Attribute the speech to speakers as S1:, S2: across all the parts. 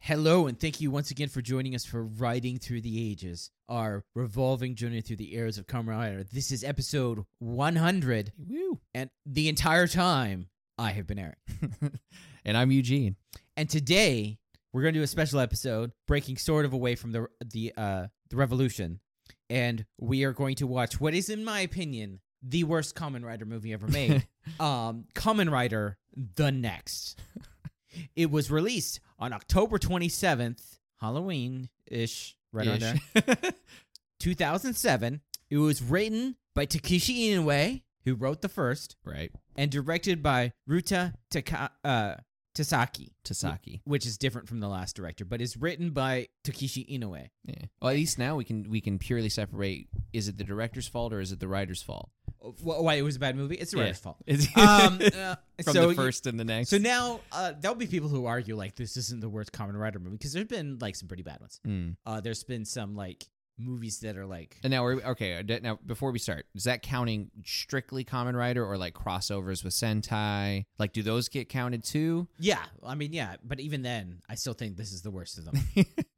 S1: Hello, and thank you once again for joining us for Riding Through the Ages, our revolving journey through the eras of Kamen Rider. This is episode 100,
S2: Woo.
S1: and the entire time, I have been Eric.
S2: and I'm Eugene.
S1: And today, we're going to do a special episode breaking sort of away from the the uh, the revolution, and we are going to watch what is, in my opinion, the worst Kamen Rider movie ever made. um, Kamen Rider: The Next. it was released on October 27th, Halloween ish, right on
S2: Ish.
S1: there, 2007. It was written by Takeshi Inoue, who wrote the first,
S2: right.
S1: and directed by Ruta Taka- uh, Tasaki
S2: Tasaki.
S1: which is different from the last director, but is written by Takeshi Inoue.
S2: Yeah. Well, at least now we can we can purely separate is it the director's fault or is it the writer's fault?
S1: Wh- Why it was a bad movie? It's the
S2: Yeah.
S1: writer's fault.
S2: Is
S1: Um, uh,
S2: from
S1: so
S2: the first and the next.
S1: so now uh, there'll be people who argue like this isn't the worst Common Rider movie because there's been like some pretty bad ones.
S2: Mm.
S1: Uh, there's been some like movies that are like
S2: And now we're okay. uh, d- Now before we start, is that counting strictly Common Rider or like crossovers with Sentai? Like, do those get counted too?
S1: yeah, I mean yeah, but even then I still think this is the worst of them.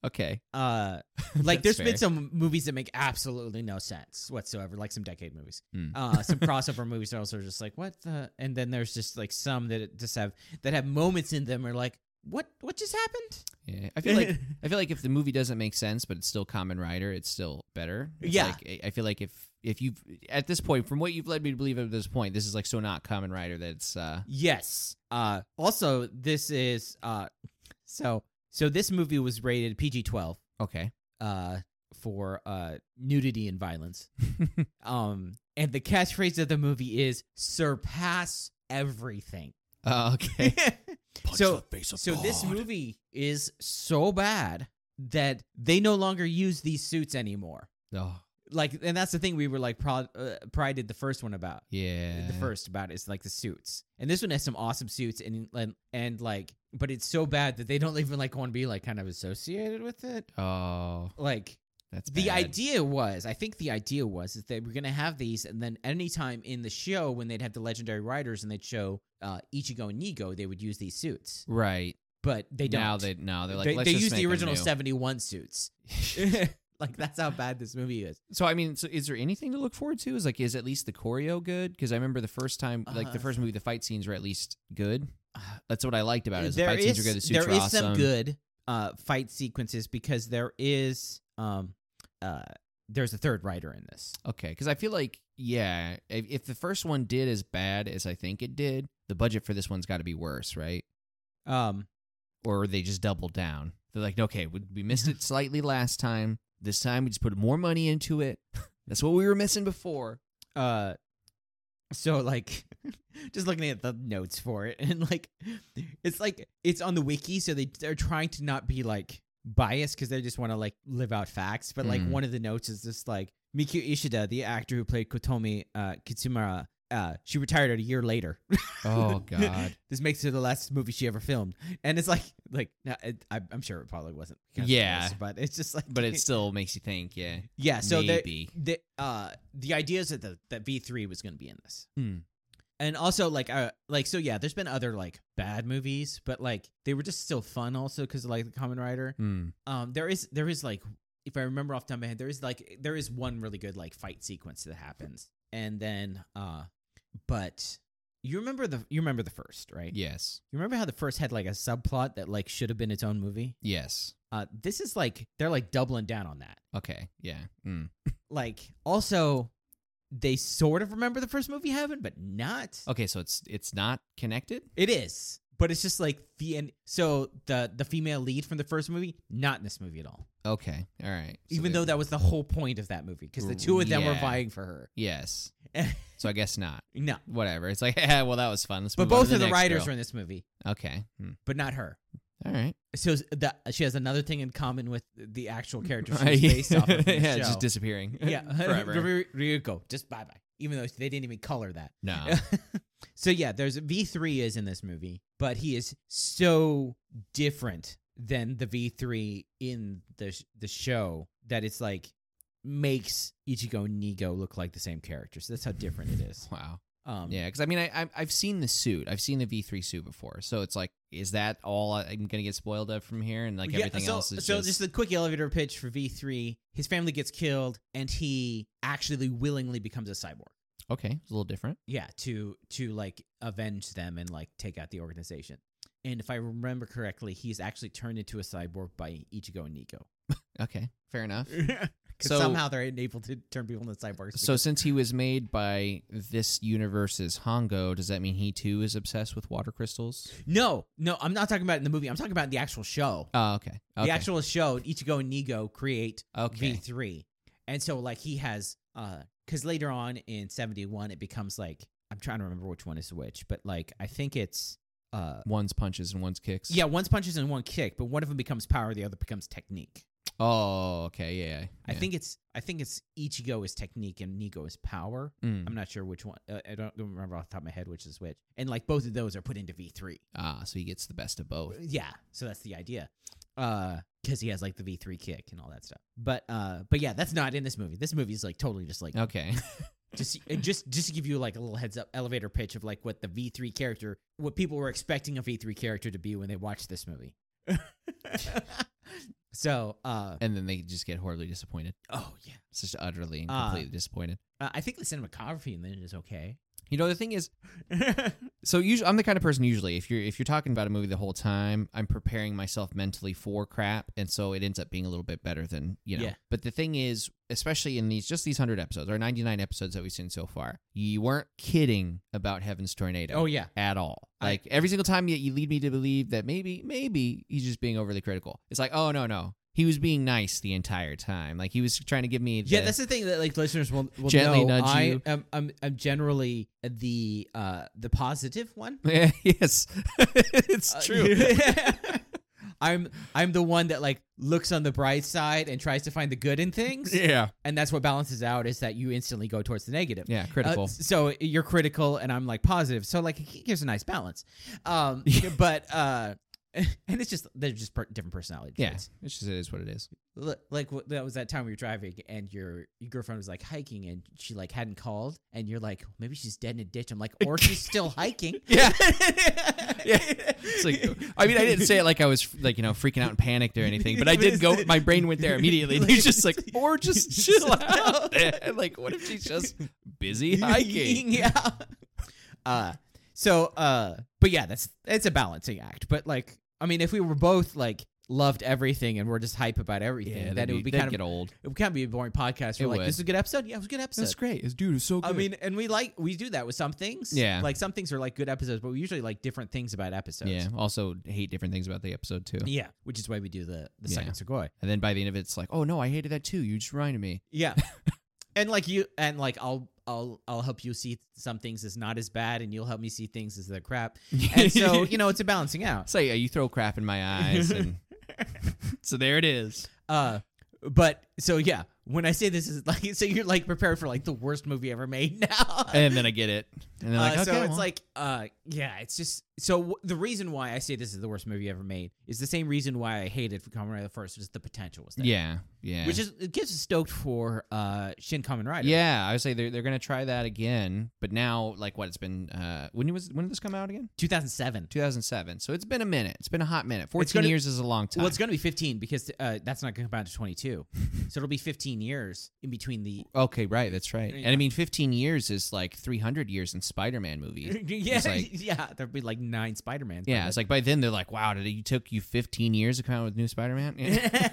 S2: Okay,
S1: Uh, like
S2: That's
S1: there's
S2: fair.
S1: been some movies that make absolutely no sense whatsoever, like some decade movies.
S2: Mm.
S1: Uh, some crossover movies are also just like what the, and then there's just like some that just have that have moments in them are like what what just happened?
S2: Yeah, I feel like I feel like if the movie doesn't make sense, but it's still Common Rider, it's still better. It's
S1: Yeah.
S2: like, I- I feel like if if you have at this point, from what you've led me to believe at this point, this is like so not Common Rider that it's uh
S1: yes. Uh, also this is uh, so so this movie was rated PG-12
S2: okay.
S1: uh for uh nudity and violence. um, and the catchphrase of the movie is surpass everything.
S2: Uh, okay.
S1: so, so this movie is so bad that they no longer use these suits anymore.
S2: Oh
S1: Like, and that's the thing we were like prod, uh, prided the first one about.
S2: yeah.
S1: The first about is like the suits, and this one has some awesome suits, and and, and like, but it's so bad that they don't even like want to be like kind of associated with it.
S2: Oh,
S1: Like
S2: that's
S1: the
S2: bad.
S1: idea was, I think the idea was is that we're gonna have these, and then anytime in the show when they'd have the legendary writers and they'd show uh, Ichigo and Nigo, they would use these suits
S2: Right
S1: but they don't.
S2: now they now they're like
S1: they,
S2: Let's
S1: they
S2: just
S1: use
S2: make
S1: the
S2: 'em
S1: original
S2: new.
S1: '71 suits. like that's how bad this movie is.
S2: So I mean, so is there anything to look forward to? Is like, is at least the choreo good? Because I remember the first time, like
S1: Uh,
S2: the first movie, the fight scenes were at least good. That's what I liked about it. Is the
S1: There
S2: fight scenes were good. The
S1: is-
S2: suits
S1: there
S2: were
S1: is
S2: awesome.
S1: some good uh, fight sequences because there is um uh there's a third writer in this.
S2: Okay, because I feel like yeah, if, if the first one did as bad as I think it did, the budget for this one's got to be worse, right?
S1: Um,
S2: Or they just doubled down. They're like, okay, we, we missed it slightly last time. This time we just put more money into it. That's what we were missing before.
S1: uh, so like, just looking at the notes for it, and like, it's like it's on the wiki, so they they're trying to not be like biased because they just want to like live out facts. But like
S2: Mm.
S1: one of the notes is just like Mikio Ishida, the actor who played Kotomi uh, Kitsumura. Uh, she retired a year later.
S2: Oh God.
S1: this makes her the last movie she ever filmed, and it's like, like, no, it, I, I'm sure it probably wasn't. kind of
S2: Yeah.
S1: biased, but it's just like,
S2: but it still makes you think. Yeah.
S1: yeah. So there,
S2: maybe.
S1: the uh the idea is that the that V three was going to be in this,
S2: Hmm.
S1: and also like uh like so yeah, there's been other like bad movies, but like they were just still fun also because like the Common Rider.
S2: Hmm.
S1: Um, there is there is like if I remember off the top of my head, there is like there is one really good like fight sequence that happens, and then uh, but you remember the you remember the first right?
S2: Yes.
S1: You remember how the first had like a subplot that like should have been its own movie?
S2: Yes.
S1: Uh, this is like they're like doubling down on that.
S2: Okay. Yeah. Mm.
S1: like also they sort of remember the first movie heaven but not
S2: Okay. So it's it's not connected.
S1: it is but it's just like the end so the the female lead from the first movie not in this movie at all
S2: Okay. All right. So
S1: even
S2: they-
S1: though that was the whole point of that movie because the two of them were
S2: Yeah.
S1: vying for
S2: Yes.
S1: her
S2: So I guess not.
S1: no
S2: Whatever. It's like, yeah, well, that was fun. Let's
S1: but
S2: move on to
S1: both of the
S2: next
S1: writers
S2: girl.
S1: were in this movie
S2: Okay. Hmm.
S1: but not her
S2: All right.
S1: so the, she has another thing in common with the actual character
S2: Right.
S1: she's based off of in the
S2: yeah,
S1: show.
S2: just disappearing.
S1: yeah
S2: forever.
S1: Ry- ryuko just bye-bye even though they didn't even color that
S2: no.
S1: Um, so yeah, there's V3 is in this movie, but he is so different than the V3 in the sh- the show that it's like makes Ichigo and Nigo look like the same characters. That's how different it is.
S2: Wow.
S1: Um,
S2: Yeah, because I mean, I, I I've seen the suit. I've seen the V three suit before. So it's like, is that all I'm gonna get spoiled of from here? And like
S1: Yeah,
S2: everything
S1: so,
S2: else is
S1: so
S2: just,
S1: just a quick elevator pitch for V3. His family gets killed, and he actually willingly becomes a cyborg.
S2: okay. It's a little different.
S1: Yeah, to to like avenge them and like take out the organization. And if I remember correctly, he's actually turned into a cyborg by Ichigo and Nico.
S2: Okay, fair enough.
S1: 'Cause
S2: So-
S1: somehow they're able to turn people into cyborgs.
S2: So since he was made by this universe's Hongo, does that mean he too is obsessed with water crystals?
S1: no, no, I'm not talking about it in the movie. I'm talking about in the actual show.
S2: Oh, okay. okay.
S1: The actual show, Ichigo and Nigo create
S2: okay.
S1: V3. And so like he has uh cuz later on in 71 it becomes like I'm trying to remember which one is which, but like I think it's uh
S2: one's punches and one's kicks.
S1: yeah, one's punches and one kick, but one of them becomes power, the other becomes technique.
S2: Oh, okay. Yeah. yeah.
S1: I think it's I think it's Ichigo is technique and Nigo is power.
S2: Mm.
S1: I'm not sure which one. Uh, I don't don't remember off the top of my head which is which. And like both of those are put into V3.
S2: Ah, so he gets the best of both.
S1: Yeah, so that's the idea. Uh cuz he has like the V3 kick and all that stuff. But uh but yeah, that's not in this movie. This movie is like totally just like
S2: Okay.
S1: just and just just to give you like a little heads up elevator pitch of like what the V3 character what people were expecting a V3 character to be when they watched this movie. so, uh
S2: and then they just get horribly disappointed.
S1: oh yeah.
S2: It's just utterly and
S1: Ah.
S2: completely disappointed.
S1: Uh, I think the cinematography in it is okay.
S2: You know, the thing is, so usually I'm the kind of person usually if you're if you're talking about a movie the whole time, I'm preparing myself mentally for crap, and so it ends up being a little bit better than you know.
S1: Yeah.
S2: But the thing is, especially in these just these hundred episodes or 99 episodes that we've seen so far, you weren't kidding about Heaven's Tornado.
S1: oh yeah.
S2: at all.
S1: I-
S2: Like every single time you, you lead me to believe that maybe, maybe he's just being overly critical. It's like, oh no, no, he was being nice the entire time. Like he was trying to give me.
S1: Yeah,
S2: the-
S1: that's the thing that like listeners will, will
S2: Gently
S1: know.
S2: nudge
S1: I
S2: you.
S1: am I'm, I'm generally the uh the positive one.
S2: Yeah, yes, it's
S1: Uh,
S2: true.
S1: I'm I'm the one that like looks on the bright side and tries to find the good in things.
S2: yeah,
S1: and that's what balances out is that you instantly go towards the negative.
S2: yeah,
S1: Uh,
S2: critical.
S1: so you're critical, and I'm like positive. So like it gives a nice balance. Um, but uh, and it's just they're just per- different personality
S2: yeah,
S1: traits.
S2: it's just it is what it is.
S1: L- like wh- that was that time we were driving, and your, your girlfriend was like hiking, and she like hadn't called, and you're like maybe she's dead in a ditch. I'm like, or she's still hiking.
S2: Yeah, yeah. It's like I mean, I didn't say it like I was like you know freaking out and panicked or anything, but I did go. My brain went there immediately. And he's just like, or just chill out. like, what if she's just busy hiking?
S1: yeah. Uh, so, uh, but yeah, that's it's a balancing act. But like, I mean, if we were both like loved everything and we're just hype about everything,
S2: Yeah,
S1: then
S2: that'd
S1: it would be
S2: that'd
S1: kind of
S2: get old.
S1: it would kind of be a boring podcast. We're
S2: It
S1: like,
S2: would.
S1: this is a good episode. Yeah, it was a good episode.
S2: great. His dude is so
S1: I mean, and we like we do that with some things.
S2: Yeah.
S1: like some things are like good episodes, but we usually like different things about episodes.
S2: yeah. Also, hate different things about the episode too.
S1: yeah, which is why we do the the
S2: Yeah.
S1: second Segoy.
S2: And then by the end of it, it's like, oh no, I hated that too. You just reminded me.
S1: Yeah. and like you and like I'll I'll I'll help you see some things as not as bad and you'll help me see things as they're crap. And so, you know, it's a balancing out.
S2: so yeah, you throw crap in my eyes, and so there it is.
S1: Uh but so yeah, when I say this is like so you're like prepared for like the worst movie ever made now.
S2: And then I get it. And then like,
S1: Uh,
S2: okay,
S1: so it's
S2: well,
S1: like, uh, yeah, it's just so w- the reason why I say this is the worst movie ever made is the same reason why I hated for Kamen Rider the first was the potential was there,
S2: yeah, yeah,
S1: which is it gets us stoked for uh Shin Kamen Rider.
S2: yeah. I would say they're they're gonna try that again, but now like what it's been. Uh, when was when did this come out again?
S1: 2007.
S2: 2007. So it's been a minute. It's been a hot minute. 14
S1: gonna-
S2: years is a long time.
S1: Well, it's going to be 15 because uh, that's not going to come out to 22. so it'll be 15 years in between the.
S2: okay, right. That's right.
S1: Yeah.
S2: And I mean, 15 years is like 300 years in Spider-Man movies.
S1: yeah,
S2: like-
S1: yeah. There'll be like nine Spider Mans.
S2: Yeah, it's like by then they're like, "Wow, did it, you took you 15 years to come out with new Spider-Man?" Yeah.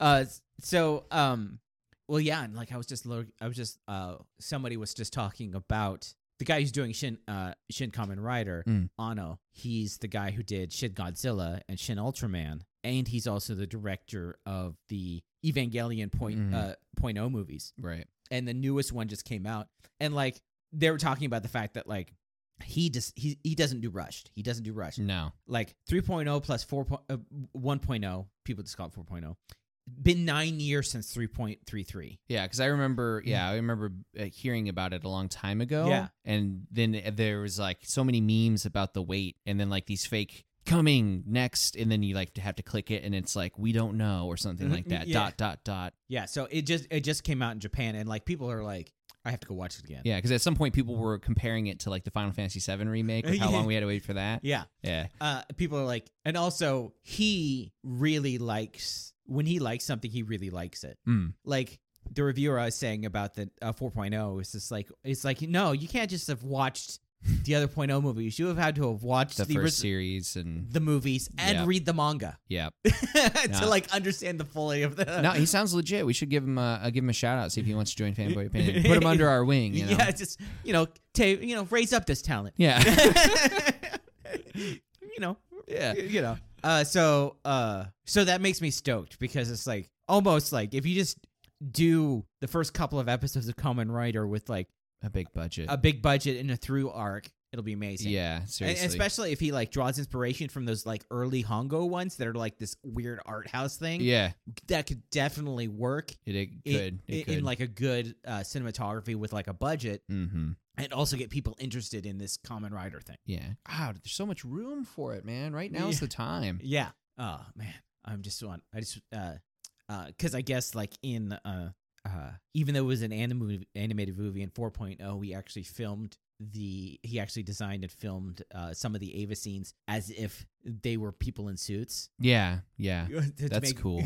S1: uh, so um, well, yeah, and like I was just, lo- I was just, uh, somebody was just talking about the guy who's doing Shin, uh, Shin Kamen Rider,
S2: Mm.
S1: Ano. He's the guy who did Shin Godzilla and Shin Ultraman, and he's also the director of the Evangelion point,
S2: Mhm.
S1: uh, point O movies.
S2: right.
S1: and the newest one just came out and like they were talking about the fact that like he just he, he doesn't do rushed he doesn't do rushed
S2: No.
S1: like 3.0 plus 4. po- uh, 1.0 people just call it 4.0 been 9 years since 3.33
S2: Yeah, because I remember. Yeah, I remember uh, hearing about it a long time ago.
S1: Mm. Yeah.
S2: and then uh, there was like so many memes about the wait, and then like these fake coming next, and then you like have to click it, and it's like we don't know or something like that.
S1: Mm-hmm. Yeah.
S2: Dot dot dot.
S1: yeah so it just it just came out in Japan and like people are like I have to go watch it again.
S2: Yeah, because at some point people were comparing it to like the Final Fantasy VII remake. With how
S1: Yeah.
S2: long we had to wait for that?
S1: Yeah.
S2: Yeah,
S1: Uh, people are like, and also he really likes when he likes something, he really likes it.
S2: Mm.
S1: Like the reviewer I was saying about the uh, 4.0 is just like it's like no, you can't just have watched the other point oh movies. You have had to have watched
S2: the
S1: the Mm-hmm.
S2: first
S1: orig-
S2: series and
S1: the movies and
S2: Yeah.
S1: read the manga
S2: yeah.
S1: to
S2: Nah.
S1: like understand the fully of the.
S2: No, he sounds legit. We should give him a, uh, give him a shout out. See if he wants to join Fanboy Opinion. Put him under our wing. You know?
S1: Yeah, it's just you know, ta- you know, raise up this talent.
S2: Yeah.
S1: you know,
S2: Yeah.
S1: you know. Uh, so, uh, so that makes me stoked because it's like almost like if you just do the first couple of episodes of Common Rider with like
S2: A big budget.
S1: a big budget and a through arc, it'll be amazing.
S2: yeah,
S1: And
S2: seriously.
S1: especially if he like draws inspiration from those like early Hongo ones that are like this weird art house thing,
S2: yeah,
S1: that could definitely work
S2: it, it
S1: i-
S2: could. It,
S1: i-
S2: could.
S1: in like a good uh, cinematography with like a budget,
S2: mm-hmm.
S1: and also get people interested in this Common Rider thing.
S2: Yeah. Wow, there's so much room for it, man. Right now is
S1: Yeah.
S2: the time.
S1: Yeah. Oh man, I'm just on. I just uh, uh, because I guess like in uh, uh, even though it was an anime animated movie in 4.0, he actually filmed the he actually designed and filmed uh some of the Ava scenes as if they were people in suits.
S2: Yeah, yeah,
S1: To- to
S2: That's cool.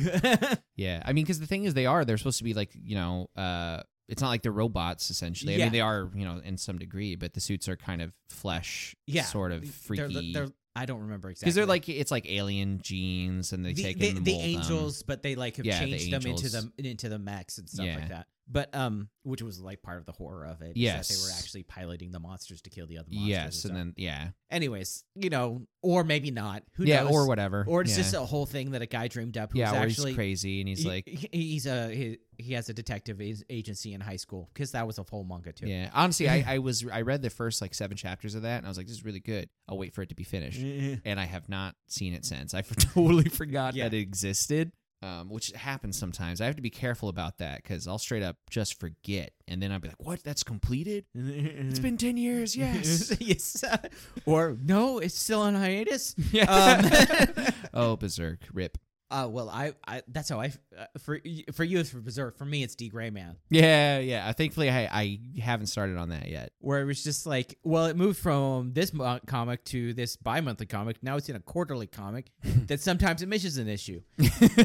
S2: yeah. I mean, because the thing is, they are. They're supposed to be like, you know, uh, it's not like they're robots essentially. I
S1: Yeah.
S2: mean, they are, you know, in some degree, but the suits are kind of flesh,
S1: Yeah.
S2: sort of
S1: They're-
S2: freaky.
S1: they're- I don't remember exactly
S2: Because they're like it's like alien genes, and they
S1: the,
S2: take
S1: the,
S2: and
S1: the
S2: mold them.
S1: angels, but they like have
S2: Yeah, the
S1: changed them into
S2: angels.
S1: the into the mechs and stuff
S2: Yeah.
S1: like that. But um, which was like part of the horror of it. is that they were
S2: Yes.
S1: actually piloting the monsters to kill the other monsters.
S2: Yes,
S1: and
S2: and
S1: stuff.
S2: then yeah,
S1: anyways, you know, or maybe not. Who
S2: yeah,
S1: knows?
S2: or whatever,
S1: Or it's
S2: yeah.
S1: just a whole thing that a guy dreamed up. Who's
S2: yeah, or
S1: actually
S2: he's crazy and he's
S1: he-
S2: like,
S1: he- he's a he, he has a detective a- agency in high school because that was a whole manga too.
S2: yeah. Honestly, I, I was I read the first like seven chapters of that, and I was like, this is really good. I'll wait for it to be finished,
S1: Yeah.
S2: and I have not seen it since. I totally forgot
S1: Yeah.
S2: that it existed. Um, which happens sometimes. I have to be careful about that because I'll straight up just forget, and then I'll be like, "What? That's completed? It's
S1: Mm.
S2: been ten years, yes."
S1: yes. or no, it's still on hiatus.
S2: yeah. oh, berserk, rip.
S1: Uh, well, I, I that's how I uh, for y- for you it's for Berserk. For me, it's D Gray Man,
S2: Yeah, yeah. I Thankfully, I I haven't started on that yet.
S1: where it was just like, well, it moved from this mo- comic to this bi-monthly comic. Now it's in a quarterly comic that sometimes it misses an issue.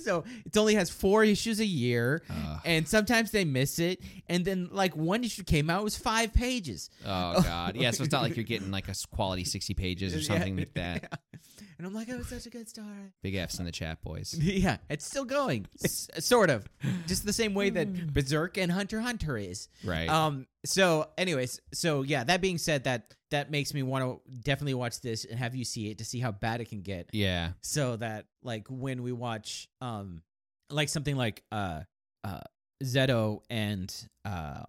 S1: so it only has four issues a year.
S2: Uh,
S1: And sometimes they miss it, and then like one issue came out it was five pages.
S2: oh God, yeah. So it's not like you're getting like a s- quality sixty pages or
S1: Yeah.
S2: something like that.
S1: And I'm like, oh, it's such a good story.
S2: Big F's in the chat, boys.
S1: Yeah, it's still going, s- sort of, just the same way that Berserk and Hunter x Hunter is.
S2: Right.
S1: Um. So, anyways, so yeah. That being said, that that makes me want to definitely watch this and have you see it to see how bad it can get.
S2: yeah.
S1: So that like when we watch um like something like uh uh Zeto and uh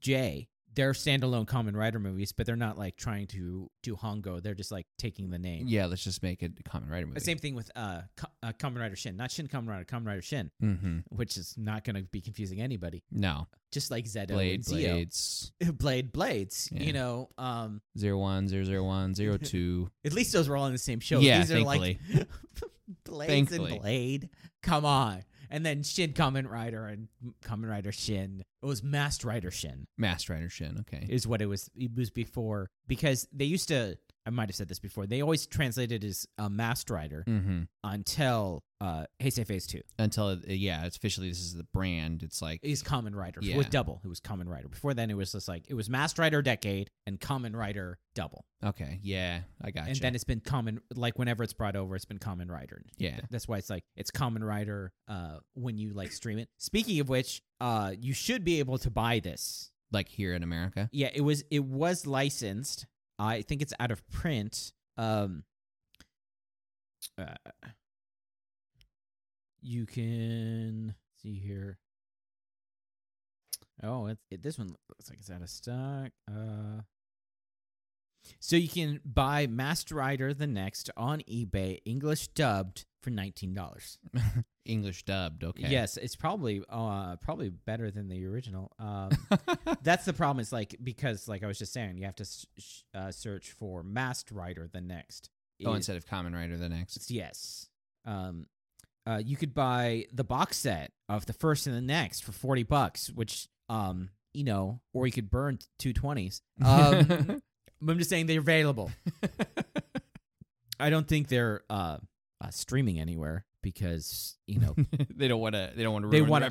S1: Jay, they're standalone Common Rider movies, but they're not like trying to do Hongo. They're just like taking the name.
S2: Yeah. Let's just make it a common writer movie.
S1: The same thing with uh, Co- uh Common Rider Shin, not Shin Common Rider, Common Rider Shin,
S2: Mm-hmm.
S1: which is not going to be confusing anybody.
S2: No.
S1: Just like Zeto and
S2: Blade.
S1: Zio.
S2: Blades.
S1: Blade Blades.
S2: Yeah.
S1: You know, um,
S2: Zero one. Zero zero one. Zero two.
S1: at least those were all in the same show.
S2: Yeah,
S1: These are like Blades
S2: Thankfully.
S1: and Blade. Come on. And then Shin Kamen Rider and Kamen Rider Shin. It was Masked Rider Shin
S2: Mass Rider Shin. Okay.
S1: is what it was. It was before because they used to. I might have said this before. They always translated as a Masked Rider
S2: Mm-hmm.
S1: until uh, Heisei Phase Two.
S2: Until it, yeah, it's officially this is the brand. It's like
S1: Is Common Rider
S2: Yeah.
S1: with Double? It was Common Rider. Before then, it was just like it was Masked Rider Decade and Common Rider Double.
S2: okay. Yeah. I got gotcha.
S1: And then it's been Common like whenever it's brought over, it's been Common Rider.
S2: yeah.
S1: That's why it's like it's Common Rider uh, when you like stream it. Speaking of which, uh, you should be able to buy this.
S2: Like here in America.
S1: Yeah, it was it was licensed. I think it's out of print. Um, uh, you can see here. Oh, it, it, this one looks like it's out of stock. Uh, so you can buy Master Rider the next on eBay, English dubbed for nineteen dollars.
S2: English dubbed. Okay.
S1: Yes, it's probably uh probably better than the original. Um, that's the problem. It's like because like I was just saying, you have to s- sh- uh, search for Masked Rider the next.
S2: oh,
S1: It-
S2: instead of Common Rider, the next.
S1: yes. Um, uh, you could buy the box set of the first and the next for forty bucks, which um you know, or you could burn two twenties. Um, I'm just saying they're available. I don't think they're uh, uh, streaming anywhere because you know
S2: they don't want to. They don't want to.
S1: they want
S2: the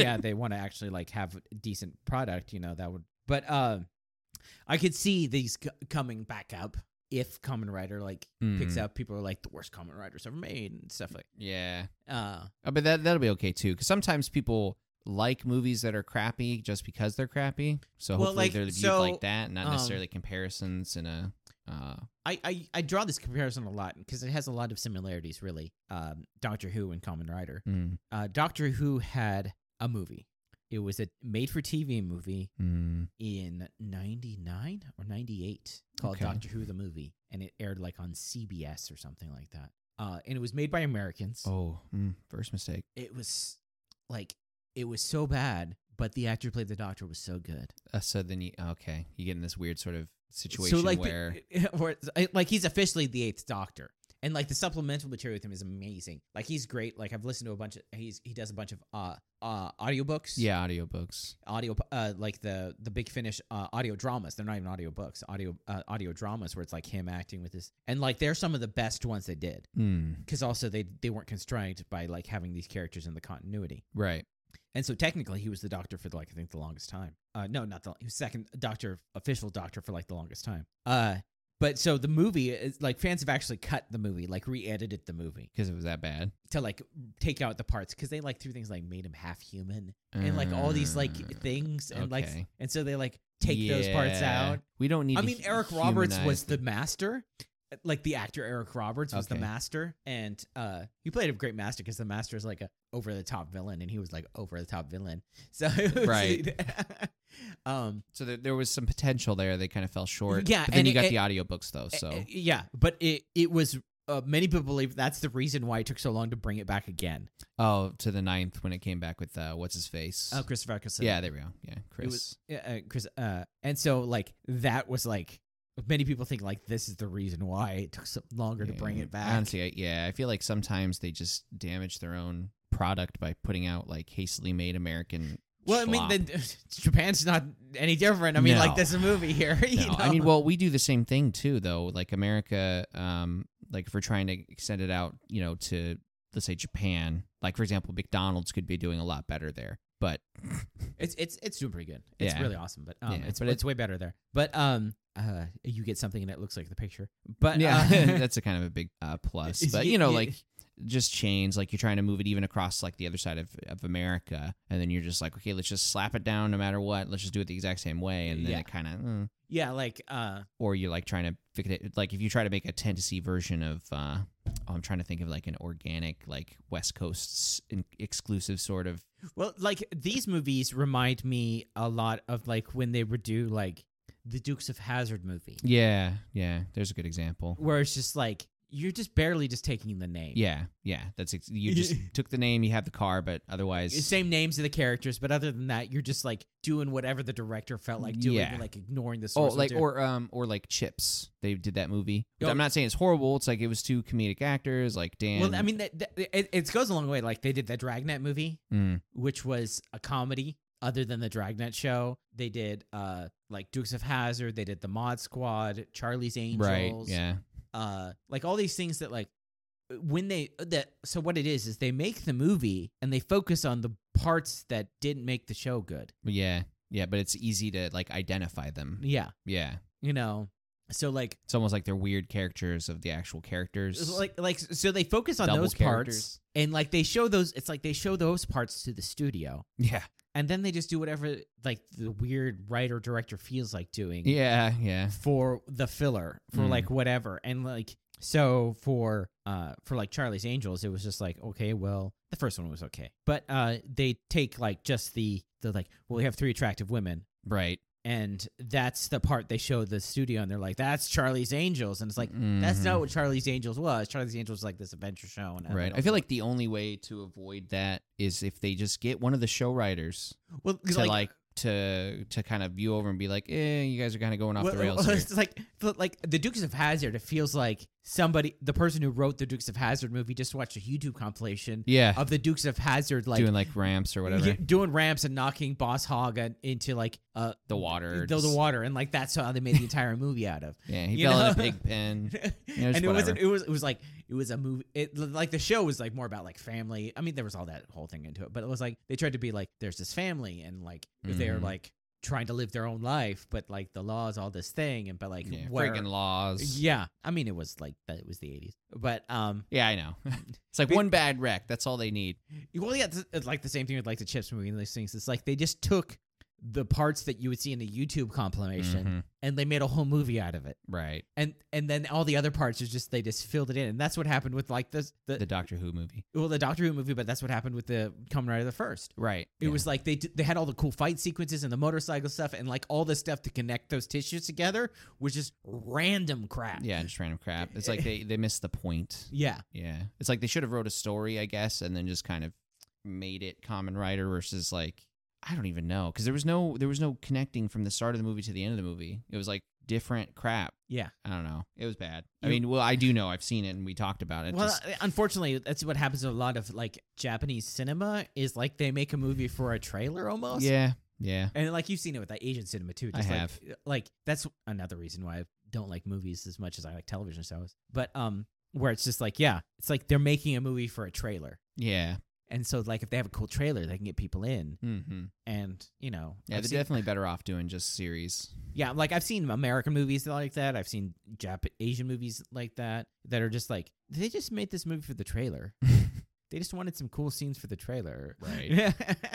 S1: Yeah, they want to actually like have a decent product. You know that would. But uh, I could see these c- coming back up if Common Rider like picks
S2: Mm.
S1: up. People are like the worst Common Riders ever made and stuff like.
S2: Yeah,
S1: Uh,
S2: Uh, but that that'll be okay too. Because sometimes people like movies that are crappy just because they're crappy. So
S1: Well,
S2: hopefully
S1: like,
S2: they're viewed
S1: so,
S2: like that, not
S1: um,
S2: necessarily comparisons in a. Uh,
S1: I, I, I draw this comparison a lot because it has a lot of similarities, really. Um, Doctor Who and Common Rider.
S2: mm,
S1: Uh, Doctor Who had a movie. It was a made-for-TV movie
S2: mm.
S1: in '99 or '98 called
S2: Okay.
S1: Doctor Who the Movie, and it aired like on CBS or something like that. Uh, and it was made by Americans.
S2: Oh, mm, first mistake.
S1: It was like it was so bad, but the actor who played the Doctor was so good.
S2: Uh, so then you okay, you get in this weird sort of situation
S1: so like,
S2: where
S1: the, where like he's officially the eighth Doctor, and like the supplemental material with him is amazing. Like he's great. Like I've listened to a bunch of he's he does a bunch of uh uh audiobooks.
S2: yeah, audiobooks.
S1: audio uh like the the big finish uh, audio dramas they're not even audio books audio uh, audio dramas where it's like him acting with this and like they're some of the best ones they did
S2: Mm,
S1: because also they they weren't constrained by like having these characters in the continuity
S2: right.
S1: and so technically he was the doctor for like i think the longest time uh no not the he was second doctor official doctor for like the longest time uh but so the movie is like fans have actually cut the movie like re-edited the movie
S2: Because it was that bad.
S1: to like take out the parts because they like threw things like made him half human and like all these like
S2: Uh,
S1: things and like
S2: okay.
S1: and so they like take those parts
S2: yeah.
S1: out.
S2: We don't need
S1: I
S2: to
S1: mean
S2: hu-
S1: Eric Roberts
S2: humanize
S1: was
S2: the-
S1: the master. uh, Like the actor Eric Roberts was the
S2: Okay.
S1: master and uh he played a great master cuz the master is like a over the top villain and he was like over the top villain. So it was-
S2: Right.
S1: um
S2: So there, there was some potential there. They kind of fell short.
S1: Yeah,
S2: But then
S1: and
S2: you got
S1: it-
S2: the audiobooks though. So
S1: uh, yeah, but it it was uh, many people believe that's the reason why it took so long to bring it back again.
S2: oh, to the ninth when it came back with uh, what's his face?
S1: Oh, Christopher Eccleston.
S2: yeah, there we go. Yeah, Chris.
S1: was- Yeah, uh, Chris, uh, and so like that was like many people think like this is the reason why it took so longer to
S2: Yeah.
S1: bring it back.
S2: Honestly, I, yeah, I feel like sometimes they just damage their own product by putting out like hastily made American.
S1: well, I
S2: schlop.
S1: mean, then, Japan's not any different. I mean, like
S2: No.
S1: there's a movie here. You
S2: No,
S1: know?
S2: I mean, well, we do the same thing too, though. Like America, um, like if we're trying to extend it out, you know, to let's say Japan, like for example, McDonald's could be doing a lot better there. But
S1: it's it's it's doing pretty good. It's
S2: Yeah.
S1: really awesome, but um,
S2: Yeah,
S1: it's
S2: but
S1: it's way better there. But um, uh, you get something that looks like the picture. But
S2: yeah,
S1: uh,
S2: that's a kind of a big uh, plus.
S1: Is
S2: But
S1: it-
S2: you know,
S1: yeah.
S2: like just change, like you're trying to move it even across like the other side of, of America, and then you're just like, okay, let's just slap it down no matter what. Let's just do it the exact same way, and then
S1: Yeah.
S2: it kind of. Mm.
S1: yeah, like uh,
S2: Or you're like trying to fix it, like if you try to make a Tennessee version of, uh, oh, I'm trying to think of like an organic, like West Coast s- in- exclusive sort of.
S1: Well, like these movies remind me a lot of like when they would do like the Dukes of Hazard movie,
S2: Yeah, yeah. There's a good example.
S1: where it's just like you're just barely just taking the name.
S2: Yeah, yeah. That's ex- you just took the name, you have the car, but otherwise,
S1: Same names of the characters, but other than that, you're just like doing whatever the director felt like doing,
S2: Yeah.
S1: you're, like ignoring the
S2: Oh,
S1: source.
S2: like
S1: material.
S2: or um or like Chips. They did that movie. Which
S1: Oh.
S2: I'm not saying it's horrible. It's like it was two comedic actors, like Dan.
S1: well, I mean, that, that, it, it goes a long way. Like they did the Dragnet movie,
S2: Mm,
S1: which was a comedy. Other than the Dragnet show, they did uh like Dukes of Hazard, they did the Mod Squad, Charlie's Angels,
S2: right? Yeah.
S1: uh like all these things that like when they that so what it is is they make the movie and they focus on the parts that didn't make the show good
S2: Yeah. Yeah. But it's easy to like identify them.
S1: yeah
S2: Yeah.
S1: you know so like
S2: It's almost like they're weird characters of the actual characters.
S1: like like so they focus on
S2: Double
S1: those parts
S2: characters.
S1: and like they show those it's like they show those parts to the studio
S2: yeah.
S1: and then they just do whatever like the weird writer director feels like doing
S2: Yeah. Yeah.
S1: for the filler for
S2: Mm.
S1: like whatever and like so for uh for like charlie's angels it was just like okay well the first one was okay but uh they take like just the the like well we have three attractive women
S2: Right.
S1: and that's the part they show the studio and they're like that's charlie's angels and it's like that's
S2: Mhm.
S1: not what charlie's angels was charlie's angels was like this adventure show and
S2: Right.
S1: don't
S2: I feel
S1: know.
S2: like the only way to avoid that is if they just get one of the show writers
S1: well 'cause,
S2: to like to to kind of view over and be like, eh, you guys are kind of going off the rails. here.
S1: It's like but like the Dukes of Hazard. It feels like somebody, the person who wrote the Dukes of Hazard movie, just watched a YouTube compilation
S2: Yeah,
S1: of the Dukes of Hazard, like
S2: doing like ramps or whatever.
S1: y- doing ramps and knocking Boss Hog uh, into like uh
S2: the
S1: the,
S2: water.
S1: the
S2: just-
S1: water, and like that's how they made the entire movie out of.
S2: Yeah, he
S1: you
S2: fell in a
S1: know?
S2: pig pen.
S1: and it wasn't. It was. It was like it was a movie. It like the show was like more about like family. I mean, there was all that whole thing into it, but it was like they tried to be like there's this family and like they're
S2: Mhm.
S1: like trying to live their own life, but like the law is all this thing, and but like
S2: Yeah,
S1: where-
S2: friggin' laws. Yeah.
S1: Yeah, I mean, it was like that. It was the '80s, but um,
S2: I know. it's like
S1: Be-
S2: one bad wreck. That's all they need.
S1: well, yeah, it's- it's like the same thing with like the Chips movie and those things. It's like they just took the parts that you would see in a YouTube compilation
S2: Mhm.
S1: and they made a whole movie out of it.
S2: Right.
S1: and and then all the other parts is just they just filled it in, and that's what happened with like this the,
S2: The Doctor Who movie.
S1: well the Doctor Who movie, but that's what happened with the Kamen Rider the first.
S2: Right.
S1: It
S2: yeah.
S1: was like they d- they had all the cool fight sequences and the motorcycle stuff and like all the stuff to connect those tissues together was just random crap.
S2: Yeah, just random crap. It's like they they missed the point.
S1: yeah,
S2: Yeah. It's like they should have wrote a story, I guess, and then just kind of made it common Rider versus like I don't even know because there was no there was no connecting from the start of the movie to the end of the movie. It was like different crap.
S1: yeah.
S2: I don't know. It was bad. I
S1: You-
S2: mean, well, I do know. I've seen it and we talked about it.
S1: well, uh,
S2: Just-
S1: unfortunately, that's what happens to a lot of like Japanese cinema is like they make a movie for a trailer almost.
S2: yeah, yeah.
S1: And like you've seen it with that Asian cinema too.
S2: I
S1: Just like, uh,
S2: have.
S1: Like that's another reason why I don't like movies as much as I like television shows. But um, where it's just like, yeah, it's like they're making a movie for a trailer,
S2: Yeah.
S1: and so like if they have a cool trailer, they can get people in,
S2: Mm-hmm.
S1: and you know,
S2: Yeah,
S1: I've
S2: they're
S1: seen-
S2: definitely better off doing just series.
S1: yeah. Like I've seen American movies like that. I've seen Jap Asian movies like that that are just like they just made this movie for the trailer. they just wanted some cool scenes for the trailer,
S2: Right.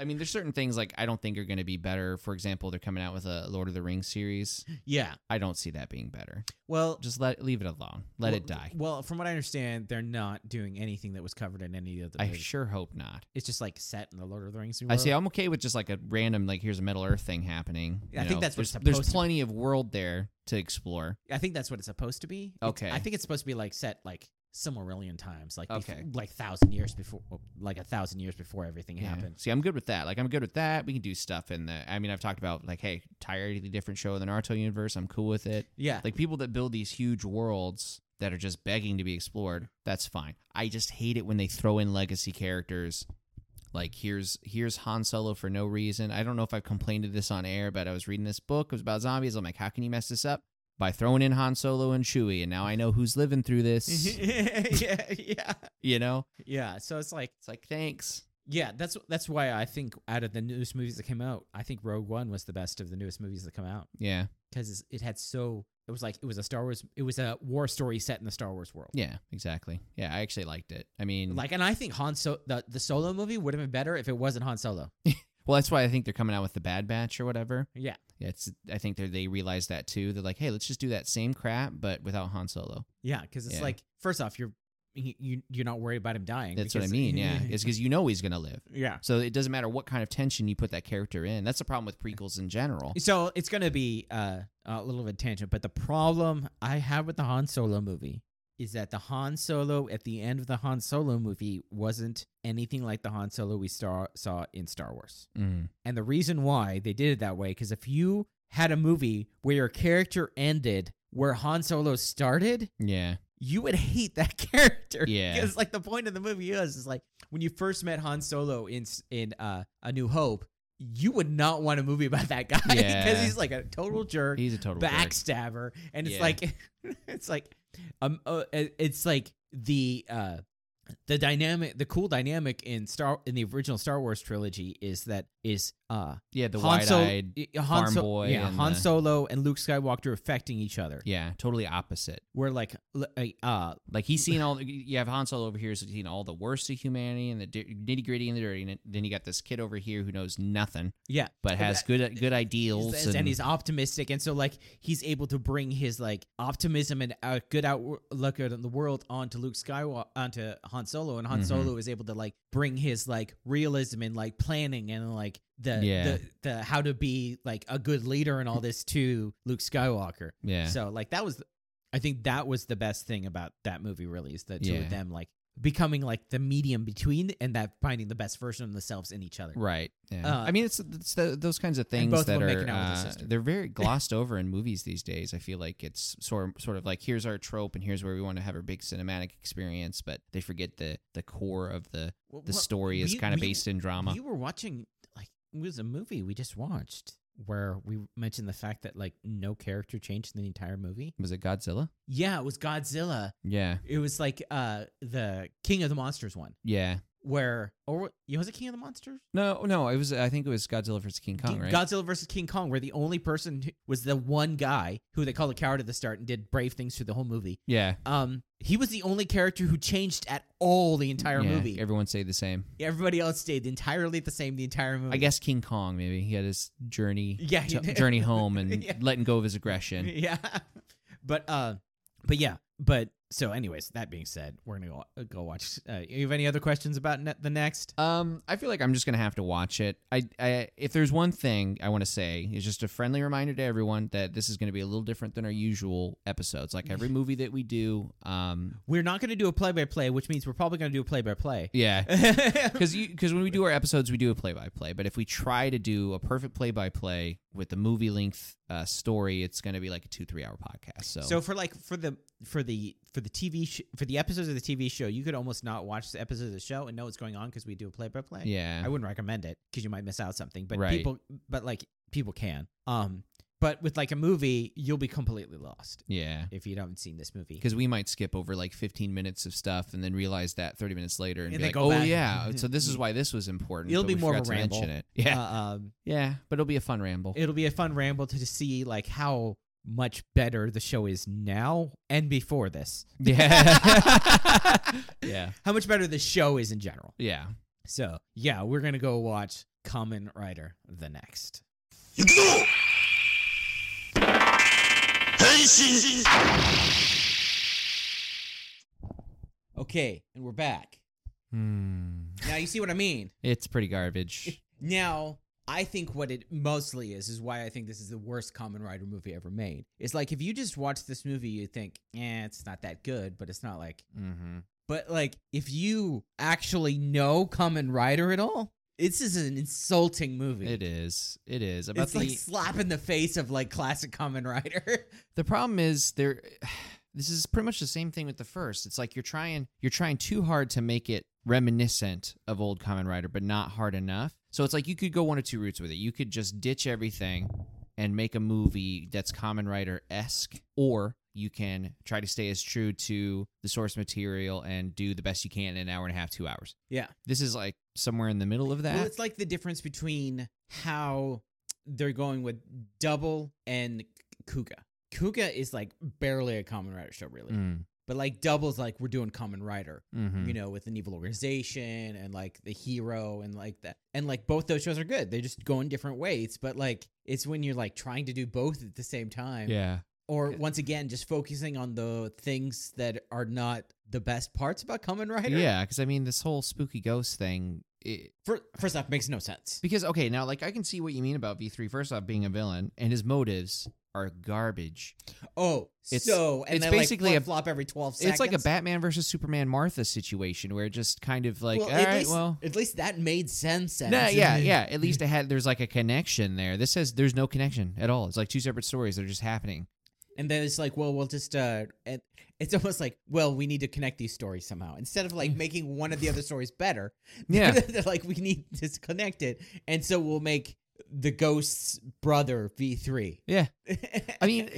S2: I mean, there's certain things like I don't think are going to be better. For example, they're coming out with a Lord of the Rings series.
S1: yeah.
S2: I don't see that being better.
S1: Well,
S2: Just let leave it alone. Let it
S1: Well,
S2: die.
S1: Well, from what I understand, they're not doing anything that was covered in any of the.
S2: I
S1: movies.
S2: sure hope not.
S1: it's just like set in the Lord of the Rings.
S2: I
S1: world.
S2: see. I'm okay with just like a random like here's a Middle Earth thing happening.
S1: Yeah, I
S2: you
S1: think
S2: know,
S1: that's what
S2: there's,
S1: it's supposed
S2: there's
S1: to be.
S2: plenty of world there to explore.
S1: I think that's what it's supposed to be. It's-
S2: Okay.
S1: I think it's supposed to be like set like Silmarillion times, like bef-
S2: Okay.
S1: like thousand years before, well, like a thousand years before everything
S2: Yeah.
S1: happened.
S2: See, I'm good with that. Like, I'm good with that. We can do stuff in the. I mean, I've talked about like, hey, entirely different show in the Naruto universe. I'm cool with it.
S1: Yeah,
S2: Like people that build these huge worlds that are just begging to be explored, that's fine. I just hate it when they throw in legacy characters. Like here's here's Han Solo for no reason. I don't know if I've complained of this on air, but I was reading this book. It was about zombies. I'm like, how can you mess this up by throwing in Han Solo and Chewie? And now I know who's living through this.
S1: yeah, yeah,
S2: you know,
S1: yeah. So it's like,
S2: it's like thanks.
S1: yeah, that's that's why I think out of the newest movies that came out, I think Rogue One was the best of the newest movies that come out
S2: Yeah,
S1: because it had so it was like it was a Star Wars, it was a war story set in the Star Wars world.
S2: yeah, exactly. Yeah, I actually liked it. I mean,
S1: Like, and I think Han so the, the Solo movie would have been better if it wasn't Han Solo.
S2: well, that's why I think they're coming out with the Bad Batch or whatever.
S1: Yeah,
S2: Yeah, it's. I think they they realize that too. They're like, hey, let's just do that same crap, but without Han Solo.
S1: yeah, because it's
S2: Yeah.
S1: like first off, you're you- you you're not worried about him dying.
S2: That's what I
S1: because-
S2: mean. Yeah, it's because you know he's gonna live.
S1: yeah.
S2: So it doesn't matter what kind of tension you put that character in. That's the problem with prequels in general.
S1: So it's gonna be uh, a little bit tangent, but the problem I have with the Han Solo movie is that the Han Solo at the end of the Han Solo movie wasn't anything like the Han Solo we star- saw in Star Wars.
S2: Mm.
S1: And the reason why they did it that way, because if you had a movie where your character ended where Han Solo started,
S2: Yeah,
S1: you would hate that character.
S2: Yeah.
S1: Because like the point of the movie is, is like when you first met Han Solo in s- in uh, A New Hope, you would not want a movie about that guy because
S2: Yeah.
S1: he's like a total jerk,
S2: he's a total jerk.
S1: backstabber, and it's
S2: Yeah.
S1: like it's like um uh, it- it's like the uh the dynamic the cool dynamic in Star in the original Star Wars trilogy is that is uh
S2: Yeah, the
S1: Han
S2: wide
S1: Solo-
S2: eyed.
S1: uh, Han
S2: farm
S1: Sol-
S2: boy
S1: yeah
S2: and
S1: Han
S2: the-
S1: Solo and Luke Skywalker affecting each other.
S2: Yeah, totally opposite.
S1: Where like l- uh
S2: Like he's seen all. You have Han Solo over here, so he's seen all the worst of humanity and the di- nitty gritty and the dirty. And then you got this kid over here who knows nothing,
S1: yeah
S2: but has good good ideals.
S1: He's- and he's optimistic and so like he's able to bring his like optimism and uh, good outlook on the world onto luke skywalker onto han solo and han
S2: Mhm.
S1: solo is able to like bring his like realism and like planning and like the,
S2: Yeah.
S1: the the how to be like a good leader and all this to luke skywalker
S2: yeah.
S1: so like that was i think that was the best thing about that movie really is the two
S2: Yeah.
S1: of them like becoming like the medium between and that finding the best version of themselves in each other.
S2: Right. Yeah.
S1: Uh,
S2: I mean, it's, it's th those kinds of things
S1: both of
S2: that
S1: them
S2: are
S1: making out with their
S2: uh,
S1: sister.
S2: they're very glossed over in movies these days. I feel like it's sort sort of like here's our trope and here's where we want to have our big cinematic experience, but they forget the the core of the
S1: Well,
S2: the
S1: well,
S2: story is
S1: we-
S2: kind of
S1: we-
S2: based in drama.
S1: You were watching like it was a movie we just watched where we mentioned the fact that like no character changed in the entire movie.
S2: Was it Godzilla?
S1: Yeah, it was Godzilla.
S2: Yeah.
S1: It was like uh the King of the Monsters one
S2: Yeah.
S1: where or was it King of the Monsters?
S2: No, no, it was I think it was Godzilla versus King Kong, right?
S1: Godzilla versus King Kong, where the only person who, was the one guy who they called a coward at the start and did brave things through the whole movie.
S2: yeah.
S1: Um, he was the only character who changed at all the entire
S2: yeah.
S1: movie.
S2: Everyone stayed the same.
S1: Everybody else stayed entirely the same the entire movie.
S2: I guess King Kong maybe. He had his journey
S1: Yeah, he
S2: to-
S1: did.
S2: journey home and
S1: Yeah.
S2: letting go of his aggression.
S1: Yeah. But uh, but yeah. But so, anyways, that being said, we're gonna go, go watch. Uh, you have any other questions about ne- the next?
S2: Um, I feel like I'm just gonna have to watch it. I, I if there's one thing I want to say is just a friendly reminder to everyone that this is gonna be a little different than our usual episodes. Like every movie that we do, um,
S1: We're not gonna do a play by play, which means we're probably gonna do a play by play.
S2: yeah, because because when we do our episodes, we do a play by play. But if we try to do a perfect play by play with the movie length uh, story, it's gonna be like a two three hour podcast. So,
S1: So for like for the for the for the TV sh- for the episodes of the TV show, you could almost not watch the episodes of the show and know what's going on because we do a play by play.
S2: yeah,
S1: I wouldn't recommend it because you might miss out something. But
S2: Right.
S1: people, but like people can. Um, but with like a movie, you'll be completely lost
S2: yeah.
S1: if you haven't seen this movie.
S2: Because we might skip over like 15 minutes of stuff and then realize that 30 minutes later and,
S1: And
S2: be
S1: then
S2: like,
S1: go
S2: oh,
S1: back."
S2: yeah. So this is why this was important.
S1: It'll
S2: but
S1: be
S2: we
S1: more of a
S2: forgot to mention
S1: ramble.
S2: It. Yeah.
S1: Uh, um,
S2: Yeah, but it'll be a fun ramble.
S1: it'll be a fun ramble to see like how much better the show is now and before this.
S2: yeah. yeah.
S1: How much better the show is in general.
S2: Yeah.
S1: So yeah, we're gonna go watch Common Rider the next.
S3: 行くぞ変身
S1: Okay, and we're back.
S2: Hmm.
S1: Now you see what I mean.
S2: It's pretty garbage.
S1: Now, I think what it mostly is is why I think this is the worst Common Rider movie ever made. It's like if you just watch this movie, you think, eh, it's not that good, but it's not like.
S2: mm-hmm.
S1: But like, if you actually know Common Rider at all, this is an insulting movie.
S2: It is. It is. About
S1: It's
S2: the,
S1: like slap in the face of like classic Common Rider.
S2: the problem is there this is pretty much the same thing with the first. It's like you're trying you're trying too hard to make it reminiscent of old Common Rider, but not hard enough. So it's like you could go one or two routes with it. You could just ditch everything and make a movie that's Common Rider esque, or you can try to stay as true to the source material and do the best you can in an hour and a half, two hours.
S1: yeah.
S2: This is like somewhere in the middle of that.
S1: Well, it's like the difference between how they're going with Double and Kuga. Kuga is like barely a Common Rider show, really.
S2: mm,
S1: But like Double's like we're doing Common Rider,
S2: mhm.
S1: you know, with an evil organization and like the hero and like that. And like both those shows are good. They just go in different ways. But like it's when you're like trying to do both at the same time.
S2: yeah.
S1: Or
S2: Yeah.
S1: once again, just focusing on the things that are not the best parts about Common Rider.
S2: Yeah, because I mean, this whole spooky ghost thing, it,
S1: Fir- First off, makes no sense.
S2: Because okay, now like I can see what you mean about V3 first off being a villain and his motives are garbage.
S1: Oh,
S2: It's-
S1: so and
S2: it's
S1: they
S2: basically a-
S1: like flop every twelve seconds.
S2: It's like a Batman versus Superman Martha situation where it just kind of like all
S1: at
S2: right,
S1: least,
S2: well
S1: at least that made sense.
S2: Nah,
S1: sense.
S2: yeah, yeah. At least it had there's like a connection there. This says there's no connection at all. It's like two separate stories that are just happening.
S1: And then it's like, well, we'll just uh, and it's almost like, well, we need to connect these stories somehow. Instead of like making one of the other stories better,
S2: Mm. Yeah.
S1: they're like we need to connect it, and so we'll make the ghost's brother V three.
S2: Yeah. I mean,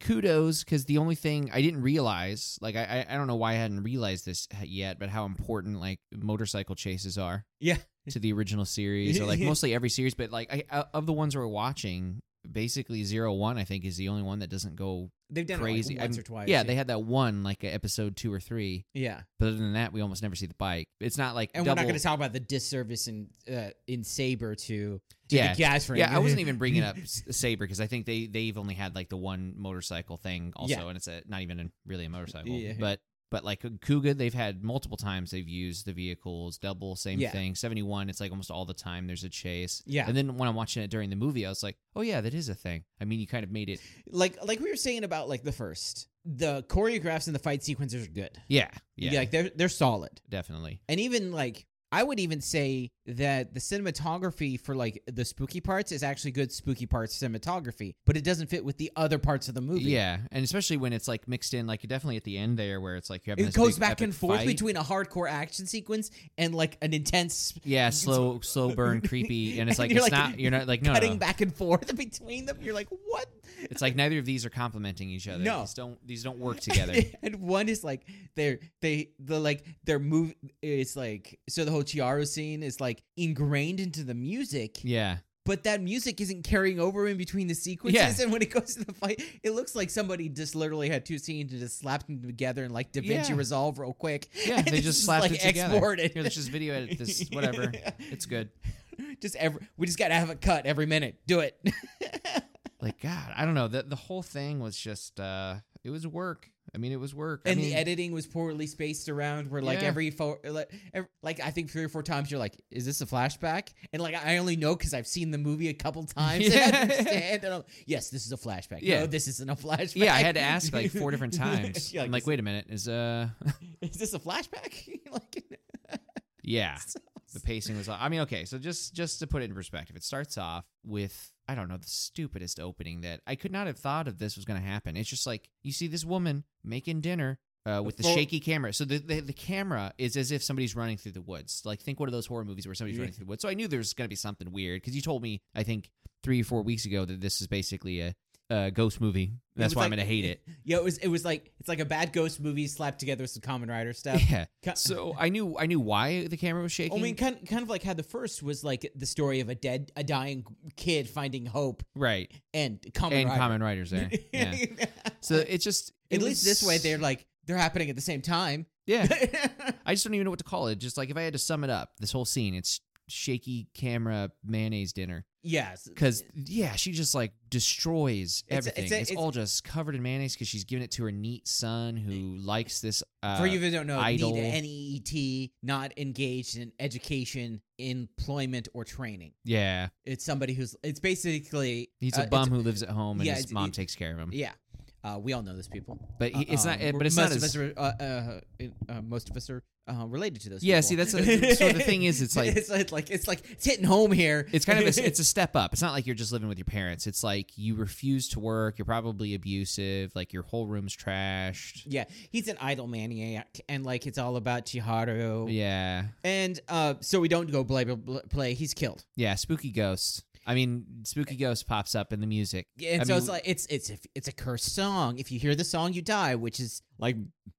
S2: kudos because the only thing I didn't realize, like I, I I don't know why I hadn't realized this yet, but how important like motorcycle chases are.
S1: Yeah.
S2: To the original series, or like mostly every series, but like I, I- of the ones we're watching, basically zero one I think is the only one that doesn't go
S1: they've done
S2: crazy.
S1: it
S2: I
S1: like once
S2: mean,
S1: or twice.
S2: Yeah, they had that one like episode two or three,
S1: yeah.
S2: but other than that, we almost never see the bike. It's not like
S1: And we're
S2: double-
S1: not going to talk about the disservice in uh, in Saber to, to
S2: Yeah.
S1: the gas ring.
S2: Yeah, I wasn't even bringing up S- Saber because I think they they've only had like the one motorcycle thing also,
S1: Yeah.
S2: and it's a, not even a, really a motorcycle.
S1: Yeah.
S2: But but like Kuga, they've had multiple times they've used the vehicles. Double, same
S1: Yeah.
S2: thing. Seventy one, it's like almost all the time there's a chase.
S1: Yeah.
S2: And then when I'm watching it during the movie, I was like, oh yeah, that is a thing. I mean, you kind of made it.
S1: like like we were saying about like the first the choreographs and the fight sequences are good.
S2: Yeah.
S1: Yeah,
S2: Yeah.
S1: like they're they're solid.
S2: definitely.
S1: And even like I would even say that the cinematography for like the spooky parts is actually good spooky parts cinematography, but it doesn't fit with the other parts of the movie.
S2: Yeah, and especially when it's like mixed in, like definitely at the end there, where it's like you have
S1: It
S2: this
S1: goes
S2: big
S1: back
S2: epic
S1: and forth
S2: fight.
S1: between a hardcore action sequence and like an intense
S2: Yeah, slow, slow burn, creepy, and it's
S1: And
S2: like
S1: you're
S2: it's
S1: like
S2: not. You're not like no, no,
S1: cutting
S2: no.
S1: back and forth between them. You're like, what?
S2: It's like neither of these are complementing each other.
S1: No.
S2: these don't these don't work together.
S1: and one is like they're they the like their move it's like so the whole Chiaro scene is like ingrained into the music,
S2: yeah,
S1: but that music isn't carrying over in between the sequences.
S2: Yeah.
S1: And when it goes to the fight, it looks like somebody just literally had two scenes and just slapped them together and like Da Vinci
S2: Yeah.
S1: Resolve real quick.
S2: yeah,
S1: and
S2: they
S1: it's
S2: just slapped
S1: like
S2: it together.
S1: exported.
S2: Here, let's just video edit this. Whatever, it's good.
S1: Just every we just gotta have it cut every minute. Do it.
S2: Like God, I don't know. The the whole thing was just uh, it was work. I mean, it was work. I
S1: and
S2: mean,
S1: the editing was poorly spaced around where like
S2: Yeah.
S1: every four like, ev like i think three or four times you're like is this a flashback and like i only know because i've seen the movie a couple times and
S2: Yeah.
S1: I understand and I'm, yes this is a flashback
S2: Yeah.
S1: no this isn't a flashback
S2: Yeah, I had to ask like four different times.
S1: You're
S2: I'm like,
S1: is-
S2: wait a minute, is uh,
S1: is this a flashback like
S2: yeah.
S1: so-
S2: the pacing was off. I mean, okay, so just just to put it in perspective, it starts off with I don't know the stupidest opening that I could not have thought of this was going to happen. It's just like you see this woman making dinner uh, with the
S1: Full-
S2: shaky camera. So the, the the camera is as if somebody's running through the woods. Like think one of those horror movies where somebody's
S1: Yeah.
S2: running through the woods. So I knew there was going to be something weird because you told me I think three or four weeks ago that this is basically a, a ghost movie. That's
S1: was
S2: why I'm
S1: like-
S2: going to hate it.
S1: yeah it was it was like it's like a bad ghost movie slapped together with some common rider stuff
S2: yeah.
S1: Ca-
S2: So I knew I knew why the camera was
S1: I
S2: shaking.
S1: mean, kind, kind of like how the first was like the story of a dead, a dying kid finding hope
S2: right.
S1: and common
S2: and
S1: rider.
S2: common writers there. Yeah. So it's just
S1: At
S2: it
S1: least
S2: was-
S1: this way, they're like they're happening at the same time.
S2: yeah. I just don't even know what to call it. Just like if I had to sum it up, this whole scene, it's shaky camera mayonnaise dinner.
S1: yes,
S2: Because yeah, she just like destroys
S1: It's a-
S2: everything. It's,
S1: it's a- it's-
S2: all just covered in mayonnaise because she's giving it to her neat son who likes this. Uh,
S1: for you who don't know,
S2: idol.
S1: need NEET, not engaged in education, employment, or training.
S2: yeah,
S1: It's somebody who's it's basically
S2: he's
S1: uh,
S2: a
S1: it's-
S2: bum who lives at home and
S1: yeah,
S2: his
S1: it's-
S2: mom
S1: it-
S2: takes care of him.
S1: Yeah, uh, we all know those people.
S2: But he, it's not. eh,
S1: Uh, um,
S2: But it's
S1: most
S2: not
S1: of us
S2: as.
S1: are, uh, uh, uh, most of us are uh, related to those. people.
S2: Yeah, see, that's- so the thing is, it's like-
S1: it's, like it's like it's hitting home here.
S2: It's kind of a, it's a step up. It's not like you're just living with your parents. It's like you refuse to work. You're probably abusive. Like your whole room's trashed.
S1: yeah, he's an idol maniac, and like it's all about Chiharu.
S2: Yeah.
S1: And uh, so we don't go play, play. He's killed.
S2: Yeah, spooky ghosts. I mean, spooky ghost pops up in the music.
S1: And
S2: I
S1: so
S2: mean-
S1: it's like it's it's a, it's a cursed song. If you hear the song, you die, which is like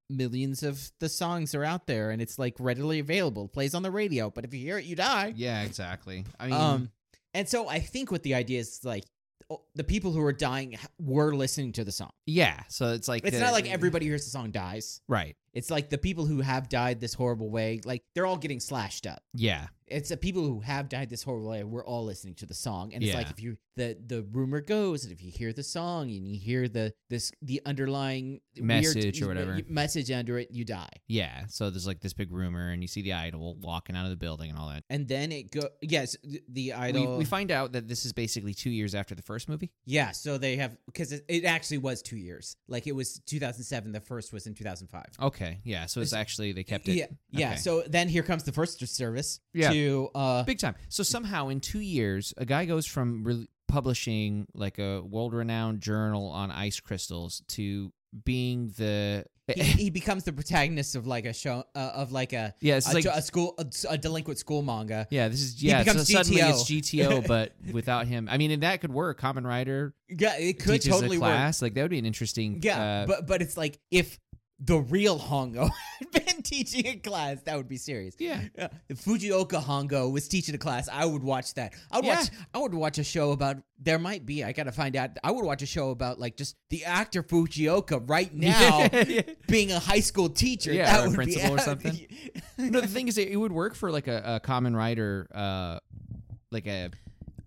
S1: millions of the songs are out there, and it's like readily available. It plays on the radio, but if you hear it, you die.
S2: Yeah, exactly. I mean,
S1: Um, and so I think what the idea is like oh, the people who are dying h- were listening to the song.
S2: yeah. So it's like
S1: It's
S2: the-
S1: not like everybody who hears the song dies.
S2: Right.
S1: It's like the people who have died this horrible way, like they're all getting slashed up.
S2: Yeah.
S1: it's the people who have died this horrible way. We're all listening to the song, and it's like
S2: Yeah.
S1: if you the the rumor goes that if you hear the song and you hear the this the underlying weird
S2: Message or whatever.
S1: message under it, you die.
S2: Yeah. So there's like this big rumor, and you see the idol walking out of the building and all that.
S1: And then it go yes th- the
S2: We,
S1: idol
S2: we find out that this is basically two years after the first movie.
S1: yeah so they have because it, it actually was two years like it was 2007 the first was in 2005
S2: Okay. Yeah. So it's
S1: It's-
S2: actually they kept it
S1: yeah yeah
S2: Okay.
S1: so then here comes the first service
S2: Yeah.
S1: to uh
S2: big time. So somehow in two years, a guy goes from re- publishing like a world-renowned journal on ice crystals to being the
S1: he, he becomes the protagonist of like a show uh, of like a
S2: yeah. It's
S1: a,
S2: like
S1: a school a, a delinquent school manga
S2: Yeah, this is yeah. So
S1: becomes
S2: suddenly
S1: GTO.
S2: it's GTO, but without him. I mean, and that could work. Common Rider
S1: Yeah, it could
S2: teaches
S1: totally
S2: a
S1: work.
S2: class. Like that would be an interesting.
S1: Yeah,
S2: uh,
S1: but but it's like if the real Hongo had been teaching a class, that would be serious.
S2: yeah,
S1: Yeah, If Fujioka Hongo was teaching a class, I would watch that. I would watch. I would watch a show about. There might be. I gotta find out. I would watch a show about like just the actor Fujioka right now
S2: Yeah.
S1: being a high school teacher.
S2: Yeah,
S1: that
S2: or a
S1: would
S2: principal
S1: be,
S2: or something. no, the thing is, it it would work for like a, a Common Rider, uh, like a,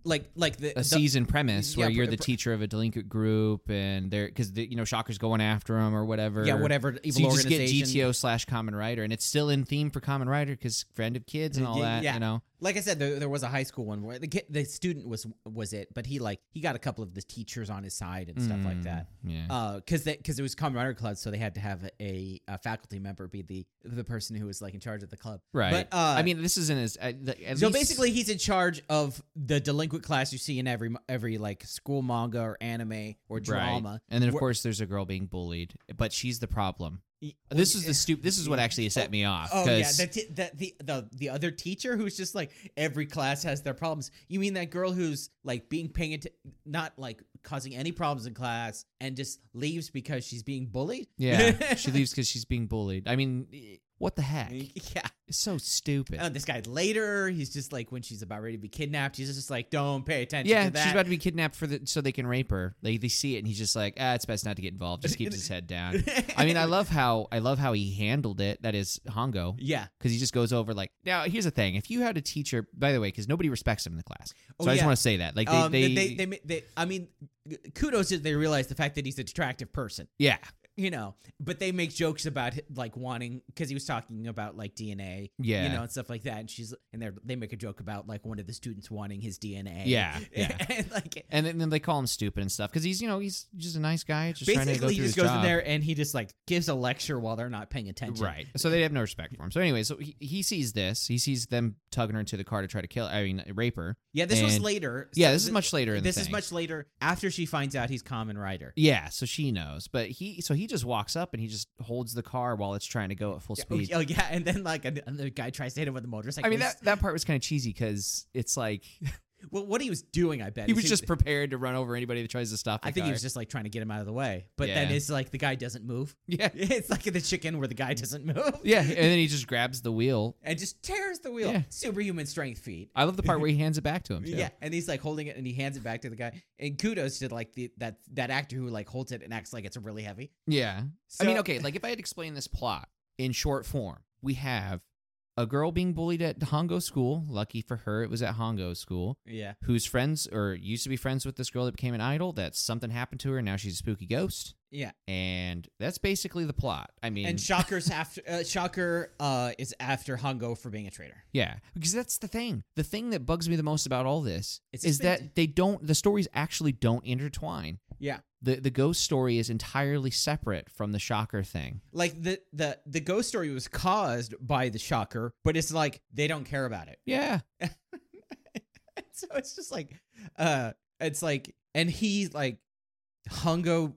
S1: like like the,
S2: a
S1: the-
S2: season premise where
S1: yeah,
S2: you're
S1: pr-
S2: the
S1: pr-
S2: teacher of a delinquent group, and they're because the, you know Shocker's going after him or whatever.
S1: yeah whatever evil
S2: So you just get
S1: organization.
S2: GTO slash Common Rider, and it's still in theme for Common Rider because friend of kids and all
S1: Yeah,
S2: that.
S1: yeah.
S2: You know,
S1: Like I said, there, there was a high school one where the kid, the student was was it, but he like he got a couple of the teachers on his side and stuff like that.
S2: Mm,
S1: Uh,
S2: Yeah.
S1: because because it was camaraderie club, so they had to have a, a faculty member be the the person who was like in charge of the club.
S2: right.
S1: But uh,
S2: I mean, this isn't as. At, the- at
S1: so
S2: least-
S1: basically, he's in charge of the delinquent class you see in every every like school manga or anime or drama.
S2: Right. And then of
S1: We're-
S2: course there's a girl being bullied, but she's the problem. This is the stupid. This is what actually set me off.
S1: eh, Oh yeah,
S2: 'cause-
S1: the, t- the the the the other teacher who's just like every class has their problems. You mean that girl who's like being paying atten- not like causing any problems in class and just leaves because she's being bullied?
S2: yeah, she leaves because she's being bullied. I mean, eh, what the heck?
S1: yeah.
S2: It's so stupid.
S1: Oh, this guy later, he's just like when she's about ready to be kidnapped, he's just like, don't pay attention.
S2: yeah,
S1: to that.
S2: she's about to be kidnapped for the so they can rape her. They they see it and he's just like, ah, it's best not to get involved. Just keeps his head down. I mean, I love how I love how he handled it. That is Hongo
S1: yeah.
S2: because he just goes over like. Now here's the thing: if you had a teacher, by the way, because nobody respects him in the class, so
S1: Oh,
S2: I just
S1: yeah.
S2: want to say that like they,
S1: um, they,
S2: they,
S1: they, they, ma- they, I mean, kudos that they realize the fact that he's an attractive person,
S2: yeah
S1: you know. But they make jokes about like wanting because he was talking about like DNA,
S2: yeah
S1: you know, and stuff like that. And she's and they they make a joke about like one of the students wanting his DNA,
S2: Yeah, yeah.
S1: and like
S2: And then, then they call him stupid and stuff because he's you know he's just a nice guy just trying to go
S1: basically
S2: through
S1: he just
S2: his
S1: goes
S2: job.
S1: in there and he just like gives a lecture while they're not paying attention,
S2: Right. So they have no respect for him. So anyway, so he, he sees this. He sees them tugging her into the car to try to kill. I mean, rape her.
S1: Yeah, this was
S2: And-
S1: later.
S2: Yeah,
S1: so
S2: this is
S1: th-
S2: much later in the
S1: This is
S2: thing.
S1: much later after she finds out he's Common Rider.
S2: Yeah. So she knows, but he so he just walks up and he just holds the car while it's trying to go at full
S1: Oh,
S2: speed.
S1: oh, yeah, and then like an- another guy tries to hit him with a motorcycle.
S2: I mean
S1: He's-
S2: that, that part was kind of cheesy because it's like
S1: well, what he was doing, I bet.
S2: he
S1: is
S2: was just prepared to run over anybody that tries to stop. The
S1: I think he
S2: car.
S1: was just like trying to get him out of the way, but then
S2: Yeah.
S1: it's like the guy doesn't move.
S2: yeah
S1: It's like the chicken where the guy doesn't move.
S2: yeah, and then he just grabs the wheel.
S1: and just tears the wheel.
S2: Yeah.
S1: Superhuman strength feat.
S2: I love the part where he hands it back to him. too.
S1: Yeah, and he's like holding it, and he hands it back to the guy. And kudos to like the that that actor who like holds it and acts like it's really heavy.
S2: Yeah. I
S1: So-
S2: mean, okay, like if I had explained this plot in short form, we have a girl being bullied at Hongo school. Lucky for her, it was at Hongo school.
S1: yeah,
S2: Who's friends or used to be friends with this girl that became an idol? That something happened to her. and Now she's a spooky ghost,
S1: yeah.
S2: and that's basically the plot. I mean,
S1: And Shocker's after uh, Shocker uh, is after Hongo for being a traitor.
S2: yeah, because that's the thing. The thing that bugs me the most about all this
S1: It's
S2: is that
S1: expensive.
S2: they don't. The stories actually don't intertwine.
S1: Yeah.
S2: The the ghost story is entirely separate from the shocker thing.
S1: Like the the the ghost story was caused by the Shocker, but it's like they don't care about it.
S2: Yeah.
S1: so it's just like uh it's like and he's like Hongo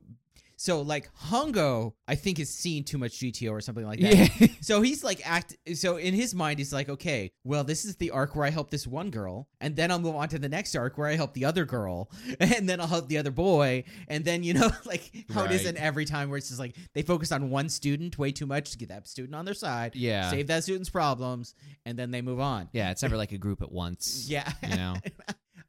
S1: so like Hongo I think is seeing too much GTO or something like that.
S2: yeah.
S1: So he's like act so in his mind he's like, okay, well this is the arc where I help this one girl, and then I'll move on to the next arc where I help the other girl, and then I'll help the other boy, and then you know like how it is
S2: Right.
S1: in every time where it's just like they focus on one student way too much to get that student on their side,
S2: Yeah.
S1: save that student's problems, and then they move on.
S2: Yeah, it's never like a group at once.
S1: Yeah.
S2: You know?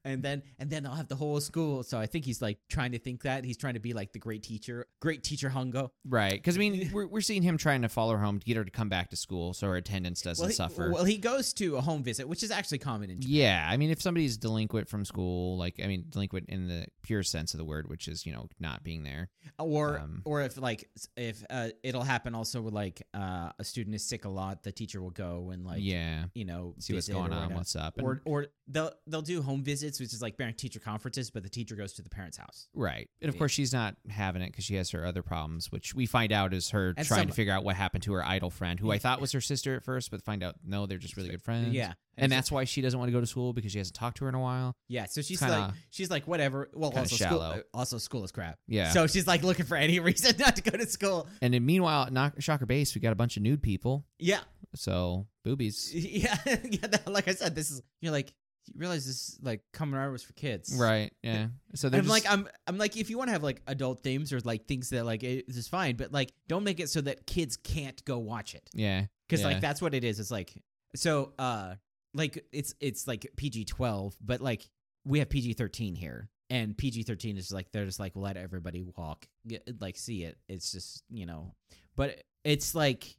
S1: and then and then I'll have the whole school. So I think he's like trying to think that. He's trying to be like the great teacher, great teacher Hongo.
S2: Right. Because, I mean, we're, we're seeing him trying to follow her home to get her to come back to school so her attendance doesn't
S1: Well he,
S2: suffer.
S1: well, he goes to a home visit, which is actually common in Japan.
S2: yeah. I mean, if somebody's delinquent from school, like, I mean, delinquent in the pure sense of the word, which is, you know, not being there.
S1: or
S2: Um,
S1: or if like s- if uh, it'll happen also with like uh, a student is sick a lot, the teacher will go and like
S2: yeah.
S1: you know
S2: See what's
S1: visit or
S2: going on,
S1: whatever.
S2: what's up. and-
S1: Or or they'll they'll do home visits, which is like parent teacher conferences, but the teacher goes to the parent's house.
S2: right. And, of course, she's not having it because she has her other problems, which we find out is her
S1: And
S2: trying
S1: some-
S2: to figure out what happened to her idol friend, who I thought was her sister at first, but find out, no, they're just really good friends.
S1: Yeah,
S2: And
S1: so-
S2: that's why she doesn't want to go to school because she hasn't talked to her in a while.
S1: yeah. So she's
S2: kinda-
S1: like she's like whatever. Well,
S2: kinda
S1: also
S2: shallow.
S1: school uh, also school is crap.
S2: Yeah.
S1: So she's like looking for any reason not to go to school.
S2: And then meanwhile, at Knock- Shocker Base, we got a bunch of nude people.
S1: Yeah,
S2: So boobies.
S1: yeah, yeah. that- like I said, this is you're like you realize this like coming out was for kids,
S2: Right. Yeah. So they're
S1: I'm
S2: just-
S1: like I'm I'm like if you want to have like adult themes or like things that like it, this is fine, but like don't make it so that kids can't go watch it
S2: yeah.
S1: because
S2: Yeah.
S1: like that's what it is. It's like so uh like it's it's like PG twelve, but like we have PG thirteen here, and PG thirteen is like they're just like let everybody walk get- like see it. It's just you know, but it's like.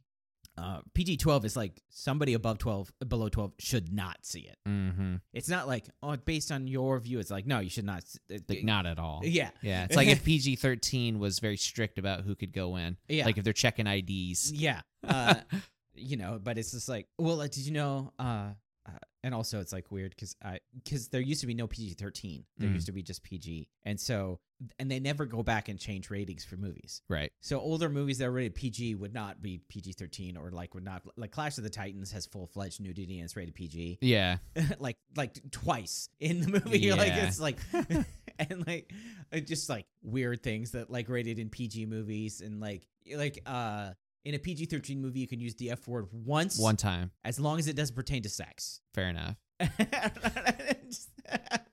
S1: Uh, PG twelve is like somebody above twelve, below twelve should not see it.
S2: Mm-hmm.
S1: It's not like oh, based on your view. It's like no, you should not. s- it-
S2: Like not at all.
S1: yeah,
S2: Yeah. It's like if PG thirteen was very strict about who could go in.
S1: Yeah.
S2: Like if they're checking IDs.
S1: Yeah. Uh, you know, but it's just like, well, uh, did you know uh, uh, and also it's like weird because I because there used to be no PG thirteen. There
S2: Mm.
S1: used to be just PG, and so and they never go back and change ratings for movies.
S2: Right.
S1: So older movies that are rated PG would not be PG thirteen or like would not like Clash of the Titans has full fledged nudity and it's rated PG
S2: Yeah.
S1: like like twice in the movie. Like
S2: Yeah.
S1: it's like and like it just like weird things that like rated in PG movies and like like uh in a PG thirteen movie you can use the F word once
S2: One time.
S1: as long as it doesn't pertain to sex.
S2: Fair enough.
S1: Just-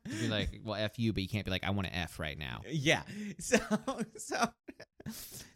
S2: You'd be like, well, F you, but you can't be like, I want to F right now.
S1: yeah. So so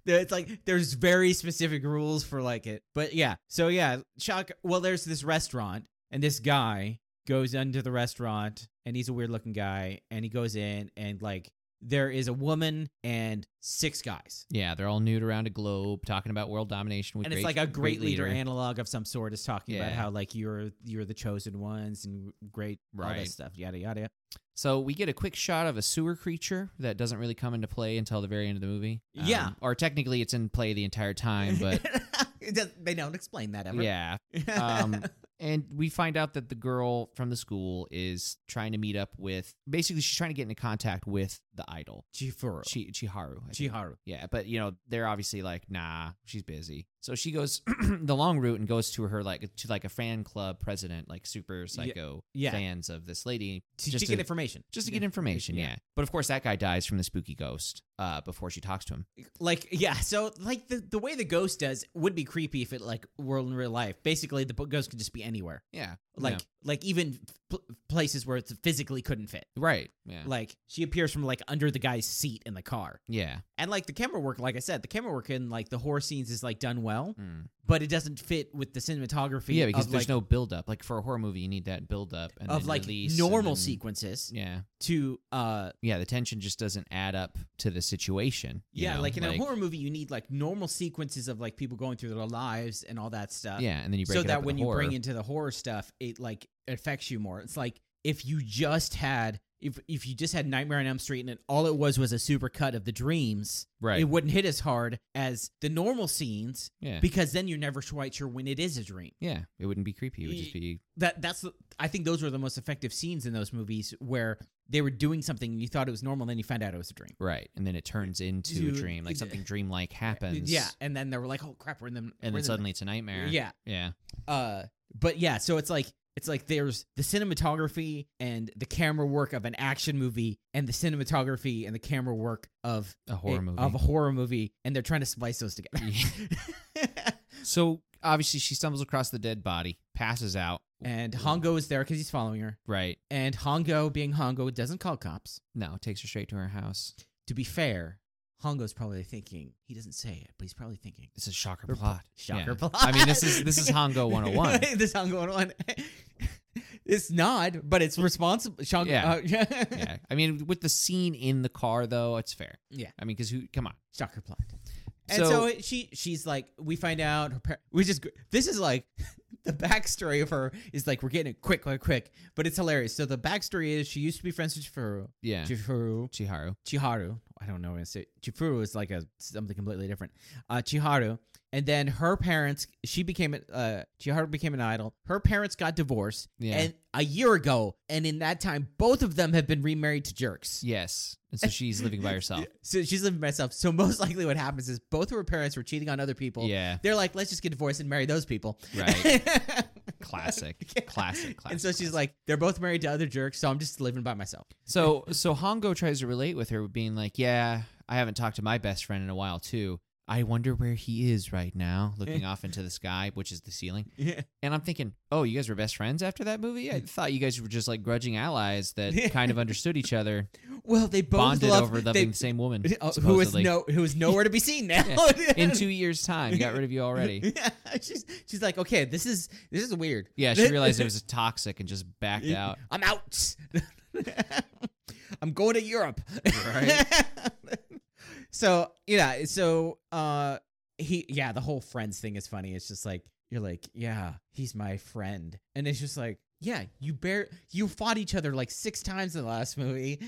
S1: there- it's like there's very specific rules for like it. But yeah. So yeah, shock well there's this restaurant and this guy goes into the restaurant and he's a weird looking guy and he goes in and like there is a woman and six guys.
S2: Yeah, they're all nude around a globe talking about world domination. With
S1: and it's like a great, leader,
S2: and
S1: analog of some sort is talking about
S2: Yeah.
S1: how like you're you're the chosen ones and great all that
S2: Right.
S1: stuff yada yada
S2: So we get a quick shot of a sewer creature that doesn't really come into play until the very end of the movie. Um,
S1: Yeah.
S2: Or technically it's in play the entire time, but
S1: It does- they don't explain that ever.
S2: yeah. Um, and we find out that the girl from the school is trying to meet up with basically she's trying to get into contact with the idol.
S1: Chifuro.
S2: Chi Chiharu. I think.
S1: Chiharu.
S2: Yeah, but you know, they're obviously like, nah, she's busy. So she goes the long route and goes to her like to like a fan club president, like super psycho
S1: yeah.
S2: fans of this lady.
S1: To,
S2: just
S1: to get information.
S2: just to
S1: Yeah.
S2: get information.
S1: Yeah.
S2: Yeah. But of course, that guy dies from the spooky ghost uh, before she talks to him.
S1: Like, yeah, so, like, the, the way the ghost does would be creepy if it, like, were in real life. Basically, the bo- ghost could just be anywhere.
S2: Yeah,
S1: Like, like even pl- places where it physically couldn't fit.
S2: right. Yeah,
S1: Like, she appears from, like, under the guy's seat in the car.
S2: yeah.
S1: And, like, the camera work, like I said, the camera work in, like, the horror scenes is, like, done well,
S2: Mm.
S1: but it doesn't fit with the cinematography
S2: yeah, because
S1: of,
S2: there's
S1: like,
S2: no build up. Like for a horror movie, you need that build up and
S1: of,
S2: then
S1: like
S2: release and
S1: normal
S2: then-
S1: sequences
S2: Yeah,
S1: to, uh,
S2: yeah. The tension just doesn't add up to the situation. you
S1: Yeah,
S2: know?
S1: like in a horror movie, you need like normal sequences of like people going through their lives and all that stuff.
S2: Yeah, and then you break
S1: so
S2: it
S1: that
S2: up
S1: when
S2: with
S1: you
S2: horror.
S1: bring into the horror stuff, it like affects you more. It's like if you just had if if you just had Nightmare on Elm Street and it, all it was was a supercut of the dreams,
S2: right,
S1: it wouldn't hit as hard as the normal scenes
S2: yeah,
S1: because then you're never quite sure when it is a dream.
S2: yeah. It wouldn't be creepy. It would just
S1: Y-
S2: be
S1: That that's the- I think those were the most effective scenes in those movies where they were doing something and you thought it was normal, and then you found out it was a dream.
S2: right, and then it turns into a
S1: Dude,
S2: dream. Like
S1: it-
S2: something dreamlike happens.
S1: Yeah, and then they were like, "Oh crap, we're in the we're in
S2: and
S1: the-
S2: then suddenly it's a nightmare.
S1: yeah."
S2: yeah,
S1: uh but yeah so it's like it's like there's the cinematography and the camera work of an action movie and the cinematography and the camera work of
S2: a horror
S1: a,
S2: movie
S1: of a horror movie and they're trying to splice those together
S2: So obviously she stumbles across the dead body, passes out.
S1: and hongo is there because he's following her
S2: Right.
S1: and hongo being hongo doesn't call cops
S2: No, takes her straight to her house.
S1: to be fair hongo's probably thinking he doesn't say it but he's probably thinking
S2: It's a shocker
S1: Or
S2: plot.
S1: shocker
S2: Yeah.
S1: plot
S2: I mean, this is this is Hongo 101.
S1: this hongo 101 it's not but it's responsible Shongo-
S2: Yeah.
S1: uh, yeah.
S2: yeah. I mean, with the scene in the car though, it's fair.
S1: Yeah.
S2: I mean, because who? Come on.
S1: Shocker plot. And so,
S2: So-
S1: it- she she's like, we find out her par- which is gr- this is like the backstory of her is like we're getting it quick, quick, quick, but it's hilarious. So the backstory is she used to be friends with Chifuru,
S2: Yeah.
S1: Chifuru,
S2: Chiharu.
S1: Chiharu. I don't know what to say. Chifuru is like a something completely different. Uh, Chiharu, and then her parents. She became an- uh Chiharu became an idol. Her parents got divorced,
S2: Yeah.
S1: and a year ago, and in that time, both of them have been remarried to jerks.
S2: yes. And so she's living by herself.
S1: So she's living by herself. So most likely what happens is both of her parents were cheating on other people.
S2: Yeah.
S1: They're like, let's just get divorced and marry those people.
S2: Right. Classic. Classic. Classic.
S1: and so she's like, they're both married to other jerks, so I'm just living by myself.
S2: So so Hongo tries to relate with her, being like, "Yeah, I haven't talked to my best friend in a while too. I wonder where he is right now, looking off into the sky, which is the ceiling."
S1: Yeah.
S2: And I'm thinking, "Oh, you guys were best friends after that movie?
S1: Mm.
S2: I thought you guys were just like grudging allies that kind of understood each other,
S1: Well, they both
S2: bonded
S1: love,
S2: over loving
S1: they,
S2: the same woman,
S1: uh, who is
S2: supposedly.
S1: no who is nowhere to be seen now.
S2: In two years' time, got rid of you already."
S1: Yeah, she's she's like, okay, this is this is weird.
S2: Yeah, she realized it was toxic and just backed out.
S1: I'm out. I'm going to Europe.
S2: Right.
S1: so yeah, so uh he yeah, the whole friends thing is funny. It's just like you're like, yeah, he's my friend. And it's just like, yeah, you bear you fought each other like six times in the last movie.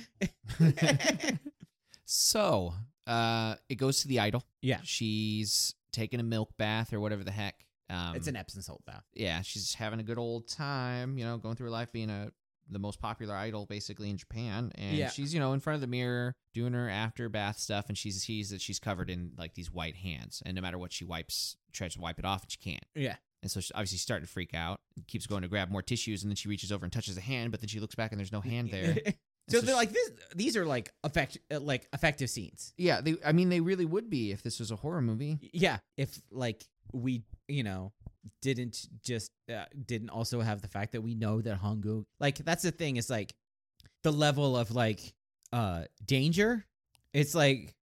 S2: So uh, it goes to the idol.
S1: Yeah.
S2: She's taking a milk bath or whatever the heck. Um,
S1: it's an Epsom salt bath.
S2: yeah, she's just having a good old time, you know, going through her life being a the most popular idol basically in Japan. And
S1: Yeah.
S2: she's, you know, in front of the mirror doing her after bath stuff and she sees that she's covered in like these white hands. And no matter what she wipes, tries to wipe it off and she can't.
S1: Yeah.
S2: And so she's obviously starting to freak out, and keeps going to grab more tissues, and then she reaches over and touches a hand, but then she looks back and there's no hand there. And
S1: so,
S2: so
S1: they're
S2: she-
S1: like this. These are like effect, uh, like effective scenes.
S2: Yeah, they I mean they really would be if this was a horror movie.
S1: Yeah, if like we, you know, didn't just uh, didn't also have the fact that we know that Hongo, like that's the thing. It's like the level of like uh danger. It's like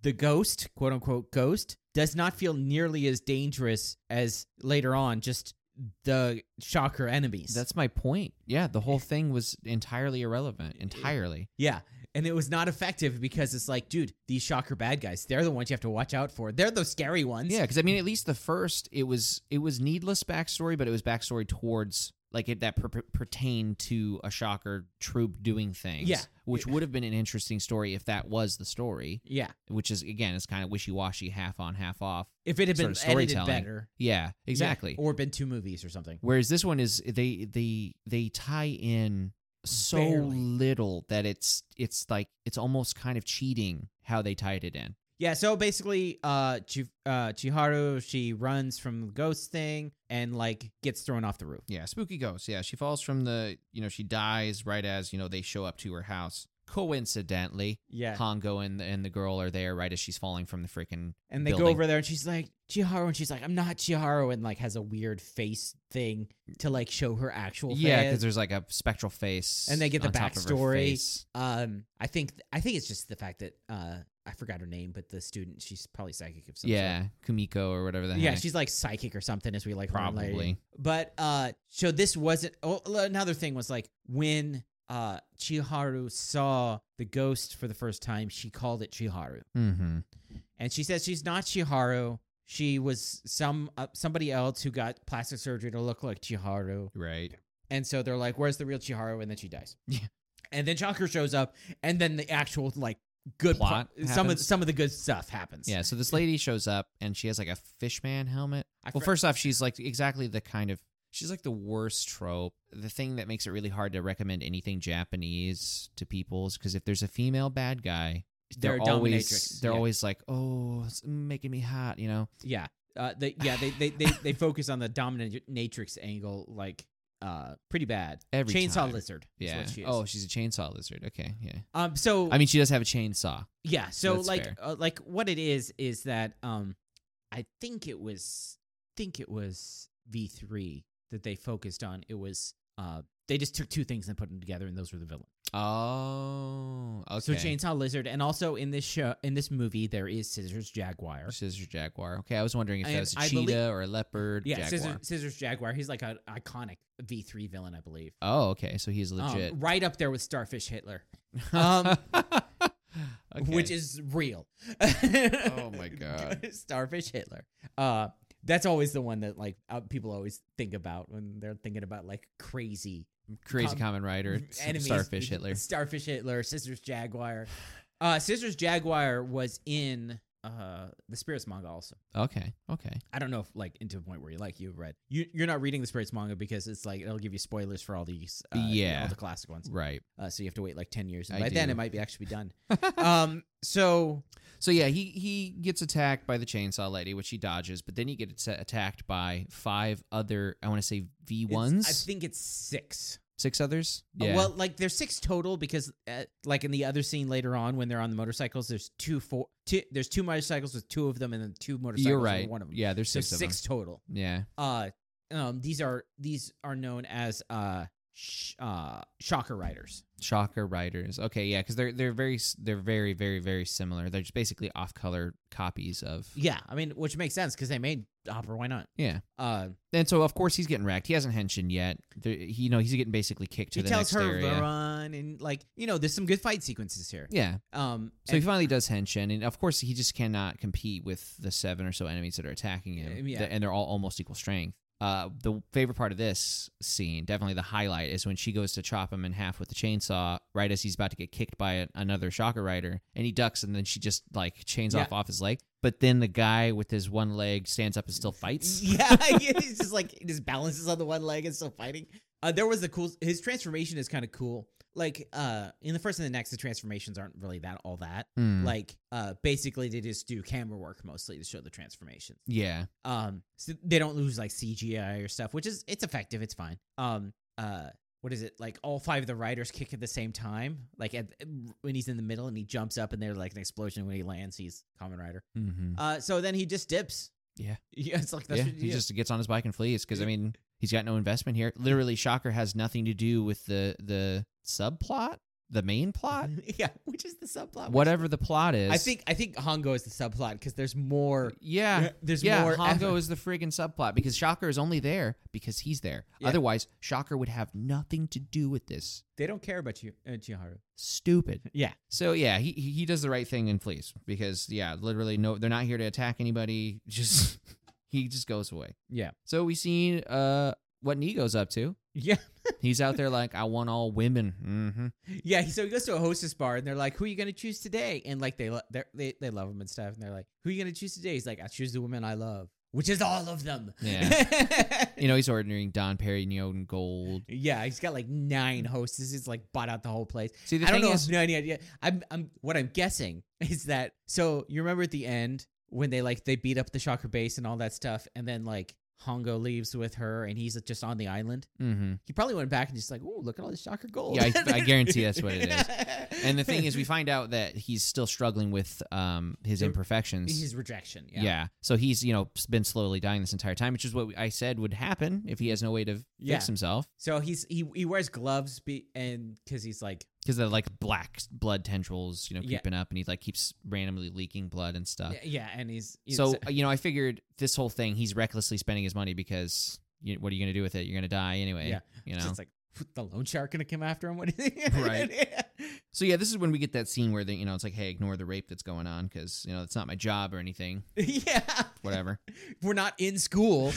S1: the ghost, quote unquote ghost, does not feel nearly as dangerous as later on. Just the shocker enemies.
S2: That's my point. Yeah, the whole thing was entirely irrelevant. Entirely.
S1: Yeah. And it was not effective because it's like, dude, these shocker bad guys, they're the ones you have to watch out for. They're those scary ones.
S2: Yeah, because I mean, at least the first it was it was needless backstory, but it was backstory towards like it that per- per- pertained to a shocker troop doing things.
S1: Yeah.
S2: which would have been an interesting story if that was the story.
S1: Yeah.
S2: Which is again, it's kind of wishy washy, half on, half off.
S1: If it had
S2: Sort
S1: been
S2: of
S1: edited
S2: storytelling.
S1: better.
S2: Yeah, exactly.
S1: Yeah. Or been two movies or something.
S2: Whereas this one is they they they tie in so
S1: Barely.
S2: little that it's it's like it's almost kind of cheating how they tied it in.
S1: Yeah, so basically, uh, Chi- uh, Chiharu, she runs from the ghost thing and, like, gets thrown off the roof.
S2: Yeah, spooky ghost. Yeah, she falls from the, you know, she dies right as, you know, they show up to her house. Coincidentally,
S1: Yeah.
S2: Hongo and the, and the girl are there right as she's falling from the freaking.
S1: And they go
S2: building.
S1: over there and she's like, Chiharu, and she's like, I'm not Chiharu, and, like, has a weird face thing to, like, show her actual
S2: Yeah,
S1: face.
S2: because there's like a spectral face.
S1: And they get the
S2: on top of her
S1: backstory.
S2: face.
S1: Um, I think I think it's just the fact that uh, I forgot her name, but the student, she's probably psychic of some
S2: Yeah, Kumiko or whatever the
S1: sort. Yeah,
S2: heck.
S1: she's like psychic or something, as we like learn later.
S2: probably.
S1: But uh, so this wasn't. Oh, l- another thing was like when uh Chiharu saw the ghost for the first time, she called it Chiharu,
S2: Mm-hmm.
S1: and she says she's not Chiharu. She was some uh, somebody else who got plastic surgery to look like Chiharu.
S2: Right.
S1: And so they're like, "Where's the real Chiharu?" And then she dies.
S2: Yeah.
S1: And then Shocker shows up, and then the actual like good
S2: Plot
S1: pl- some of
S2: happens.
S1: some of the good stuff happens.
S2: Yeah, so this lady shows up and she has like a fishman helmet.
S1: I
S2: Well,
S1: fr-
S2: first off, she's like exactly the kind of she's like the worst trope. The thing that makes it really hard to recommend anything Japanese to people is because if there's a female bad guy,
S1: They're
S2: they're,
S1: a
S2: always
S1: dominatrix,
S2: they're
S1: yeah.
S2: always like, oh, it's making me hot, you know.
S1: yeah, uh, they, yeah. They they they, they focus on the dominant natrix angle like uh pretty bad.
S2: Every
S1: Chainsaw
S2: time.
S1: lizard. Is
S2: Yeah.
S1: what she is.
S2: Oh, she's a chainsaw lizard. Okay. Yeah.
S1: Um. So
S2: I mean, she does have a chainsaw.
S1: yeah. So
S2: that's
S1: like
S2: fair.
S1: uh, like what it is is that um, I think it was think it was V three that they focused on. It was uh they just took two things and put them together, and those were the villains.
S2: Oh. Okay.
S1: So Chainsaw Lizard, and also in this show, in this movie, there is Scissors Jaguar.
S2: Scissor jaguar. Okay, I was wondering if
S1: And
S2: that was a
S1: I
S2: cheetah
S1: believe-
S2: or a leopard.
S1: Yeah,
S2: jaguar.
S1: Scissors, Scissors Jaguar. He's like an iconic V three villain, I believe.
S2: Oh, okay. So he's
S1: Um,
S2: legit.
S1: right up there with Starfish Hitler, um, which is real. oh
S2: my God.
S1: Starfish Hitler. Uh, that's always the one that like uh, people always think about when they're thinking about like crazy
S2: crazy
S1: com-
S2: common rider s-
S1: enemies.
S2: starfish hitler
S1: Starfish Hitler, Scissors Jaguar. Uh, Scissors Jaguar was in uh the Spirits manga also.
S2: okay okay
S1: I don't know if like into the point where you like you read you you're not reading the Spirits manga because it's like it'll give you spoilers for all these uh,
S2: Yeah.
S1: all the classic ones
S2: right
S1: uh, so you have to wait like ten years and
S2: I
S1: by then
S2: do.
S1: it might be actually done um so
S2: so yeah he he gets attacked by the chainsaw lady which he dodges but then he gets at- attacked by five other i want to say
S1: it's-
S2: v1s
S1: I think it's six
S2: six others
S1: Uh,
S2: yeah
S1: well like there's six total because uh, like in the other scene later on when they're on the motorcycles there's two four two there's two motorcycles with two of them and then two motorcycles
S2: you're
S1: with
S2: right
S1: one of them
S2: yeah there's
S1: so
S2: six,
S1: six,
S2: of
S1: total
S2: them yeah
S1: uh um these are these are known as uh sh- uh shocker riders
S2: shocker riders okay yeah because they're they're very s- they're very very very similar they're just basically off color copies of
S1: Yeah, I mean, which makes sense because they made Hopper. Why not?
S2: yeah
S1: Uh,
S2: and so of course he's getting wrecked he hasn't henshin yet there, he, you know he's getting basically kicked to
S1: he
S2: the
S1: tells
S2: next
S1: her to
S2: area
S1: run, and like you know, there's some good fight sequences here.
S2: yeah
S1: Um,
S2: So he
S1: and-
S2: finally does Henshin, and of course he just cannot compete with the seven or so enemies that are attacking him,
S1: Yeah.
S2: th- and they're all almost equal strength. Uh, the favorite part of this scene, definitely the highlight, is when she goes to chop him in half with the chainsaw right as he's about to get kicked by a, another shocker rider, and he ducks, and then she just like chains
S1: Yeah.
S2: off off his leg. But then the guy with his one leg stands up and still fights.
S1: Yeah, it's just like it just balances on the one leg and still fighting. Uh, there was a cool. His transformation is kind of cool. Like uh, in the first and the next, the transformations aren't really that all that.
S2: Hmm.
S1: Like uh, basically, they just do camera work mostly to show the transformations.
S2: yeah,
S1: Um, so they don't lose like CGI or stuff, which is it's effective. It's fine. Um, uh, what is it like? All five of the riders kick at the same time. Like at, when he's in the middle and he jumps up and there's like an explosion. When he lands, he's Common Rider.
S2: mm-hmm.
S1: Uh, so then he just dips.
S2: Yeah.
S1: Yeah, it's like that's
S2: yeah.
S1: what
S2: He
S1: do.
S2: just gets on his bike and flees because I mean he's got no investment here. Literally, shocker has nothing to do with the the subplot, the main plot, uh,
S1: yeah, which is the subplot. which-
S2: whatever the plot is.
S1: I think I think Hongo is the subplot because there's more.
S2: Yeah.
S1: There's
S2: yeah,
S1: more.
S2: Hongo
S1: effort.
S2: is the friggin' subplot because Shocker is only there because he's there.
S1: Yeah.
S2: Otherwise, Shocker would have nothing to do with this.
S1: They don't care about you, uh, Chiharu.
S2: Stupid.
S1: Yeah.
S2: So yeah, he he he does the right thing and flees because yeah, literally no, they're not here to attack anybody. Just he just goes away.
S1: Yeah.
S2: So we see uh what Nego's up to.
S1: Yeah.
S2: He's out there like I want all women. Mm-hmm.
S1: Yeah, he- so he goes to a hostess bar and they're like, "Who are you gonna choose today?" And like they lo- they're- they they love him and stuff, and they're like, "Who are you gonna choose today?" He's like, "I choose the women I love, which is all of them."
S2: You know he's ordering Don Perignon and gold.
S1: yeah, he's got like nine hostesses. He's like bought out the whole place.
S2: See the
S1: I
S2: thing
S1: don't know.
S2: is,
S1: if, no, any idea. I'm, I'm. What I'm guessing is that. So you remember at the end when they like they beat up the shocker base and all that stuff, and then like Hongo leaves with her, and he's just on the island.
S2: mm-hmm.
S1: He probably went back and just like, oh, look at all this shocker gold.
S2: Yeah, I- I guarantee that's what it
S1: is.
S2: And the thing is, we find out that he's still struggling with um, his
S1: The-
S2: imperfections.
S1: his rejection.
S2: yeah.
S1: Yeah.
S2: So he's, you know, s- been slowly dying this entire time, which is what I said would happen if he has no way to
S1: Yeah.
S2: fix himself
S1: So he's he he wears gloves be, and because he's like
S2: because they're like black s- blood tendrils, you know,
S1: Yeah.
S2: creeping up and he like keeps randomly leaking blood and stuff.
S1: yeah, and he's, he's
S2: Uh. So, uh, you know, I figured this whole thing, he's recklessly spending his money because you, what are you going to do with it? You're going to die anyway.
S1: Yeah.
S2: You know?
S1: it's like the loan shark gonna come after him. What is he?
S2: Right. so, yeah, this is when we get that scene where, they, you know, it's like, hey, ignore the rape that's going on because, you know, it's not my job or anything,
S1: yeah.
S2: whatever.
S1: we're not in school.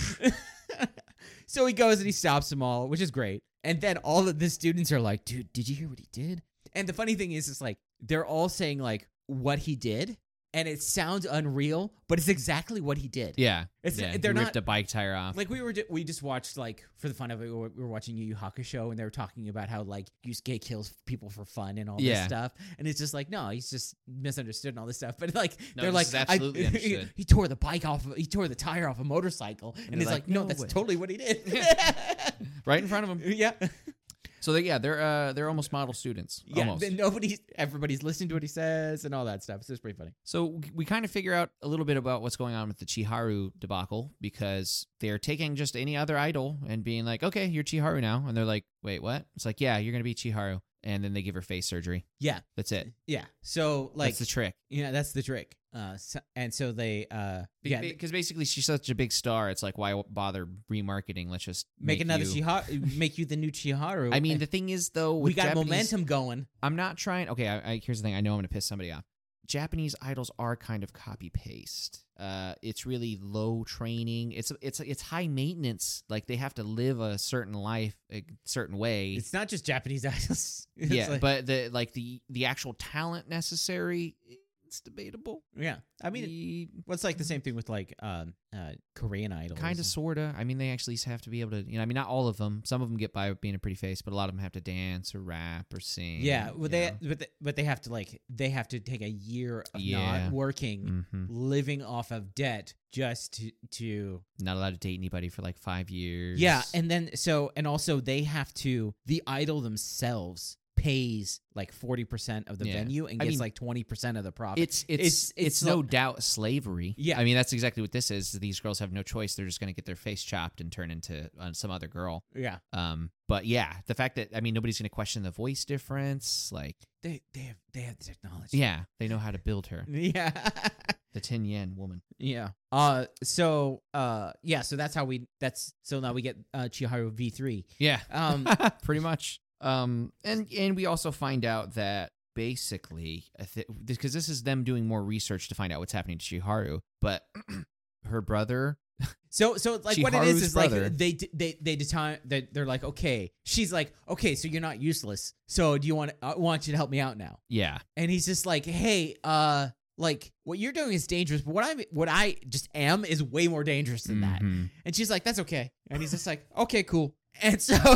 S1: so he goes and he stops them all, which is great. And then all of the students are like, dude, did you hear what he did? And the funny thing is, it's like they're all saying like what he did, and it sounds unreal, but it's exactly what he did.
S2: yeah.
S1: It's-
S2: yeah.
S1: they're
S2: he
S1: not-
S2: ripped a bike tire off.
S1: Like we were, ju- we just watched like for the fun of it, we were, we were watching Yu Yu Hakusho, and they were talking about how like Yusuke kills people for fun and all
S2: Yeah.
S1: this stuff, and it's just like no, he's just misunderstood and all this stuff. But like
S2: No,
S1: they're
S2: this
S1: like
S2: is absolutely
S1: I,
S2: understood.
S1: he tore the bike off, of, he tore the tire off a motorcycle, and,
S2: they're
S1: he's
S2: like,
S1: like, no,
S2: "No
S1: that's
S2: way."
S1: totally what he did.
S2: right in front of him.
S1: yeah,
S2: So they, yeah, they're uh, they're almost model students.
S1: yeah.
S2: Almost.
S1: Then nobody, everybody's listening to what he says and all that stuff. So it's pretty funny.
S2: so we- we kind of figure out a little bit about what's going on with the Chiharu debacle because they're taking just any other idol and being like, "Okay, you're Chiharu now," and they're like, "Wait, what?" It's like, "Yeah, you're gonna be Chiharu," and then they give her face surgery.
S1: Yeah.
S2: That's it.
S1: Yeah. So like,
S2: That's the trick.
S1: yeah, that's the trick. Uh, so, and so they, uh, yeah,
S2: Because basically, she's such a big star. It's like, why bother remarketing? Let's just
S1: make, another
S2: you-
S1: Chiharu, make you the new Chiharu.
S2: I mean, the thing is, though,
S1: we
S2: with
S1: got
S2: Japanese-
S1: momentum going.
S2: I'm not trying. Okay, I, I, here's the thing. I know I'm going to piss somebody off. Japanese idols are kind of copy paste. Uh, it's really low training. It's it's it's high maintenance. Like they have to live a certain life a certain way.
S1: It's not just Japanese idols. It's
S2: yeah,
S1: like-
S2: but the like the the actual talent necessary, it's debatable.
S1: yeah, I mean, what's like the same thing with like um uh Korean idols?
S2: kind of sorta. I mean, they actually have to be able to. You know, I mean, not all of them. Some of them get by with being a pretty face, but a lot of them have to dance or rap or sing.
S1: Yeah, well,
S2: you
S1: they,
S2: know?
S1: but they but they have to like they have to take a year of
S2: Yeah.
S1: not working,
S2: Mhm.
S1: living off of debt just to to
S2: not allowed to date anybody for like five years.
S1: yeah, and then so and also they have to the idol themselves pays like forty percent of the
S2: Yeah.
S1: venue and
S2: I
S1: gets
S2: mean,
S1: like twenty percent of the profit.
S2: it's it's it's,
S1: It's- it's
S2: no
S1: not-
S2: doubt slavery.
S1: Yeah.
S2: I mean that's exactly what this is. These girls have no choice. They're just going to get their face chopped and turn into uh, some other girl.
S1: yeah,
S2: Um, but yeah, the fact that I mean nobody's going to question the voice difference. Like,
S1: they they have they have the technology.
S2: yeah, they know how to build her,
S1: yeah.
S2: the ten yen woman.
S1: Yeah. Uh. So. Uh. Yeah. So that's how we. That's so now we get uh, Chiharu V three.
S2: Yeah,
S1: Um.
S2: pretty much. Um, and and we also find out that basically, because this is them doing more research to find out what's happening to Shiharu, but her brother
S1: So so like what it is
S2: Chiharu's
S1: is
S2: brother.
S1: like they d- they they determine they, they're like okay she's like okay so you're not useless so do you want I want you to help me out now
S2: Yeah.
S1: and he's just like hey uh like what you're doing is dangerous but what I am what I just am is way more dangerous than that
S2: Mhm.
S1: and she's like that's okay and he's just like okay cool and so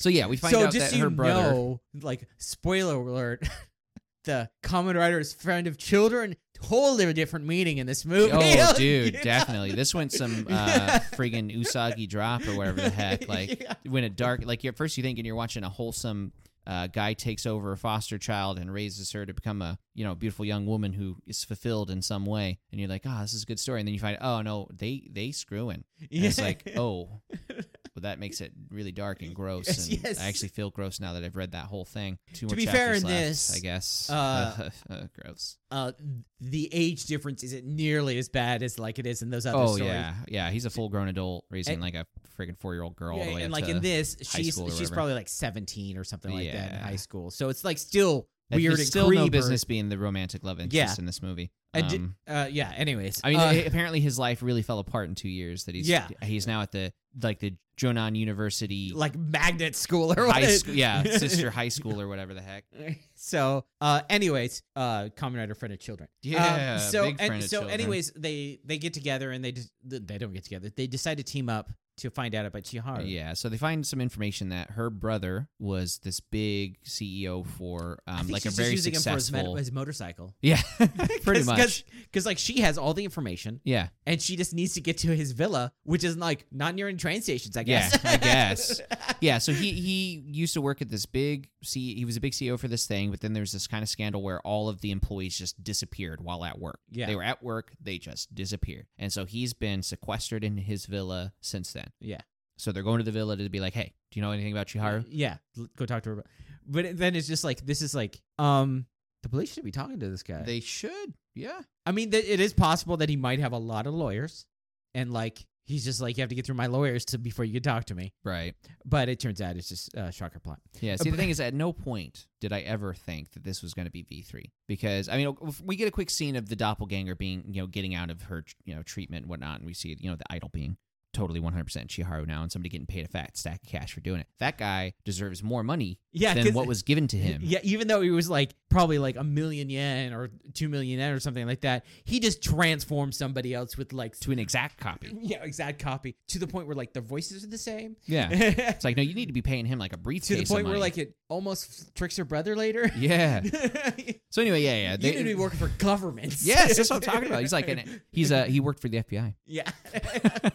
S2: So yeah, we find
S1: so
S2: out
S1: just
S2: that
S1: so you
S2: her brother.
S1: know like spoiler alert the common writer is friend of children totally different meaning in this movie
S2: Oh, dude,
S1: Yeah.
S2: definitely. This went some uh, friggin' Usagi drop or whatever the heck. Like,
S1: Yeah.
S2: when a dark like you're, at first you thinking you're watching a wholesome uh, guy takes over a foster child and raises her to become a you know beautiful young woman who is fulfilled in some way and you're like oh this is a good story and then you find oh no they they screwing and it's like oh well that makes it really dark and gross
S1: Yes,
S2: and
S1: yes.
S2: I actually feel gross now that I've read that whole thing Two more
S1: be
S2: chapters
S1: fair in
S2: left,
S1: this,
S2: I guess Oh,
S1: uh,
S2: gross
S1: uh, the age difference isn't nearly as bad as like it is in those other
S2: oh
S1: stories.
S2: yeah yeah he's a full grown adult raising
S1: And-
S2: like a friggin' four year old girl all
S1: Yeah,
S2: the way
S1: and
S2: up
S1: like
S2: to,
S1: in this,
S2: high
S1: she's
S2: school or
S1: she's
S2: whatever.
S1: probably like seventeen or something like that in
S2: Yeah.
S1: high school. So it's like still
S2: Like,
S1: weird
S2: There's
S1: and
S2: still
S1: creepy.
S2: no business being the romantic love interest
S1: Yeah.
S2: in this movie.
S1: I did-
S2: Um,
S1: Uh, yeah. Anyways,
S2: I mean,
S1: uh,
S2: a- apparently his life really fell apart in two years. That he's
S1: Yeah.
S2: he's now at the like the Jonan University
S1: like magnet school or
S2: high
S1: what?
S2: school, yeah, sister high school or whatever the heck.
S1: so, uh, anyways, uh, common writer friend of children. Um,
S2: Yeah,
S1: so
S2: big
S1: and-
S2: friend of
S1: so,
S2: children.
S1: anyways, they they get together and they just they don't get together. They decide to team up to find out about Chiharu.
S2: Yeah, so they find some information that her brother was this big CEO for
S1: I
S2: um,
S1: think
S2: like a
S1: she's
S2: very
S1: just using
S2: successful.
S1: him for his, med- his motorcycle.
S2: yeah, pretty much.
S1: because like she has all the information
S2: yeah,
S1: and she just needs to get to his villa, which is like not near any train stations, I
S2: Yeah,
S1: guess.
S2: I guess. yeah so he he used to work at this big C he was a big CEO for this thing but then there was this kind of scandal where all of the employees just disappeared while at work
S1: Yeah.
S2: they were at work they just disappeared and so he's been sequestered in his villa since then
S1: Yeah.
S2: so they're going to the villa to be like hey do you know anything about Chiharu
S1: yeah, l- go talk to her. about- But it- then it's just like this is like um the police should be talking to this guy.
S2: they should yeah
S1: I mean, th- it is possible that he might have a lot of lawyers, and like he's just like you have to get through my lawyers to before you can talk to me.
S2: right
S1: But it turns out it's just uh, shocker plot.
S2: Yeah.
S1: Uh,
S2: See, the
S1: but-
S2: thing is, at no point did I ever think that this was going to be V three because I mean, we get a quick scene of the doppelganger being, you know, getting out of her, you know, treatment and whatnot, and we see, you know, the idol being totally one hundred percent Chiharu now, and somebody getting paid a fat stack of cash for doing it. That guy deserves more money
S1: Yeah,
S2: than
S1: 'cause-
S2: what was given to him.
S1: Yeah, even though he was like probably like a million yen or two million yen or something like that, he just transformed somebody else with like
S2: To an exact copy.
S1: yeah, exact copy to the point where like their voices are the same.
S2: Yeah.
S1: to
S2: It's like, no, you need to be paying him like a briefcase.
S1: the
S2: of
S1: point where
S2: money.
S1: like it almost tricks her brother later.
S2: Yeah.
S1: you
S2: So anyway, yeah, yeah.
S1: need to be working for governments.
S2: Yes, that's what I'm talking about. He's like, an, he's uh, he worked for the FBI.
S1: yeah.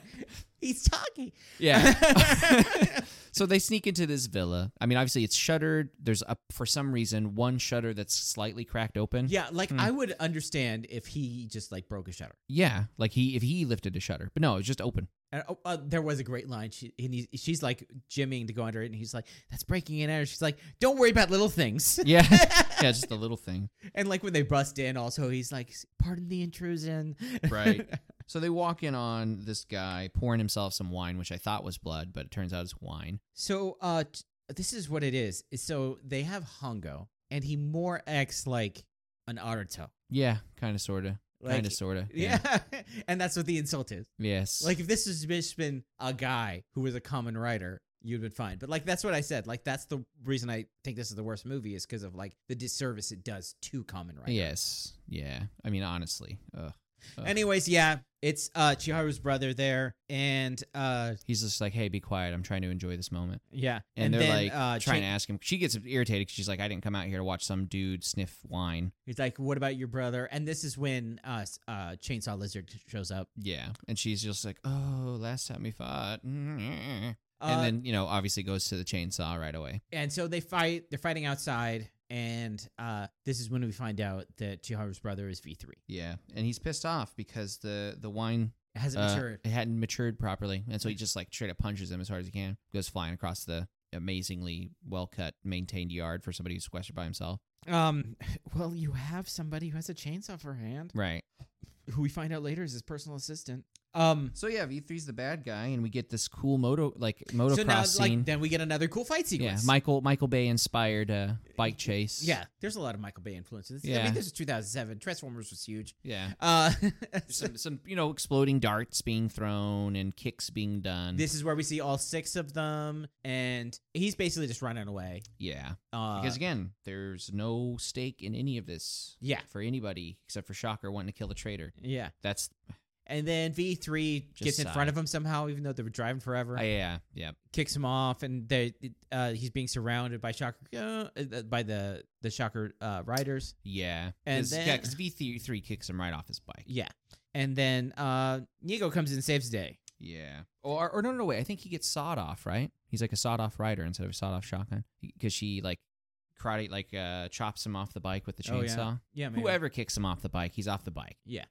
S1: He's talking.
S2: Yeah. so they sneak into this villa. I mean, obviously it's shuttered. There's a for some reason one shutter that's slightly cracked open.
S1: Yeah, like
S2: Hmm.
S1: I would understand if he just like broke a shutter.
S2: Yeah, like he if he lifted a shutter, but no, it's just open.
S1: And oh, uh, there was a great line. She and he, she's like jimmying to go under it, and he's like, "That's breaking in air." She's like, "Don't worry about little things."
S2: Yeah, yeah, just a little thing.
S1: and like when they bust in, also he's like, "Pardon the intrusion."
S2: Right. So they walk in on this guy pouring himself some wine, which I thought was blood, but it turns out it's wine.
S1: So uh t- this is what it is. Is So they have Hongo and he more acts like an Naruto.
S2: Yeah, kind of, sorta,
S1: Like,
S2: kind of, sorta.
S1: Yeah. and that's what the insult is.
S2: Yes.
S1: Like if this has just been a guy who was a common writer, you'd been fine. But like that's what I said. Like that's the reason I think this is the worst movie is because of like the disservice it does to common writer.
S2: Yes. Yeah. I mean, honestly, ugh. Ugh.
S1: Anyways, yeah, it's uh Chiharu's brother there and uh
S2: he's just like, "Hey, be quiet. I'm trying to enjoy this moment."
S1: yeah.
S2: and, uh, they're
S1: then, uh,
S2: like trying
S1: Chi-
S2: to ask him. She gets irritated 'cause she's like, "I didn't come out here to watch some dude sniff wine."
S1: He's like, "What about your brother?" And this is when uh, s- uh, Chainsaw Lizard shows up.
S2: Yeah, and she's just like, "Oh, last time we fought," and
S1: Uh,
S2: then you know, obviously goes to the chainsaw right away.
S1: and so they fight. They're fighting outside, and uh, this is when we find out that Chiharu's brother is V three.
S2: Yeah, and he's pissed off because the the wine
S1: It hasn't
S2: uh,
S1: matured.
S2: it hadn't matured Mm. properly, and so he just like straight up punches him as hard as he can. Goes flying across the amazingly well cut, maintained yard for somebody who's sequestered by himself.
S1: Um, well, you have somebody who has a chainsaw for hand,
S2: Right.
S1: who we find out later is his personal assistant. Um,
S2: So yeah, V 3s the bad guy, and we get this cool moto like motocross
S1: so now,
S2: scene.
S1: like, then we get another cool fight
S2: yeah,
S1: sequence.
S2: Michael Michael Bay inspired uh, bike chase.
S1: Yeah, there's a lot of Michael Bay influences. I
S2: Yeah.
S1: mean, this is 2007. Transformers was huge.
S2: yeah.
S1: Uh,
S2: Some some you know exploding darts being thrown and kicks being done.
S1: this is where we see all six of them, and he's basically just running away.
S2: yeah,
S1: Uh,
S2: because again, there's no stake in any of this
S1: yeah,
S2: for anybody except for Shocker wanting to kill the traitor.
S1: yeah.
S2: That's
S1: And then V three
S2: Just
S1: gets in
S2: sigh.
S1: front of him somehow, even though they were driving forever.
S2: uh, yeah yeah.
S1: kicks him off, and they uh, he's being surrounded by shocker uh, uh, by the the shocker uh, riders.
S2: Yeah,
S1: And
S2: This- yeah,
S1: then-
S2: because V three kicks him right off his bike.
S1: Yeah, and then uh, Nigo comes in and saves the day.
S2: Yeah, or or no no wait, I think he gets sawed off right. He's like a sawed off rider instead of a sawed off shotgun because she like karate like uh chops him off the bike with the
S1: Oh, yeah.
S2: chainsaw.
S1: Yeah, maybe.
S2: Whoever kicks him off the bike, he's off the bike.
S1: Yeah.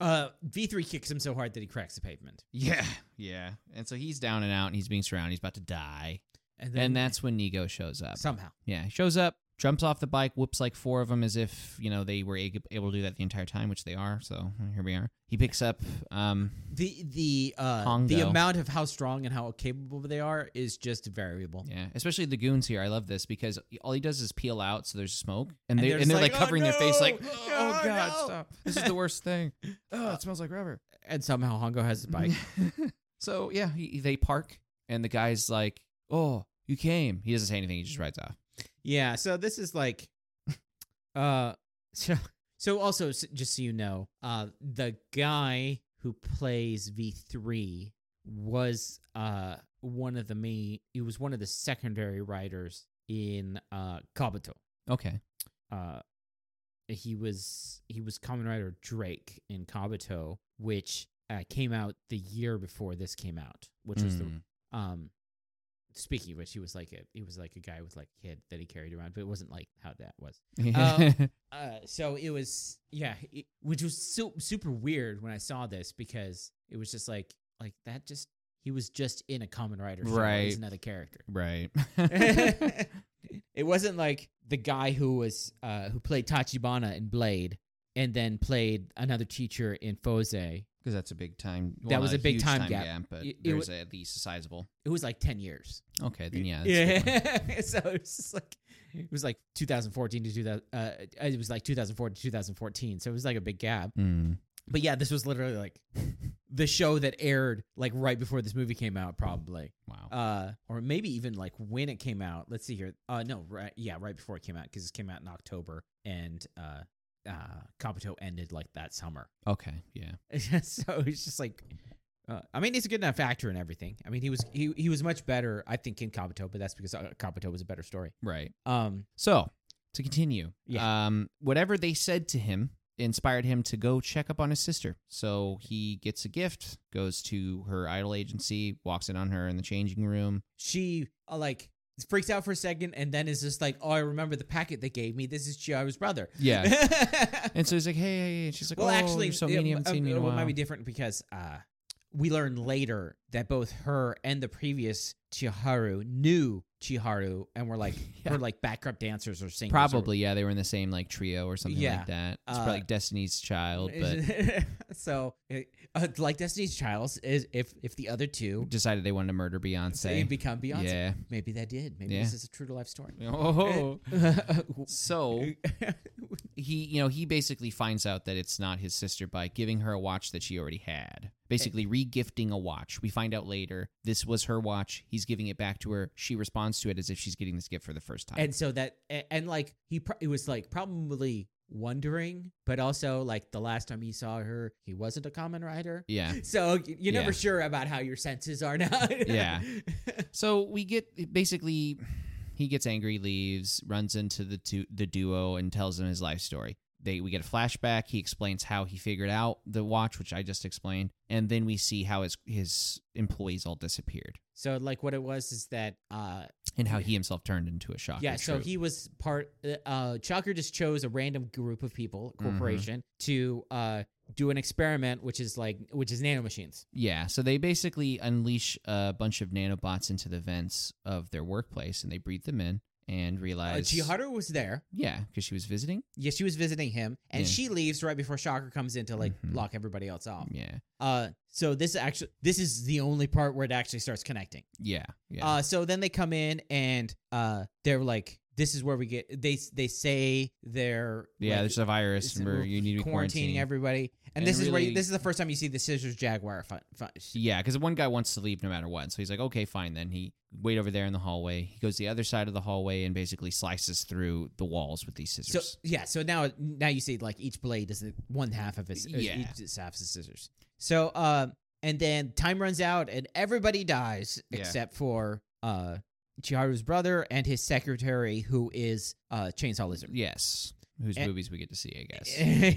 S1: Uh, V three kicks him so hard that he cracks the pavement,
S2: yeah, yeah. And so he's down and out, and he's being surrounded. He's about to die,
S1: and then
S2: and that's when Nego shows up.
S1: somehow.
S2: Yeah, he shows up, jumps off the bike, whoops like four of them as if, you know, they were a- able to do that the entire time, which they are. So here we are. He picks up, um,
S1: the the uh the
S2: Hongo.
S1: amount of how strong and how capable they are is just variable.
S2: yeah, especially the goons here. I love this because all he does is peel out so there's smoke. And, they,
S1: they're
S2: and they're
S1: just
S2: like,
S1: like, "Oh,
S2: covering their face like,
S1: no!
S2: oh,
S1: No,
S2: God,
S1: no!"
S2: stop. This is the worst thing. Oh, it smells like rubber.
S1: And somehow Hongo has his bike.
S2: so yeah, he, they park and the guy's like, oh, you came. He doesn't say anything. He just rides off.
S1: yeah, so this is like uh so so also s- just so you know, uh the guy who plays V3 was uh one of the main he was one of the secondary writers in uh Kabuto.
S2: Okay.
S1: uh he was he was Kamen Rider Drake in Kabuto, which uh, came out the year before this came out, which was the
S2: Mm.
S1: um speaking of which he was like a he was like a guy with like a kid that he carried around, but it wasn't like how that was.
S2: Hmm.
S1: Um, Uh so it was yeah, it, which was so super weird when I saw this because it was just like like that just he was just in a Kamen Rider show.
S2: Right.
S1: He's another character.
S2: right.
S1: it wasn't like the guy who was uh, who played Tachibana in Blade and then played another teacher in Fose.
S2: because that's a big time. Well,
S1: was
S2: not
S1: a big
S2: huge
S1: time gap.
S2: but
S1: It- it
S2: there's
S1: wa-
S2: at least a sizable.
S1: It was like ten years.
S2: Okay, then yeah, that's a good one.
S1: yeah. so it was just like it was like 2014 to 2000. Uh, it was like 2004 to 2014. So it was like a big gap.
S2: Mm.
S1: But yeah, this was literally like the show that aired like right before this movie came out, probably.
S2: Wow.
S1: uh or maybe even like when it came out let's see here uh no right yeah right before it came out because it came out in october and uh uh kabuto ended like that summer
S2: okay, yeah,
S1: so it's just like uh, i mean he's a good enough actor and everything i mean he was he, he was much better i think in kabuto but that's because uh, kabuto was a better story
S2: right.
S1: um
S2: So to continue,
S1: Yeah.
S2: um, whatever they said to him inspired him to go check up on his sister. So he gets a gift, goes to her idol agency, walks in on her in the changing room.
S1: she uh, like freaks out for a second and then is just like oh i remember the packet they gave me this is chiyo's brother
S2: Yeah, and so he's like, "Hey," hey, hey," and she's like,
S1: well,
S2: "Oh,
S1: actually,
S2: you're so
S1: it,
S2: mean. you haven't
S1: um,
S2: seen me in a
S1: it
S2: while."
S1: might be different because uh, we learn later that both her and the previous Chiharu knew Chiharu and were like
S2: Yeah.
S1: were like backup dancers or singers. or-
S2: Probably, yeah. They were in the same like trio or something
S1: Yeah,
S2: like that. It's
S1: uh,
S2: probably like Destiny's Child, but
S1: so, uh, like Destiny's Child is if if the other two
S2: decided they wanted to murder Beyonce.
S1: they become Beyonce,
S2: Yeah.
S1: maybe that did. Maybe
S2: Yeah.
S1: this is a true to life story.
S2: Oh. so
S1: yeah,
S2: he, you know, he basically finds out that it's not his sister by giving her a watch that she already had.
S1: Eh.
S2: Basically, regifting a watch. We find out later this was her watch. He's giving it back to her. She responds to it as if she's getting this gift for the first time.
S1: and so that and, and like he pro- it was like probably wondering, but also like the last time he saw her, he wasn't a common rider.
S2: yeah.
S1: So y- you're never
S2: Yeah.
S1: sure about how your senses are now.
S2: Yeah. So we get basically he gets angry, leaves, runs into the two, the duo and tells them his life story. They we get a flashback, he explains how he figured out the watch which I just explained, and then we see how his his employees all disappeared
S1: so like what it was is that uh
S2: and how he himself turned into a shocker.
S1: yeah so
S2: troop.
S1: he was part uh, uh Chalker just chose a random group of people
S2: Mm-hmm.
S1: corporation to uh do an experiment which is like which is nanomachines.
S2: Yeah, so they basically unleash a bunch of nanobots into the vents of their workplace and they breathe them in. and
S1: Uh,
S2: realized.
S1: Chiharu was there.
S2: Yeah, because she was visiting.
S1: Yeah, she was visiting him, and
S2: Yeah.
S1: she leaves right before Shocker comes in to like
S2: Mhm.
S1: lock everybody else off.
S2: Yeah,
S1: Uh, so this actually this is the only part where it actually starts connecting.
S2: yeah, yeah.
S1: Uh, so then they come in and uh, they're like, "This is where we get." They they say they're
S2: yeah,
S1: like,
S2: there's a virus,
S1: it's-
S2: and we're, you need to
S1: quarantining
S2: quarantine.
S1: everybody, and,
S2: And
S1: this is where you,
S2: really-
S1: this is the first time you see the Scissors Jaguar fight.
S2: Yeah, because one guy wants to leave no matter what. So he's like, okay, fine. Then he wait over there in the hallway. He goes the other side of the hallway and basically slices through the walls with these
S1: So
S2: scissors.
S1: yeah, so now now you see like each blade is one half of his
S2: Yeah.
S1: yeah. each half is scissors. So uh, and then time runs out and everybody dies
S2: Yeah.
S1: except for uh Chiharu's brother and his secretary who is uh Chainsaw Lizard.
S2: yes, whose
S1: Eh.
S2: movies we get to see, I guess.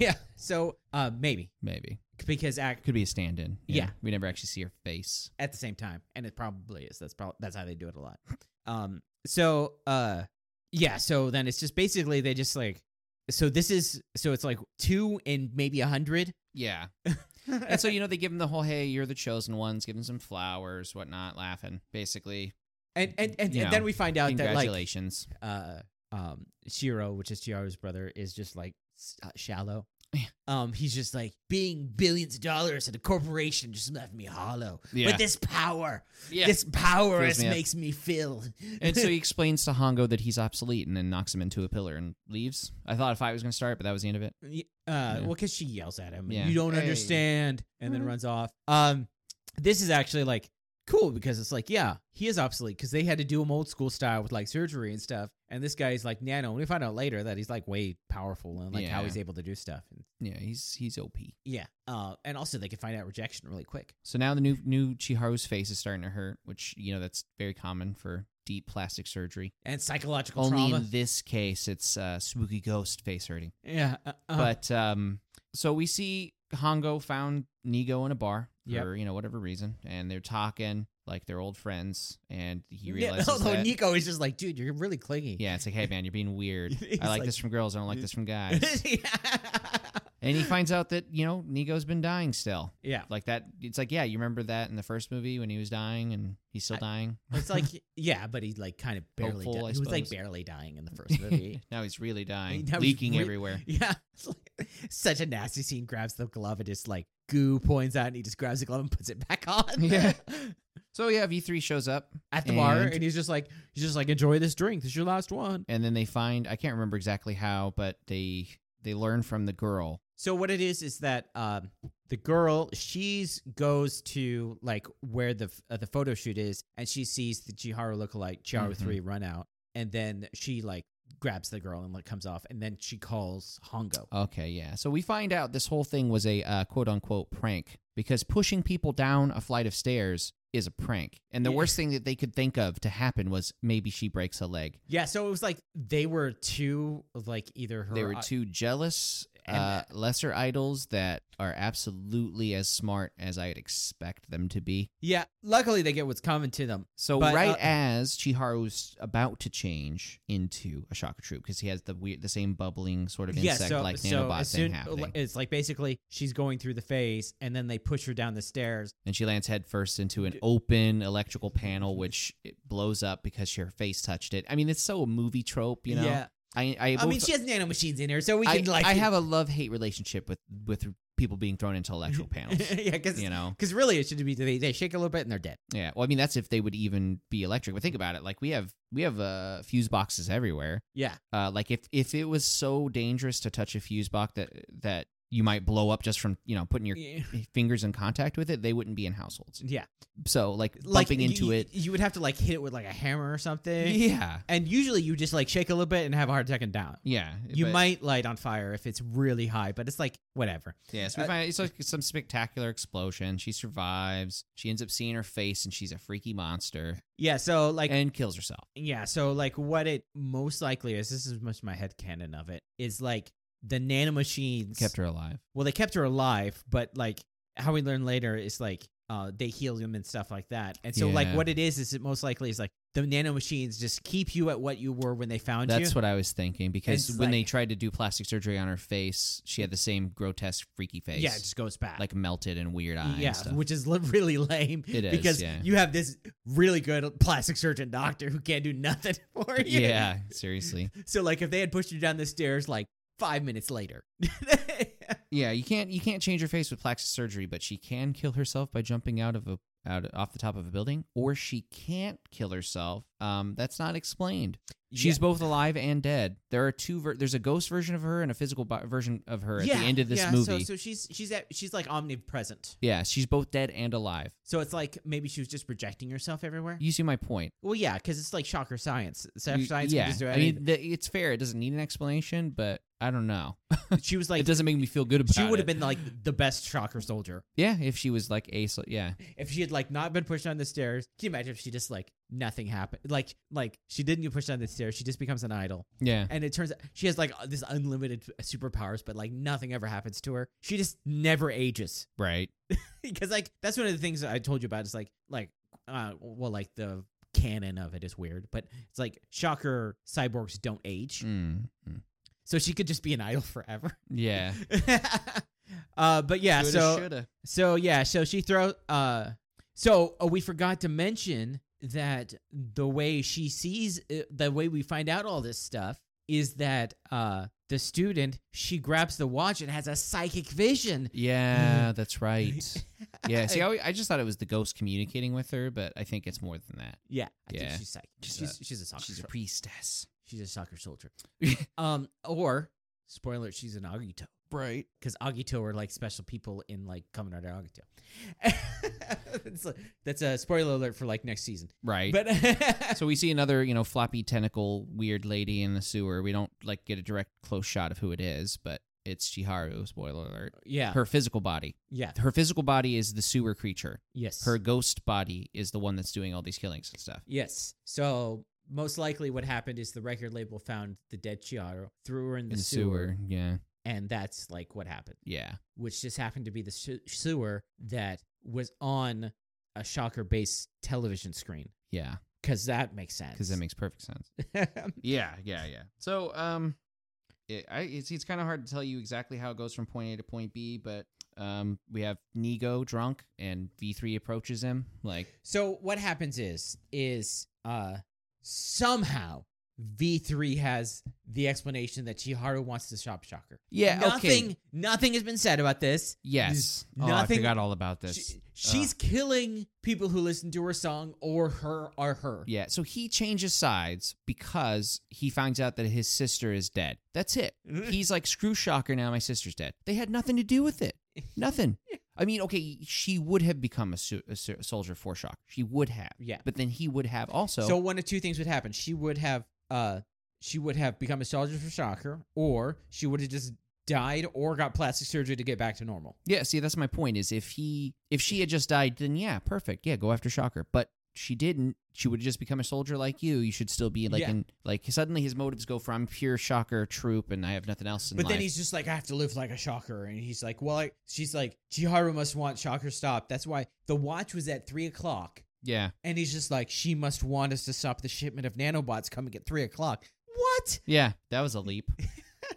S1: yeah. So uh maybe
S2: Maybe
S1: because act
S2: could be a stand-in.
S1: Yeah.
S2: we never actually see her face.
S1: at the same time and it probably is that's probably that's how they do it a lot. Um so uh yeah, so then it's just basically they just like so this is so it's like 2 and maybe a 100
S2: Yeah, and so you know they give him the whole "Hey, you're the chosen ones." Give him some flowers, whatnot, laughing. Basically,
S1: and and and,
S2: You
S1: and then
S2: know,
S1: we find out Uh, that like
S2: congratulations.
S1: uh um Shiro, which is Chiharu's brother, is just like s- uh, shallow.
S2: Yeah.
S1: Um, he's just like being billions of dollars at a corporation just left me hollow.
S2: Yeah.
S1: But this power,
S2: yeah.
S1: this power
S2: Fills
S1: is,
S2: me up.
S1: makes me feel.
S2: and so he explains to Hongo that he's obsolete, and then knocks him into a pillar and leaves. I thought a fight was going to start, but that was the end of it.
S1: uh, well, because she yells at him,
S2: Yeah.
S1: you don't
S2: Hey.
S1: understand, and then runs off. Um, this is actually like cool because it's like, yeah, he is obsolete because they had to do him old school style with like surgery and stuff. And this guy is like nano, and we find out later that he's like way powerful and like how
S2: Yeah.
S1: he's able to do stuff. And
S2: Yeah, he's he's OP.
S1: yeah, uh, and also they can find out rejection really quick.
S2: So now the new new Chiharu's face is starting to hurt, which you know that's very common for deep plastic surgery.
S1: And psychological
S2: Only
S1: trauma.
S2: in this case, it's uh, spooky ghost face hurting.
S1: yeah, uh, uh,
S2: But um, so we see Hongo found Nigo in a bar for
S1: Yep.
S2: you know whatever reason, and they're talking like they're old friends, and he
S1: Yeah,
S2: realizes
S1: although
S2: that.
S1: Nico is just like, dude, you're really clingy.
S2: yeah, it's like, hey man, you're being weird.
S1: He's
S2: I like,
S1: like-
S2: this from girls. I don't like this from guys. and he finds out that you know Nigo's been dying still.
S1: yeah.
S2: Like that, it's like yeah, you remember that in the first movie when he was dying and he's still
S1: I-
S2: dying.
S1: It's like yeah, but he like kind of barely
S2: Hopeful,
S1: di-
S2: I
S1: he was like
S2: suppose.
S1: barely dying in the first movie.
S2: now he's really dying,
S1: Now he's
S2: leaking
S1: re-
S2: everywhere.
S1: yeah, it's like- such a nasty scene. Grabs the glove and just like goo points out, and he just grabs the glove and puts it back on.
S2: Yeah. So yeah, V three shows up,
S1: at the bar,
S2: And-
S1: and he's just like he's just like enjoy this drink. This is your last one.
S2: and then they find I can't remember exactly how, but they they learn from the girl.
S1: So what it is is that um, the girl she's goes to like where the f- uh, the photo shoot is, and she sees the Chiharu lookalike Chiharu
S2: Mhm.
S1: three run out, and then she like grabs the girl and like comes off, and then she calls Hongo.
S2: Okay, yeah. So we find out this whole thing was a uh, quote unquote prank because pushing people down a flight of stairs is a prank, and the
S1: Yeah.
S2: worst thing that they could think of to happen was maybe she breaks a leg.
S1: Yeah, so it was like they were two like either her
S2: They were too jealous.
S1: And-
S2: Uh, lesser idols that are absolutely as smart as I'd expect them to be.
S1: Yeah, luckily they get what's coming to them.
S2: So
S1: But,
S2: right
S1: uh,
S2: as Chiharu's about to change into a shocker troop because he has the weird, the same bubbling sort of
S1: yeah,
S2: insect
S1: so,
S2: like
S1: so
S2: nanobot
S1: as
S2: thing
S1: soon
S2: happening,
S1: it's like basically she's going through the phase and then they push her down the stairs.
S2: and she lands headfirst into an open electrical panel, which it blows up because her face touched it. I mean, it's so a movie trope, you know.
S1: Yeah.
S2: I, I,
S1: I mean
S2: both-
S1: she has nano machines in her, so we
S2: I,
S1: can like
S2: I have a love hate relationship with with people being thrown into electrical panels.
S1: yeah, cuz
S2: you know,
S1: Because really, it should be they, they shake a little bit and they're dead.
S2: yeah. Well, I mean, that's if they would even be electric. But think about it. Like we have we have uh, fuse boxes everywhere.
S1: Yeah,
S2: Uh, like if if it was so dangerous to touch a fuse box that that you might blow up just from you know putting your
S1: yeah. Mm-hmm.
S2: fingers in contact with it, they wouldn't be in households. So like
S1: Like,
S2: bumping into
S1: y-
S2: it,
S1: you would have to like hit it with like a hammer or something.
S2: yeah,
S1: And usually, you just like shake a little bit and have a heart attack and down.
S2: yeah.
S1: You
S2: but-
S1: might light on fire if it's really high, but it's like whatever.
S2: yeah. So we
S1: uh,
S2: find it's like some spectacular explosion. She survives. She ends up seeing her face, and she's a freaky monster
S1: Yeah. So like,
S2: and kills herself.
S1: Yeah, so like what it most likely is, this is much my head canon of it, is like the nanomachines
S2: Kept her alive.
S1: Well, they kept her alive, but like how we learn later is like uh they healed him and stuff like that. And so like
S2: Yeah.
S1: what it is is it most likely is like the nano machines just keep you at what you were when they found you.
S2: That's what I was thinking because
S1: It's
S2: when they
S1: like-
S2: tried to do plastic surgery on her face, she had the same grotesque, freaky face.
S1: Yeah, it just goes back.
S2: like melted and weird eye.
S1: yeah,
S2: and stuff.
S1: which is li- really lame.
S2: It is,
S1: because
S2: yeah.
S1: you have this really good plastic surgeon doctor who can't do nothing for you.
S2: yeah, seriously.
S1: So like if they had pushed you down the stairs like five minutes later,
S2: Yeah, you can't you can't change her face with plastic surgery, but she can kill herself by jumping out of a out off the top of a building, or she can't kill herself. Um, that's not explained. She's
S1: Yeah.
S2: both alive and dead. There are two. Ver- there's a ghost version of her and a physical bo- version of her at
S1: yeah,
S2: the end of this
S1: yeah,
S2: movie.
S1: So, so she's she's at, she's like omnipresent.
S2: yeah, she's both dead and alive.
S1: So it's like maybe she was just projecting herself everywhere.
S2: You see my point.
S1: Well, yeah, because it's like shocker science. Shocker
S2: You-
S1: science. can
S2: yeah,
S1: just do
S2: I mean, th- it's fair. It doesn't need an explanation, but I don't know.
S1: anything. she was
S2: it
S1: like
S2: doesn't make me feel good about
S1: she would
S2: it.
S1: have been like the best shocker soldier
S2: Yeah, if she was like ace. Yeah,
S1: if she had like not been pushed down the stairs. Can you imagine if she just like nothing happened? Like like she didn't get pushed down the stairs. She just becomes an idol,
S2: yeah.
S1: and it turns out she has like this unlimited superpowers, but like nothing ever happens to her. She just never ages.
S2: Right.
S1: because like that's one of the things that I told you about. It's like like uh well like the canon of it is weird, but it's like shocker cyborgs don't age,
S2: Mm. mm.
S1: so she could just be an idol forever.
S2: Yeah.
S1: uh, but yeah,
S2: Coulda,
S1: so
S2: shoulda.
S1: so yeah, so she throws. Uh, so uh, we forgot to mention that the way she sees, uh, the way we find out all this stuff is that uh the student she grabs the watch and has a psychic vision.
S2: Yeah, that's right. Yeah, see, I, always- I just thought it was the ghost communicating with her, but I think it's more than that.
S1: Yeah, I
S2: Yeah.
S1: think she's psychic.
S2: She's
S1: She's
S2: a-
S1: she's, a soccer.
S2: She's a
S1: sol-
S2: priestess.
S1: She's a soccer soldier. um, or spoiler, alert, she's an Agito
S2: Right.
S1: because Agito are like special people in like Kamen Rider Agito. It's a- that's a spoiler alert for like next season.
S2: Right.
S1: But
S2: so we see another, you know, floppy tentacle weird lady in the sewer. We don't like get a direct close shot of who it is, but it's Chiharu, spoiler alert.
S1: yeah,
S2: Her physical body.
S1: yeah,
S2: Her physical body is the sewer creature.
S1: yes,
S2: Her ghost body is the one that's doing all these killings and stuff.
S1: yes. So most likely, what happened is the record label found the dead Chiaro, threw her in the,
S2: In the
S1: sewer,
S2: sewer. Yeah.
S1: and that's like what happened,
S2: Yeah.
S1: which just happened to be the su- sewer that was on a shocker based television screen.
S2: Yeah.
S1: Because that makes sense.
S2: Because that makes perfect sense. Yeah, yeah, yeah. So, um, it, I, it's it's kind of hard to tell you exactly how it goes from point A to point B, but um, we have Nego drunk and V three approaches him like
S1: so what happens is is uh somehow V three has the explanation that Chiharu wants to shop Shocker.
S2: yeah,
S1: nothing nothing has been said about this.
S2: yes,
S1: Oh, I nothing-
S2: I forgot
S1: forgot
S2: all about this.
S1: She, she's killing people who listen to her song or her or her.
S2: yeah, so he changes sides because he finds out that his sister is dead. That's it. He's like, screw shocker now, my sister's dead. They had nothing to do with it. Nothing. I mean, okay, she would have become a, su- a su- soldier for shock. She would have.
S1: Yeah.
S2: But then he would have also.
S1: So, one of two things would happen. She would have uh she would have become a soldier for Shocker, or she would have just died or got plastic surgery to get back to normal.
S2: Yeah, see, that's my point. Is if he, if she had just died, then yeah, perfect. Yeah, go after Shocker. But she didn't. She would have just become a soldier like you. You should still be like,
S1: Yeah.
S2: in, like suddenly his motives go from pure Shocker troop, and I have nothing else in
S1: But
S2: life.
S1: then he's just like, I have to live like a shocker, and he's like, well, I, she's like, Chiharu must want shocker stop. That's why the watch was at three o'clock,
S2: yeah,
S1: and he's just like, she must want us to stop the shipment of nanobots coming at three o'clock. What?
S2: yeah, that was a leap.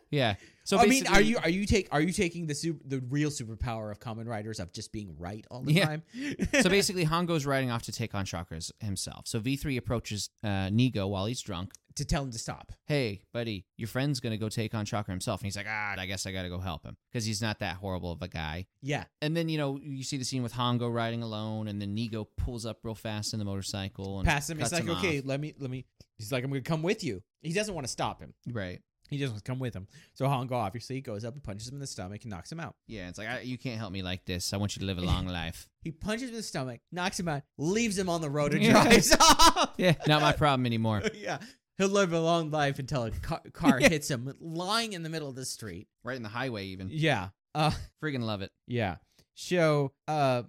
S2: yeah. So
S1: I mean, are
S2: basically-
S1: you are you take are you taking the super, the real superpower of common writers of just being right all the
S2: Yeah.
S1: time?
S2: so basically, Hongo's riding off to take on Shockers himself. So V three approaches uh, Nego while he's drunk.
S1: to tell him to stop.
S2: Hey, buddy, your friend's gonna go take on Shocker himself, and he's like, ah, I guess I gotta go help him because he's not that horrible of a guy.
S1: Yeah,
S2: and then you know you see the scene with Hongo riding alone, and then Nego pulls up real fast in the motorcycle and
S1: pass him. He's
S2: cuts
S1: like,
S2: him
S1: okay,
S2: off."
S1: let me let me. He's like, I'm gonna come with you. He doesn't want to stop him.
S2: right,
S1: He just wants to come with him. So Hongo obviously goes up and punches him in the stomach and knocks him out.
S2: yeah, it's like I, you can't help me like this. I want you to live a long life.
S1: He punches him in the stomach, knocks him out, leaves him on the road, and
S2: Yeah.
S1: drives off.
S2: Yeah, not my problem anymore.
S1: yeah. He'll live a long life until a car, car hits him lying in the middle of the street.
S2: Right in the highway, even
S1: Yeah. Uh,
S2: friggin' love it.
S1: yeah. So uh,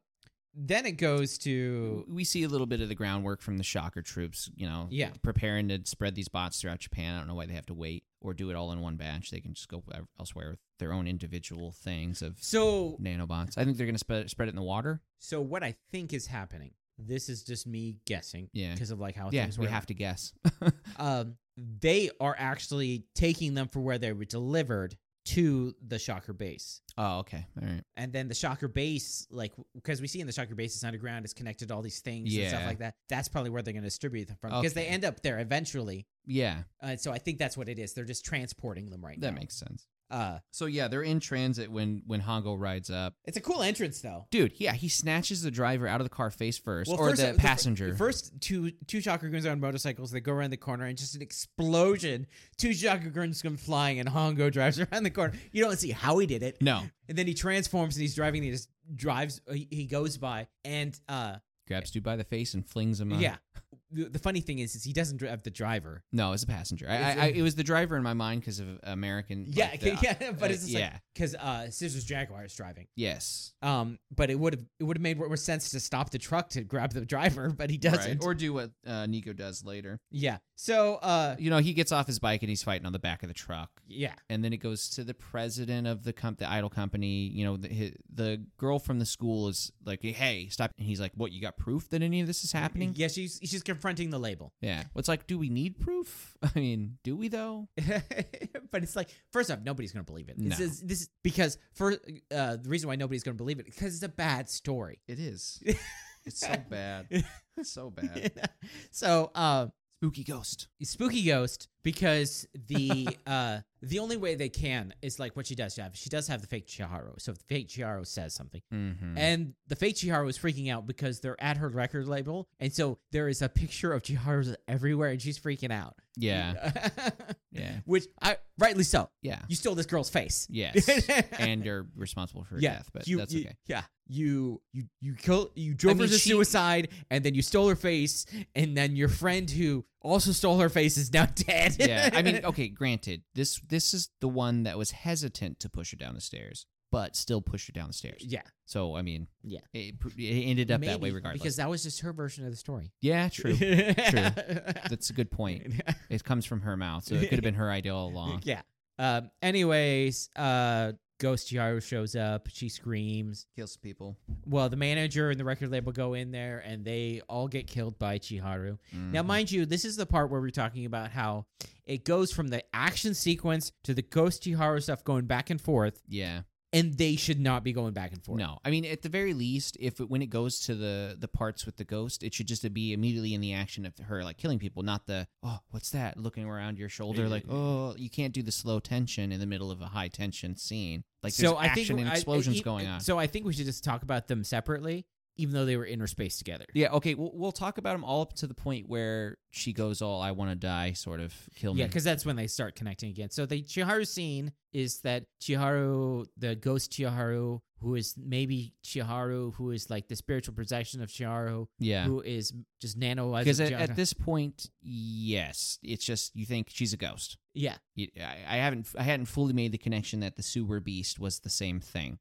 S1: then it goes to.
S2: We see a little bit of the groundwork from the Shocker troops, you know,
S1: Yeah.
S2: preparing to spread these bots throughout Japan. I don't know why they have to wait or do it all in one batch. They can just go elsewhere with their own individual things of
S1: So,
S2: nanobots. I think they're gonna spread spread it in the water.
S1: so what I think is happening This is just me guessing
S2: Yeah.
S1: because of like how
S2: yeah,
S1: things
S2: we
S1: work.
S2: have to guess.
S1: um, they are actually taking them for where they were delivered to the Shocker base.
S2: oh, okay. All right.
S1: And then the Shocker base, like, because we see in the Shocker base, it's underground, it's connected to all these things and stuff
S2: Yeah.
S1: like that. That's probably where they're going to distribute them from because they
S2: Okay.
S1: end up there eventually.
S2: Yeah,
S1: Uh, so I think that's what it is. They're just transporting them right
S2: that
S1: now.
S2: makes sense.
S1: Uh,
S2: So yeah, they're in transit when when Hongo rides up.
S1: it's a cool entrance, though.
S2: Dude, yeah, he snatches the driver out of the car face first,
S1: Well,
S2: or
S1: first-
S2: the
S1: fir-
S2: passenger.
S1: First, two two Shakuguns on motorcycles. They go around the corner, and just an explosion. Two Shakuguns come flying, and Hongo drives around the corner. You don't see how he did it,
S2: no,
S1: and then he transforms, and he's driving. And he just drives. uh, He he goes by, and uh,
S2: grabs dude by the face and flings him. Up.
S1: yeah. The, the funny thing is, is he doesn't drive the driver.
S2: no, it's a passenger. I, I,
S1: It's a-
S2: I it was the driver in my mind because of American.
S1: Yeah,
S2: like, the-
S1: yeah, but it's
S2: uh,
S1: just like
S2: yeah,
S1: because uh, Scissors Jaguar is driving.
S2: yes,
S1: Um, but it would have it would have made more sense to stop the truck to grab the driver, but he doesn't.
S2: Right. or do what uh, Nico does later.
S1: yeah. So uh,
S2: You know, he gets off his bike and he's fighting on the back of the truck,
S1: yeah.
S2: and then it goes to the president of the comp- the idol company. You know, the, hi the girl from the school is like, "Hey, stop!" And he's like, "What? You got proof that any of this is happening?"
S1: Yeah, she's she's confronting the label.
S2: Yeah. Well, it's like, do we need proof? I mean, do we though?
S1: but it's like, first off, nobody's gonna believe it. This
S2: No.
S1: is this is because for uh, the reason why nobody's gonna believe it because it's a bad story.
S2: It is. it's so bad. so bad.
S1: so, uh,
S2: Spooky ghost.
S1: spooky ghost because the uh, the only way they can is like what she does have. She does have the fake Chiharo. So if the fake Chiharo says something,
S2: Mm-hmm.
S1: and the fake Chiharo is freaking out because they're at her record label, and so there is a picture of Chiharo's everywhere, and she's freaking out.
S2: yeah. Yeah.
S1: Which I rightly so.
S2: Yeah.
S1: You stole this girl's face.
S2: Yes. and you're responsible for her
S1: yeah,
S2: death, but
S1: you,
S2: that's
S1: you-
S2: okay.
S1: Yeah, you you you kill you drove
S2: mean,
S1: her to
S2: she-
S1: suicide, and then you stole her face, and then your friend who also stole her face is now dead.
S2: yeah. I mean, oh, okay, granted, this this is the one that was hesitant to push her down the stairs, but still pushed her down the stairs.
S1: yeah,
S2: So, I mean,
S1: Yeah.
S2: It, pr- it ended up that way
S1: Maybe,
S2: regardless.
S1: because that was just her version of the story.
S2: yeah, true.
S1: True.
S2: That's a good point. It comes from her mouth, so it could have been her idea all along.
S1: yeah. Um. Anyways, uh, Ghost Yaro shows up. She screams.
S2: Kills people.
S1: Well, the manager and the record label go in there, and they all get killed by Chiharu.
S2: Mm-hmm.
S1: Now, mind you, this is the part where we're talking about how it goes from the action sequence to the Ghost Chiharu stuff going back and forth,
S2: yeah.
S1: and they should not be going back and forth.
S2: No, I mean at the very least, if it, when it goes to the the parts with the ghost, it should just be immediately in the action of her like killing people, not the oh what's that looking around your shoulder like oh you can't do the slow tension in the middle of a high tension scene like there's
S1: so I
S2: action
S1: think
S2: and
S1: I-
S2: explosions
S1: I-
S2: going on.
S1: So I think we should just talk about them separately, even though they were interspaced together.
S2: yeah, okay, we'll, we'll talk about them all up to the point where she goes all I want to die sort of kill me.
S1: Yeah, because that's when they start connecting again. So the Chiharu scene is that Chiharu, the ghost Chiharu, who is maybe Chiharu, who is like the spiritual protection of Chiharu,
S2: yeah.
S1: who is just nano
S2: Because at, at this point, yes, it's just you think she's a ghost.
S1: yeah,
S2: You- I, I haven't I hadn't fully made the connection that the sewer beast was the same thing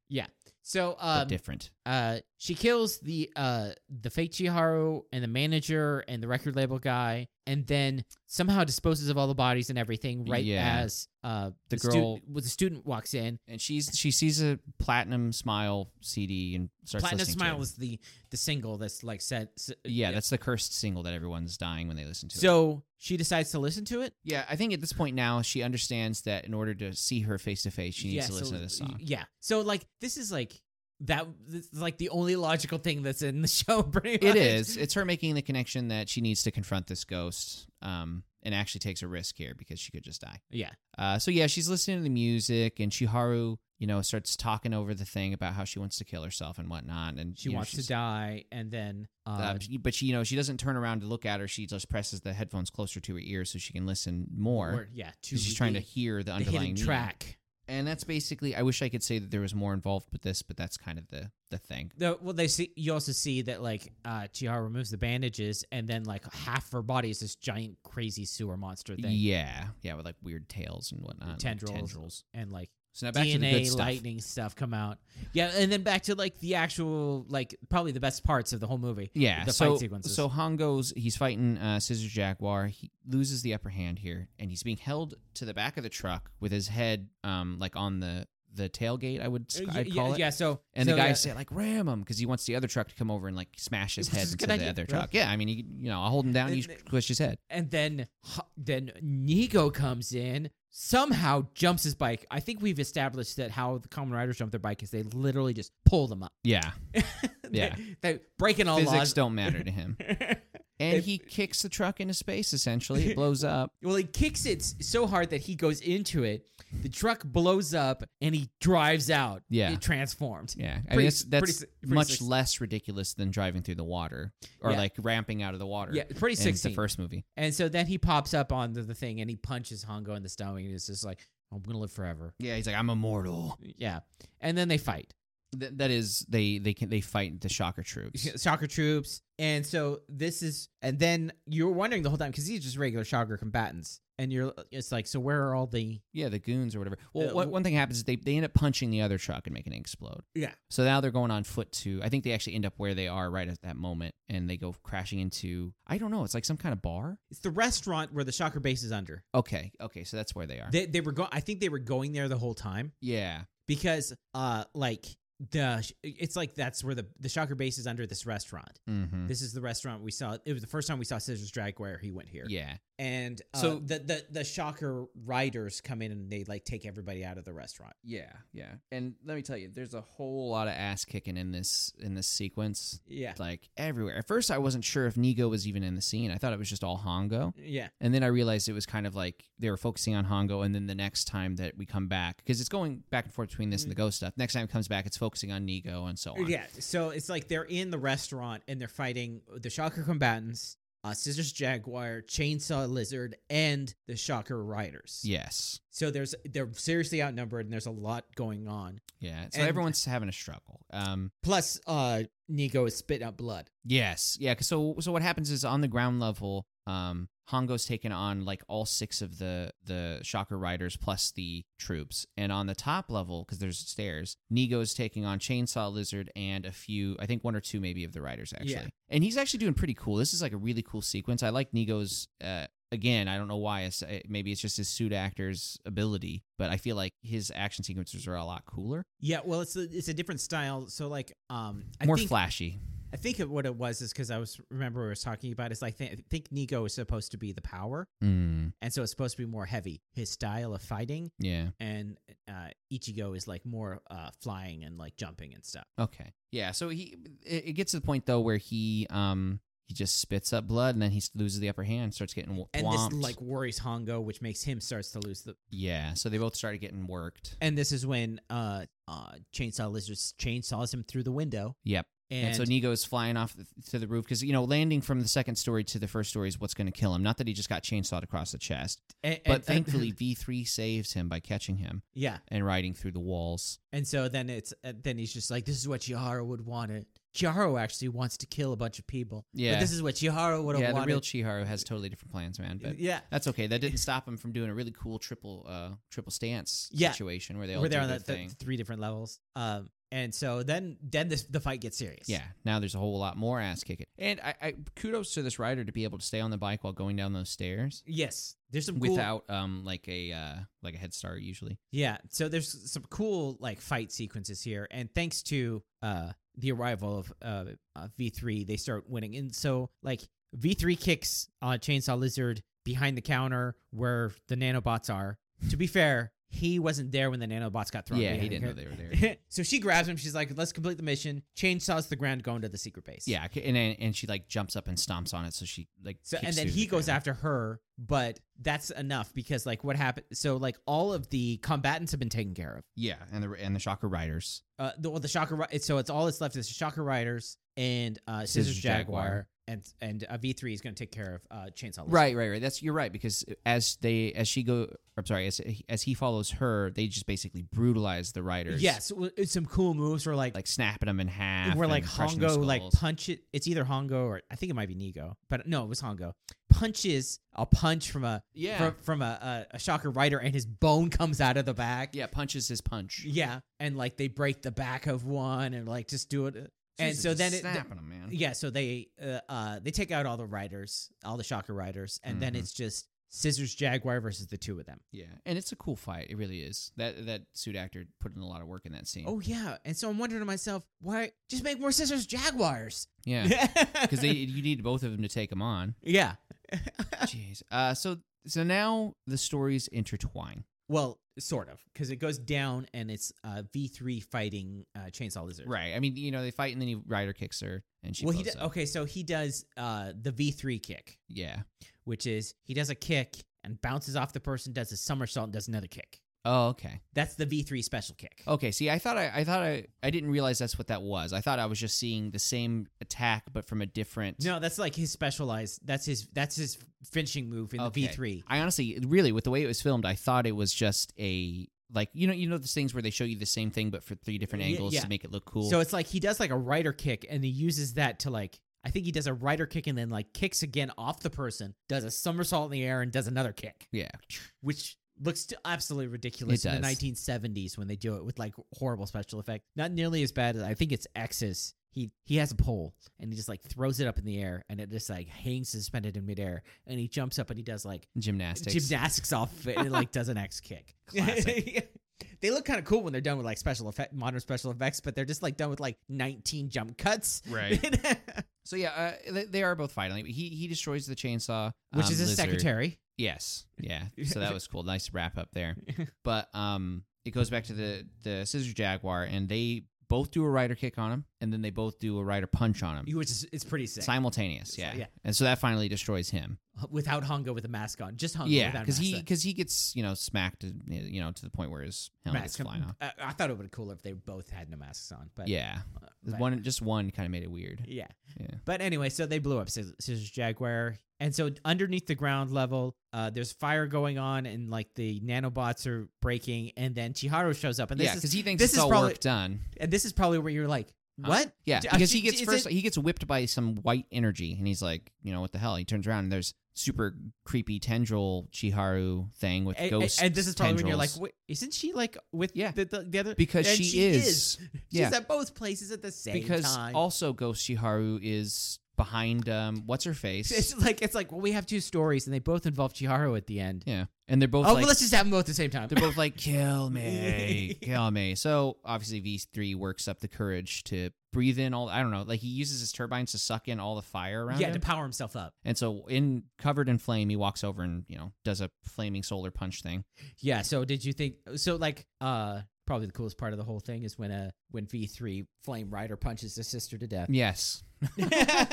S1: so
S2: but
S1: um,
S2: different.
S1: uh, she kills the uh the fake Chiharu and the manager and the record label guy, and then somehow disposes of all the bodies and everything right
S2: Yeah.
S1: as uh
S2: The
S1: stu-
S2: girl-
S1: well, the student walks in.
S2: and she's she sees a platinum smile CD and starts
S1: Platinum
S2: listening
S1: Smile
S2: To it.
S1: is the the single that's like set. s-
S2: Yeah, that's the cursed single that everyone's dying when they listen to it.
S1: So she decides to listen to it.
S2: yeah, I think at this point now she understands that in order to see her face to face, she needs
S1: Yeah,
S2: to listen
S1: so-
S2: to this song.
S1: y- Yeah. So like this is like that. This is like the only logical thing that's in the show. Pretty much.
S2: It is. It's her making the connection that she needs to confront this ghost, um, and actually takes a risk here because she could just die.
S1: Yeah.
S2: Uh, so yeah, she's listening to the music, and Shiharu, you know, starts talking over the thing about how she wants to kill herself and whatnot, and
S1: She
S2: you know,
S1: wants to
S2: she's-
S1: die, and then uh,
S2: Um, she- but she, you know, she doesn't turn around to look at her. She just presses the headphones closer to her ear so she can listen more.
S1: or- yeah, to
S2: 'cause she's trying to
S1: the-
S2: hear the
S1: the hidden
S2: underlying meaning.
S1: track.
S2: And that's basically. I wish I could say that there was more involved with this, but that's kind of the the thing.
S1: The, well, they see you also see that like uh, Chiharu removes the bandages, and then like half her body is this giant crazy sewer monster thing,
S2: Yeah, yeah, with like weird tails and whatnot, like
S1: Tendrils.
S2: tendrils.
S1: and like
S2: So now back to the good
S1: DNA
S2: stuff.
S1: lightning stuff come out. Yeah, and then back to like the actual like probably the best parts of the whole movie.
S2: Yeah,
S1: the
S2: so,
S1: fight sequences.
S2: So Hongo's he's fighting uh, Scissor Jaguar. He loses the upper hand here, and he's being held to the back of the truck with his head um like on the the tailgate. I would
S1: Uh,
S2: sc-
S1: y-
S2: I'd
S1: yeah,
S2: call it.
S1: yeah, so
S2: And
S1: so,
S2: the guy
S1: yeah.
S2: said like ram him because he wants the other truck to come over and like smash his
S1: Which
S2: head
S1: is a
S2: into
S1: good
S2: the
S1: idea,
S2: other
S1: right?
S2: truck. Yeah, I mean, you, you know, I'll hold him down.
S1: And
S2: You
S1: they-
S2: squish his head.
S1: and then H- then Nigo comes in, somehow jumps his bike. I think we've established that how the common riders jump their bike is they literally just pull them up.
S2: Yeah, Yeah.
S1: they, they breaking all
S2: physics
S1: laws.
S2: don't matter to him. And he kicks the truck into space. Essentially, it blows up.
S1: well, he kicks it s- so hard that he goes into it. The truck blows up and he drives out.
S2: Yeah.
S1: it transformed.
S2: Yeah, I
S1: Pretty
S2: mean
S1: s-
S2: that's, that's
S1: pretty s- pretty
S2: much
S1: sick.
S2: less ridiculous than driving through the water or
S1: Yeah.
S2: like ramping out of the water.
S1: Yeah, it's pretty
S2: in
S1: sick.
S2: the
S1: scene.
S2: first movie.
S1: And so then he pops up on the, the thing and he punches Hongo in the stomach and it's just like, I'm gonna live forever.
S2: Yeah, he's like I'm immortal.
S1: Yeah. And then they fight.
S2: Th- that is they they can they fight the shocker troops.
S1: Shocker troops. And so this is and then you're wondering the whole time because these are just regular shocker combatants. And you're it's like, so where are all the
S2: Yeah, the goons or whatever. Well,
S1: Uh,
S2: one-
S1: w-
S2: one thing happens is they, they end up punching the other truck and making it explode.
S1: Yeah.
S2: So now they're going on foot to. I think they actually end up where they are right at that moment, and they go crashing into. I don't know. It's like some kind of bar.
S1: it's the restaurant where the shocker base is under.
S2: Okay. Okay. So that's where they are.
S1: They they were going I think they were going there the whole time
S2: yeah.
S1: because uh like the sh- it's like that's where the the shocker base is under this restaurant.
S2: Mm-hmm.
S1: This is the restaurant we saw. It was the first time we saw Scissors Drag where he went here.
S2: Yeah.
S1: and uh,
S2: So-
S1: so the, the the shocker riders come in and they like take everybody out of the restaurant
S2: Yeah. Yeah. And let me tell you, there's a whole lot of ass kicking in this in this sequence.
S1: yeah
S2: Like everywhere. At first, I wasn't sure if Nigo was even in the scene. I thought it was just all Hongo.
S1: yeah
S2: And then I realized it was kind of like they were focusing on Hongo, and then the next time that we come back, because it's going back and forth between this and the ghost stuff. Next time it comes back, it's focusing on Nigo and so on.
S1: yeah so it's like they're in the restaurant and they're fighting the shocker combatants uh, scissors jaguar chainsaw lizard and the shocker riders
S2: Yes.
S1: so there's they're seriously outnumbered and there's a lot going on
S2: Yeah. So
S1: And-
S2: everyone's having a struggle. Um.
S1: plus uh nigo is spitting out blood
S2: Yes. Yeah. 'cause So so what happens is on the ground level, um, Hongo's taken on like all six of the the Shocker Riders plus the troops, and on the top level because there's stairs, Nigo's taking on Chainsaw Lizard and a few, I think one or two maybe of the riders actually.
S1: Yeah.
S2: And he's actually doing pretty cool. This is like a really cool sequence. I like Nigo's. Uh, Again, I don't know why. It's, uh, maybe it's just his suit actor's ability, but I feel like his action sequences are a lot cooler,
S1: yeah well it's a, it's a different style so like um I
S2: more
S1: think,
S2: flashy.
S1: I think of what it was is because I was remember what I was talking about is like I think Nigo is supposed to be the power
S2: Mm,
S1: and so it's supposed to be more heavy. His style of fighting
S2: yeah.
S1: and uh, Ichigo is like more uh, flying and like jumping and stuff.
S2: Okay. Yeah. So he it, it gets to the point though where he um he just spits up blood and then he s- loses the upper hand, starts getting wo-
S1: And
S2: whomped.
S1: this like worries Hongo, which makes him starts to lose the.
S2: yeah. So they both started getting worked.
S1: And this is when uh, uh, Chainsaw Lizard chainsaws him through the window.
S2: Yep. And,
S1: And,
S2: so Nigo is flying off th- to the roof because you know landing from the second story to the first story is what's going to kill him. Not that he just got chainsawed across the chest,
S1: and-
S2: but
S1: and- uh,
S2: thankfully V three saves him by catching him
S1: yeah.
S2: and riding through the walls.
S1: And so then it's uh, then he's just like, this is what Chihara would want it. Chihara actually wants to kill a bunch of people.
S2: Yeah.
S1: But this is what Chihara would have
S2: yeah, the
S1: wanted. Uh,
S2: real Chiharu has totally different plans, man. But
S1: yeah.
S2: that's okay. That didn't stop him from doing a really cool triple uh triple stance
S1: Yeah.
S2: situation where they all
S1: We're
S2: do
S1: there on
S2: their
S1: that th-
S2: thing.
S1: three different levels. Um, and so then then this, the fight gets serious.
S2: Yeah, now there's a whole lot more ass kicking. And I, I kudos to this rider to be able to stay on the bike while going down those stairs
S1: Yes. There's some cool-
S2: without um like a uh like a head start usually.
S1: yeah. So there's some cool like fight sequences here, and thanks to uh the arrival of uh, uh V3, they start winning. And so like V3 kicks uh Chainsaw Lizard behind the counter where the nanobots are. To be fair, he wasn't there when the nanobots got thrown.
S2: yeah, he
S1: behind
S2: didn't know
S1: her.
S2: they were there.
S1: so she grabs him. She's like, "Let's complete the mission." Chainsaws the ground, going to the secret base.
S2: yeah, c- and and and she like jumps up and stomps on it, so she like.
S1: So and
S2: kicks
S1: then
S2: through
S1: he
S2: the
S1: goes
S2: ground.
S1: after her, but that's enough because like what happened? So like all of the combatants have been taken care of.
S2: Yeah, and the and the shocker riders.
S1: Uh, the, well, the shocker. Ri- It's so it's all that's left is shocker riders and uh, scissors,
S2: Scissors
S1: jaguar,
S2: Jaguar.
S1: and and uh, V three is going to take care of uh, chainsaw. Lizard.
S2: Right, right, right. That's you're right because as they as she go, I'm sorry, as as he follows her, they just basically brutalize the riders.
S1: Yes, w- it's some cool moves where like.
S2: like snapping them in half.
S1: where
S2: and
S1: like
S2: crushing their
S1: Hongo like
S2: skulls.
S1: punch it. It's either Hongo or I think it might be Nigo, but no, it was Hongo. Punches a punch from a
S2: yeah,
S1: from, from a, a a shocker rider, and his bone comes out of the back.
S2: yeah, punches his punch.
S1: Yeah, and like they break the back of one and like just do it. and
S2: Jesus,
S1: so
S2: just
S1: then it,
S2: snapping them,
S1: Mm-hmm.
S2: man.
S1: yeah, so they uh, uh they take out all the riders, all the shocker riders, and then
S2: Mhm.
S1: it's just Scissors Jaguar versus the two of them.
S2: Yeah, and it's a cool fight. It really is. That that suit actor put in a lot of work in that scene.
S1: Oh yeah, and so I'm wondering to myself, why just make more Scissors Jaguars?
S2: yeah, because they you need both of them to take them on.
S1: yeah.
S2: Jeez. Uh, so so now the stories intertwine.
S1: Well, sort of, because it goes down and it's uh, V3 fighting uh, Chainsaw Lizard.
S2: Right. I mean, you know, they fight and then he rider kicks her and she.
S1: well, he
S2: blows
S1: do-
S2: up.
S1: okay, so he does uh, the V3 kick,
S2: Yeah.
S1: which is he does a kick and bounces off the person, does a somersault, and does another kick.
S2: Oh, okay.
S1: That's the V3 special kick.
S2: Okay. See, I thought I, I thought I, I didn't realize that's what that was. I thought I was just seeing the same attack, but from a different.
S1: No, that's like his specialized. That's his. That's his finishing move in
S2: Okay.
S1: the V three.
S2: I honestly, really, with the way it was filmed, I thought it was just a like you know you know those things where they show you the same thing but for three different
S1: Yeah,
S2: angles
S1: yeah.
S2: to make it look cool.
S1: So it's like he does like a rider kick, and he uses that to like. I think he does a rider kick and then like kicks again off the person, does a somersault in the air, and does another kick,
S2: yeah.
S1: which looks t- absolutely ridiculous
S2: It
S1: in the
S2: does.
S1: 1970s when they do it with like horrible special effect. Not nearly as bad as I think it's X's. He he has a pole and he just like throws it up in the air and it just like hangs suspended in midair and he jumps up and he does like
S2: Gymnastics.
S1: gymnastics off of it and it, like does an X kick.
S2: Classic.
S1: they look kind of cool when they're done with like special effect, modern special effects, but they're just like done with like 19 jump cuts.
S2: Right. so yeah, uh, they, they are both fighting. Like, he he destroys the chainsaw,
S1: Which
S2: um,
S1: is his
S2: lizard.
S1: secretary.
S2: Yes. Yeah. So that was cool. Nice wrap up there. But um, it goes back to the the scissor jaguar, and they both do a rider kick on him, and then they both do a rider punch on him,
S1: Which is it's pretty sick.
S2: simultaneous. Yeah.
S1: yeah.
S2: And so that finally destroys him.
S1: without Hongo with a mask on. Just Hongo
S2: yeah,
S1: without
S2: because he
S1: mask.
S2: because he gets you know smacked, uh, you know, to the point where his helmet
S1: mask.
S2: gets flying off.
S1: Uh, I thought it would be cooler if they both had no masks on. But
S2: Yeah,
S1: uh, but-
S2: one just one kind of made it weird.
S1: Yeah.
S2: Yeah.
S1: But anyway, so they blew up Scis- Scissors Jaguar. And so underneath the ground level, uh, there's fire going on, and like the nanobots are breaking, and then Chiharu shows up, and this
S2: Yeah,
S1: is
S2: because he thinks
S1: this
S2: it's
S1: is
S2: all
S1: probably-
S2: work done.
S1: And this is probably where you're like,
S2: Huh?
S1: what?
S2: Yeah,
S1: J-
S2: because
S1: uh,
S2: he
S1: j-
S2: gets
S1: is
S2: first
S1: it-
S2: he gets whipped by some white energy, and he's like, you know, what the hell? He turns around and there's super creepy tendril Chiharu thing with
S1: And, and-
S2: ghosts.
S1: and this is probably when you're like,
S2: tendrils.
S1: "Wait, isn't she like with
S2: Yeah.
S1: the, the, the other?
S2: because
S1: and
S2: she,
S1: is.
S2: is,
S1: She's
S2: yeah,
S1: at both places at the same
S2: because
S1: time.
S2: also Ghost Chiharu is behind um what's her face?
S1: it's like it's like well, we have two stories, and they both involve Chiharu at the end.
S2: yeah, and they're both
S1: Oh,
S2: like,
S1: well, let's just have them both at the same time.
S2: They're both like, kill me, kill me. So obviously, V3 works up the courage to breathe in all, I don't know, like he uses his turbines to suck in all the fire around
S1: yeah, to
S2: him.
S1: power himself up.
S2: and so, in covered in flame, he walks over and, you know, does a flaming solar punch thing.
S1: Yeah. So did you think? So like, uh, probably the coolest part of the whole thing is when uh when V three Flame Rider punches his sister to death.
S2: Yes.
S1: and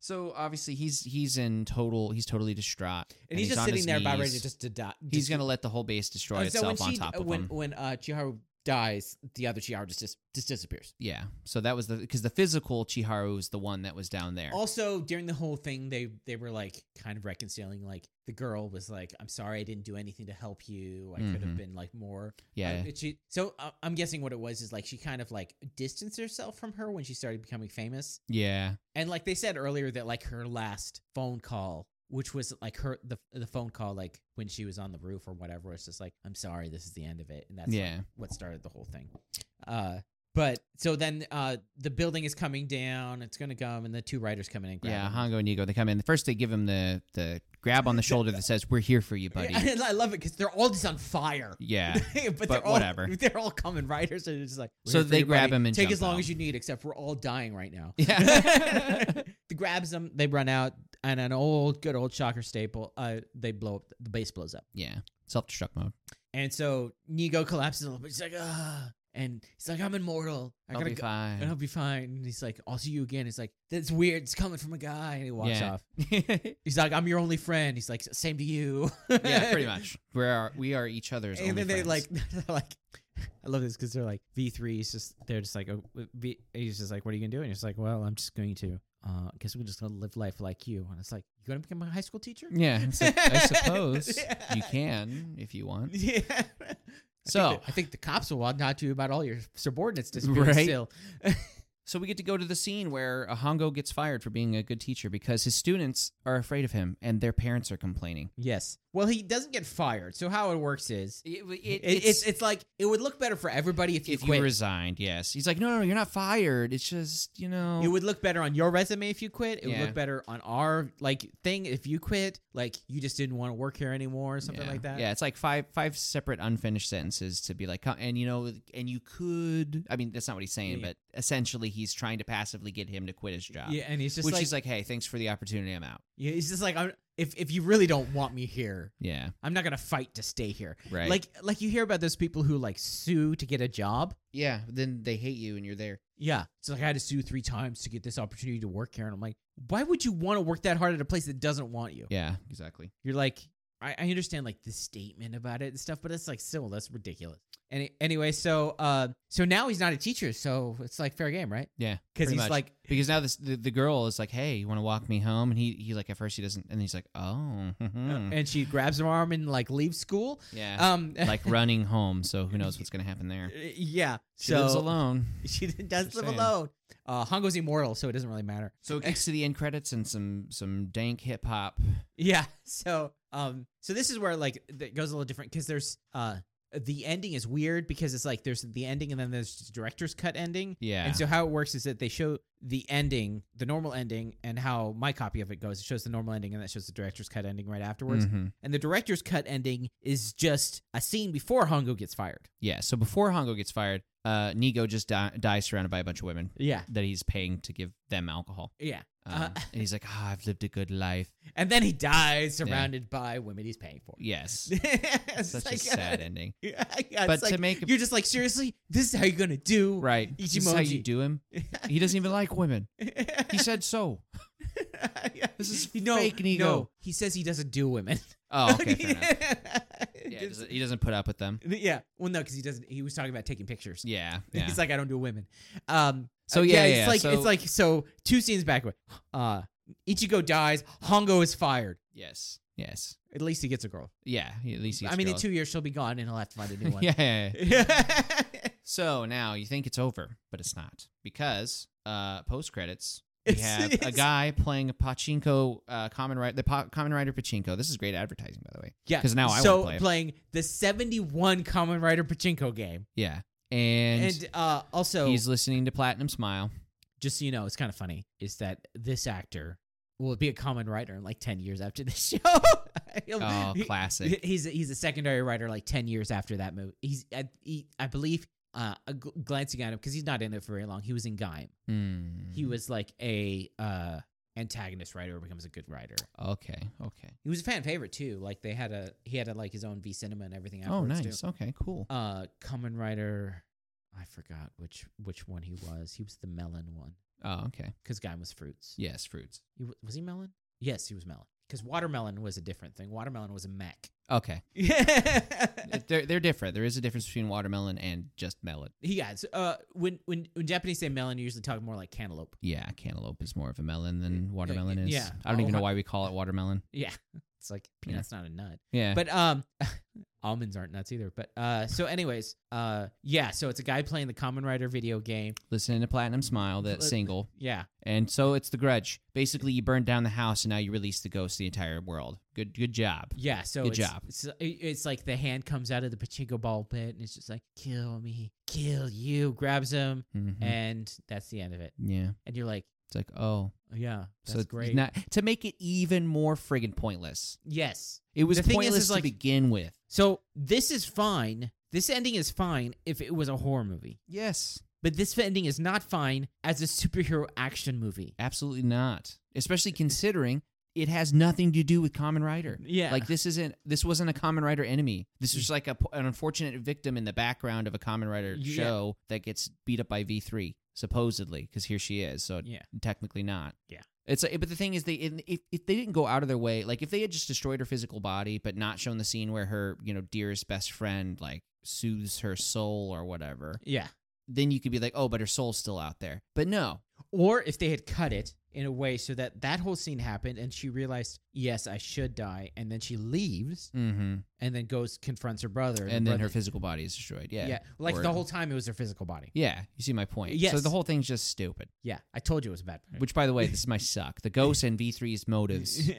S2: So obviously, he's he's in total, he's totally distraught.
S1: he's, just
S2: on
S1: sitting
S2: his
S1: there about ready
S2: knees.
S1: to just to die.
S2: He's
S1: just-
S2: going to let the whole base destroy
S1: Oh,
S2: itself on
S1: she-
S2: top of
S1: when,
S2: him.
S1: When uh, Chiharu dies, the other Chiharu just, just, just disappears.
S2: Yeah. So that was the, because the physical Chiharu is the one that was down there.
S1: Also, during the whole thing, they they were like kind of reconciling. Like the girl was like, "I'm sorry, I didn't do anything to help you. I could have
S2: Mhm.
S1: been like more."
S2: yeah.
S1: Uh, she, so uh, I'm guessing what it was is like she kind of like distanced herself from her when she started becoming famous.
S2: yeah.
S1: And like they said earlier, that like her last phone call, which was like her the the phone call like when she was on the roof or whatever, it's just like, "I'm sorry, this is the end of it," and that's like,
S2: Yeah.
S1: what started the whole thing. Uh, but so then uh, the building is coming down. It's gonna come, and the two riders come in and grab.
S2: Yeah,
S1: him.
S2: Hongo and Nigo, they come in. First, they give him the the grab on the shoulder that says, "We're here for you, buddy."
S1: Yeah, and I love it because they're all just on fire.
S2: Yeah,
S1: but,
S2: but
S1: they're all,
S2: whatever.
S1: They're all common riders, and it's just like "We're
S2: So
S1: here for
S2: they
S1: you,
S2: grab
S1: buddy.
S2: him and
S1: take
S2: jump
S1: as long
S2: out."
S1: as you need, except we're all dying right now.
S2: Yeah.
S1: they grabs them, they run out, and an old good old shocker staple. Uh, they blow up. The base blows up.
S2: yeah. Self destruct mode.
S1: And so Nigo collapses a little bit. He's like, ah, and he's like, I'm immortal. I
S2: I'll
S1: gotta
S2: be
S1: go-
S2: fine.
S1: and he'll be fine. And he's like, I'll see you again. It's like, that's weird. It's coming from a guy. And he walks
S2: Yeah.
S1: off. He's like, I'm your only friend. He's like, same to you.
S2: yeah, pretty much. We are we are each other's.
S1: and
S2: only
S1: then they
S2: friends.
S1: like, they're like, I love this because they're like, V3 is just, they're just like, oh, v, he's just like, what are you going to do? And he's like, well, I'm just going to, uh, I guess we're just going to live life like you. And it's like, you going to become a high school teacher?
S2: yeah. it's like, I suppose
S1: Yeah.
S2: you can if you want.
S1: Yeah.
S2: So-
S1: I think, the, I think the cops will want to talk to you about all your subordinates disappearing
S2: Right?
S1: still.
S2: So we get to go to the scene where a Hongo gets fired for being a good teacher because his students are afraid of him and their parents are complaining.
S1: Yes. Well, he doesn't get fired. So how it works is
S2: It,
S1: it, it's, it's like it would look better for everybody if you
S2: if
S1: quit.
S2: you resigned, yes. He's like, no, no, no, you're not fired. It's just you know.
S1: it would look better on your resume if you quit. It
S2: Yeah.
S1: would look better on our like thing if you quit. Like you just didn't want to work here anymore or something
S2: Yeah.
S1: like that.
S2: Yeah, it's like five five separate unfinished sentences to be like, "Huh," and you know, and you could. I mean, that's not what he's saying,
S1: Yeah.
S2: but essentially, he's trying to passively get him to quit his job.
S1: Yeah, and he's just
S2: which
S1: like,
S2: is like, hey, thanks for the opportunity. I'm out.
S1: yeah, he's just like, I'm, if if you really don't want me here,
S2: Yeah,
S1: I'm not gonna fight to stay here.
S2: right.
S1: Like like you hear about those people who like sue to get a job.
S2: yeah, then they hate you and you're there.
S1: Yeah, it's like I had to sue three times to get this opportunity to work here, and I'm like, why would you want to work that hard at a place that doesn't want you?
S2: Yeah, exactly.
S1: You're like, I, I understand like the statement about it and stuff, but it's like still that's ridiculous. Any, anyway, so uh, so now he's not a teacher, so it's like fair game, right?
S2: Yeah,
S1: Because
S2: Pretty
S1: he's
S2: much.
S1: like,
S2: because now this the, the girl is like, hey, you want to walk me home? And he he like at first he doesn't, and he's like, oh, mhm."
S1: and she grabs her arm and like leaves school.
S2: yeah,
S1: Um,
S2: like running home. So who knows what's gonna happen there?
S1: yeah,
S2: She
S1: so
S2: lives alone.
S1: She does
S2: Just
S1: live
S2: saying.
S1: alone. Uh, Hongo's immortal, so it doesn't really matter.
S2: So it gets to the end credits and some some dank hip hop.
S1: Yeah. So, um, so this is where like it goes a little different because there's uh the ending is weird because it's like there's the ending and then there's the director's cut ending.
S2: Yeah.
S1: And so how it works is that they show the ending, the normal ending, and how my copy of it goes. It shows the normal ending and that shows the director's cut ending right afterwards.
S2: Mhm.
S1: And the director's cut ending is just a scene before Hongo gets fired.
S2: Yeah. So before Hongo gets fired, uh, Nigo just di- dies surrounded by a bunch of women
S1: Yeah.
S2: that he's paying to give them alcohol.
S1: Yeah.
S2: Um,
S1: Uh,
S2: and he's like, "Ah, I've lived a good life.
S1: And then he dies surrounded by women he's paying for.
S2: Yes.
S1: It's
S2: Such a
S1: like-
S2: sad ending.
S1: Yeah, yeah,
S2: But
S1: it's like,
S2: to make
S1: you're just like seriously, this is how you're gonna do.
S2: right, this is how you
S1: Ichimoji.
S2: do him. He doesn't even like women. He said so.
S1: this
S2: is
S1: no,
S2: fake Nego.
S1: No, he says he doesn't do women.
S2: Oh, okay. Fair enough. Yeah, he
S1: Just-
S2: doesn't, he doesn't put up with them.
S1: yeah. Well, no, because he doesn't. He was talking about taking pictures.
S2: Yeah. Yeah.
S1: He's like, I don't do women. Um.
S2: So,
S1: uh,
S2: yeah,
S1: it's
S2: yeah,
S1: like
S2: so-
S1: it's like so. Two scenes backward. Uh, Ichigo dies. Hongo is fired.
S2: yes. Yes.
S1: At least he gets a girl.
S2: Yeah. he- At least he's.
S1: I mean, in
S2: girl.
S1: two years she'll be gone, and he'll have to find a new one.
S2: yeah, yeah. yeah.
S1: yeah.
S2: So now you think it's over, but it's not because uh, post credits we have a guy playing a pachinko uh, common rider, the po- common rider pachinko. This is great advertising, by the way.
S1: Yeah,
S2: 'Cause now I
S1: so
S2: wanna play it.
S1: playing the seventy-one Common Rider Pachinko game,
S2: Yeah, and,
S1: and, uh, also
S2: he's listening to Platinum Smile.
S1: just so you know, it's kind of funny is that this actor will be a Common Rider in like ten years after this show. He'll-
S2: Oh,
S1: he-
S2: classic.
S1: He's he's a secondary writer like ten years after that movie. He's I, he, I believe uh, a gl- glancing at him because he's not in it for very long. He was in Gaim.
S2: Hmm.
S1: He was like a uh, antagonist writer who becomes a good writer.
S2: okay, okay.
S1: He was a fan favorite too. Like they had a he had a, like his own V Cinema and everything.
S2: Oh,
S1: afterwards, too.
S2: nice. Okay, cool.
S1: uh Kamen Rider I forgot which which one he was. He was the melon one
S2: Oh, okay.
S1: cuz guy was fruits.
S2: Yes, fruits.
S1: He wa- was he melon? Yes, he was melon. Cuz watermelon was a different thing. Watermelon was a mech.
S2: Okay,
S1: yeah.
S2: they're they're different. There is a difference between watermelon and just melon.
S1: Yeah, it's, uh when when when Japanese say melon, you usually talk more like cantaloupe.
S2: Yeah, cantaloupe is more of a melon than watermelon
S1: yeah,
S2: is.
S1: yeah.
S2: I don't even
S1: Oh,
S2: know why we call it watermelon.
S1: Yeah. It's like
S2: Yeah.
S1: peanuts not a nut.
S2: Yeah,
S1: But um almonds aren't nuts either. But uh so anyways, uh yeah, so it's a guy playing the Common Rider video game.
S2: listening to Platinum Smile, that
S1: Pla-
S2: single.
S1: Yeah.
S2: And so it's the grudge. Basically, you burned down the house, and now you release the ghost to the entire world. Good, good job.
S1: Yeah, so
S2: Good
S1: it's,
S2: job.
S1: It's, it- it's like the hand comes out of the pachinko ball pit, and it's just like, "Kill me, kill you!" Grabs him,
S2: Mhm.
S1: and that's the end of it.
S2: yeah,
S1: And you're like,
S2: it's like oh,
S1: "Yeah, that's
S2: so it's
S1: great."
S2: Not, to make it even more friggin' pointless.
S1: yes.
S2: It was
S1: The thing is,
S2: pointless
S1: is
S2: to
S1: like-
S2: begin with.
S1: So this is fine. This ending is fine if it was a horror movie,
S2: Yes,
S1: but this ending is not fine as a superhero action movie.
S2: absolutely not. Especially considering it has nothing to do with Common Rider.
S1: Yeah, Mm.
S2: Like this isn't this wasn't a Common Rider enemy. This was like a, po- an unfortunate victim in the background of a Common Rider
S1: Yeah.
S2: show that gets beat up by V three supposedly because here she is. So
S1: yeah,
S2: technically not.
S1: Yeah.
S2: It's like, but the thing is, they in- if if they didn't go out of their way, like if they had just destroyed her physical body, but not shown the scene where her you know dearest best friend like soothes her soul or whatever,
S1: yeah.
S2: then you could be like, oh, but her soul's still out there. But no,
S1: Or if they had cut it in a way so that that whole scene happened and she realized, yes, I should die. And then she leaves
S2: Mm-hmm.
S1: and then goes confronts her brother.
S2: And then her
S1: brother-
S2: physical body is destroyed. Yeah.
S1: yeah, like
S2: Or-
S1: the whole time it was her physical body.
S2: Yeah, you see my point. So
S1: Yes.
S2: the whole thing's just stupid.
S1: Yeah, I told you it was a bad. part.
S2: Which, by the way, this is my suck. The ghost and V3's motives,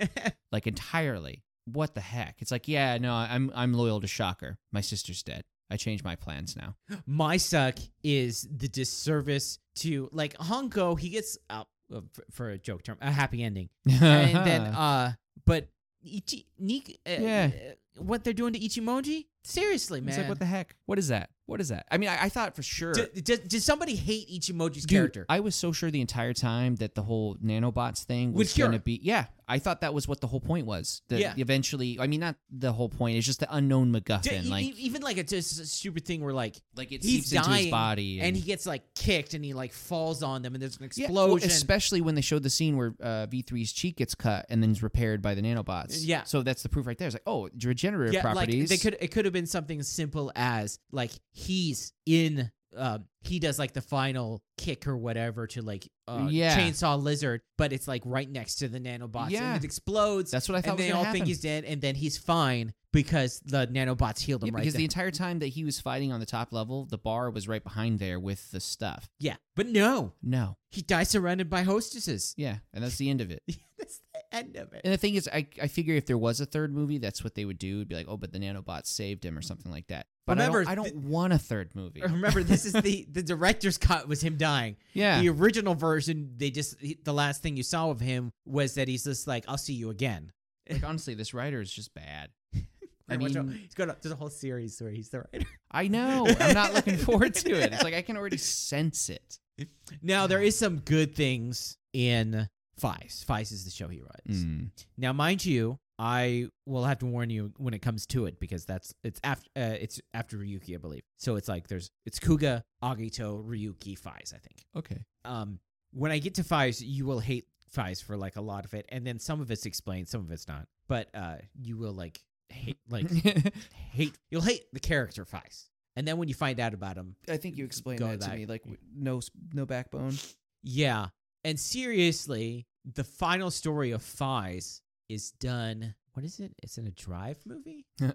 S2: like entirely. What the heck? It's like, yeah, no, I'm I'm loyal to Shocker. My sister's dead. I changed my plans now.
S1: My suck is the disservice to like Honko. He gets uh, uh, f- for a joke term a happy ending,
S2: Uh-huh.
S1: and then uh, but Ichi Nik, uh,
S2: Yeah.
S1: uh, what they're doing to Ichimoji? Seriously, man.
S2: it's like, what the heck? What is that? What is that? I mean, I, I thought for sure.
S1: D- does, does somebody hate Ichimoji's
S2: Dude,
S1: character?
S2: I was so sure the entire time that the whole nanobots thing
S1: Would
S2: was
S1: cure
S2: going to
S1: it.
S2: be. Yeah, I thought that was what the whole point was. That
S1: Yeah.
S2: Eventually, I mean, not the whole point. It's just the unknown
S1: D-
S2: MacGuffin.
S1: e-
S2: like,
S1: e- even like it's just a stupid thing where like
S2: like it
S1: he's
S2: seeps into his
S1: dying,
S2: body,
S1: and he gets like kicked and he like falls on them and there's an
S2: Yeah,
S1: explosion.
S2: well, especially when they showed the scene where uh, V3's cheek gets cut and then is repaired by the nanobots.
S1: Yeah.
S2: So that's the proof right there. It's like, oh, regenerative
S1: Like
S2: properties.
S1: they could it could have been something as simple as like he's in um he does like the final kick or whatever to like uh
S2: Yeah.
S1: chainsaw lizard, but it's like right next to the nanobots
S2: Yeah.
S1: and it explodes.
S2: That's what I thought
S1: and
S2: was
S1: they
S2: gonna
S1: all
S2: happen.
S1: think he's dead and then he's fine because the nanobots healed him
S2: Yeah,
S1: right
S2: because
S1: then.
S2: the entire time that he was fighting on the top level, the bar was right behind there with the stuff.
S1: yeah. But no.
S2: No.
S1: He dies surrounded by hostesses.
S2: Yeah. And that's the end of it.
S1: That's the end of it.
S2: And the thing is, I, I figure if there was a third movie, that's what they would do. It'd be like, oh, but the nanobots saved him or something like that. But
S1: Remember,
S2: I don't, I
S1: th-
S2: don't want a third movie.
S1: Remember, this is the the director's cut was him dying.
S2: yeah.
S1: The original version, they just he- the last thing you saw of him was that he's just like, "I'll see you again."
S2: like, honestly, this writer is just bad. I
S1: Like, watch out.
S2: mean,
S1: he's got a, there's a whole series where he's the writer.
S2: I know. I'm not looking forward to it. It's like I can already sense it.
S1: Now there is some good things in Fies. Fies is the show he runs. Now, mind you, I will have to warn you when it comes to it because that's it's after uh, it's after Ryuki, I believe. So it's like there's it's Kuga, Agito, Ryuki, Fies, I think.
S2: Okay.
S1: um when I get to Fives, you will hate Fives for like a lot of it, and then some of it's explained, some of it's not. But uh you will like hate like hate you'll hate the character Fives. And then when you find out about him,
S2: I think you explained
S1: Go
S2: that to
S1: back.
S2: me. Like w- no, s- no backbone.
S1: yeah. And seriously, the final story of Fives is done what is it? It's in a drive movie?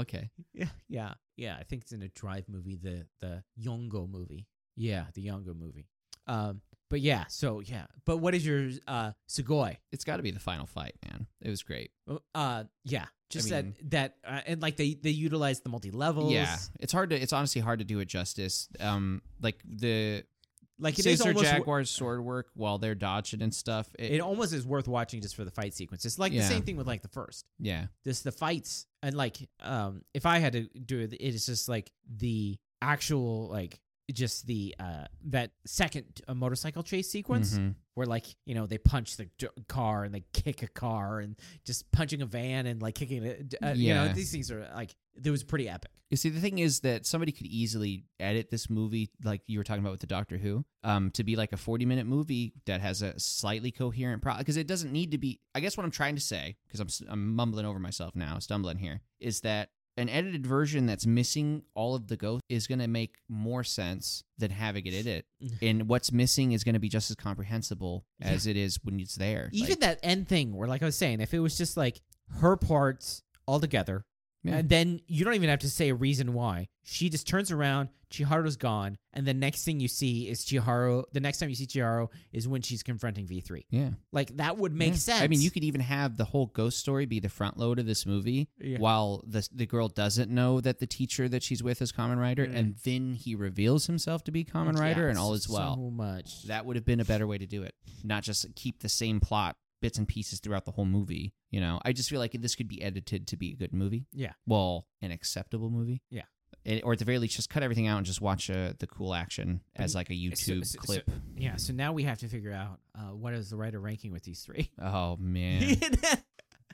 S2: okay.
S1: Yeah. Yeah. Yeah. I think it's in a drive movie, the the Yongo movie. Yeah, the Yongo movie. Um but yeah, so yeah. But what is your uh Sugoi?
S2: It's got to be the final fight, man. It was great.
S1: Uh, yeah, just
S2: mean-
S1: that that uh, and like they they utilize the multi levels.
S2: Yeah, it's hard to. It's honestly hard to do it justice. Um, like the
S1: like it is
S2: Caesar
S1: almost
S2: Jaguar's sword work while they're dodging and stuff. It,
S1: it almost is worth watching just for the fight sequence. It's like
S2: Yeah.
S1: the same thing with like the first,
S2: yeah,
S1: just the fights and like um, if I had to do it, it is just like the actual like just the uh that second uh, motorcycle chase sequence
S2: Mhm.
S1: where like you know they punch the j- car and they kick a car and just punching a van and like kicking it uh, you know
S2: Yeah.
S1: these things are like it was pretty epic
S2: You see, the thing is that somebody could easily edit this movie, like you were talking about with the Doctor Who, um, to be like a forty-minute movie that has a slightly coherent plot because it doesn't need to be. I guess what I'm trying to say, because I'm s- I'm mumbling over myself now, stumbling here, is that an edited version that's missing all of the ghost is going to make more sense than having it edit,
S1: Mm-hmm.
S2: and what's missing is going to be just as comprehensible as it is when it's there.
S1: even
S2: Like,
S1: that end thing where like i was saying if it was just like her parts all together
S2: Yeah.
S1: and then you don't even have to say a reason why she just turns around chiharu's gone and the next thing you see is chiharu the next time you see chiharu is when she's confronting v3
S2: yeah.
S1: like that would make
S2: Yeah.
S1: sense
S2: I mean, you could even have the whole ghost story be the front load of this movie,
S1: Yeah.
S2: while the the girl doesn't know that the teacher that she's with is Common Rider,
S1: Mm.
S2: and then he reveals himself to be Common
S1: Yeah,
S2: Rider, and all is
S1: so
S2: well.
S1: much
S2: That would have been a better way to do it, not just keep the same plot bits and pieces throughout the whole movie. You know, I just feel like this could be edited to be a good movie.
S1: Yeah.
S2: well, an acceptable movie.
S1: Yeah.
S2: It, or at the very least, just cut everything out and just watch uh, the cool action
S1: But
S2: as like a YouTube
S1: Mm-hmm. so- so-
S2: clip.
S1: yeah so now we have to figure out uh, what is the writer ranking with these three
S2: oh man.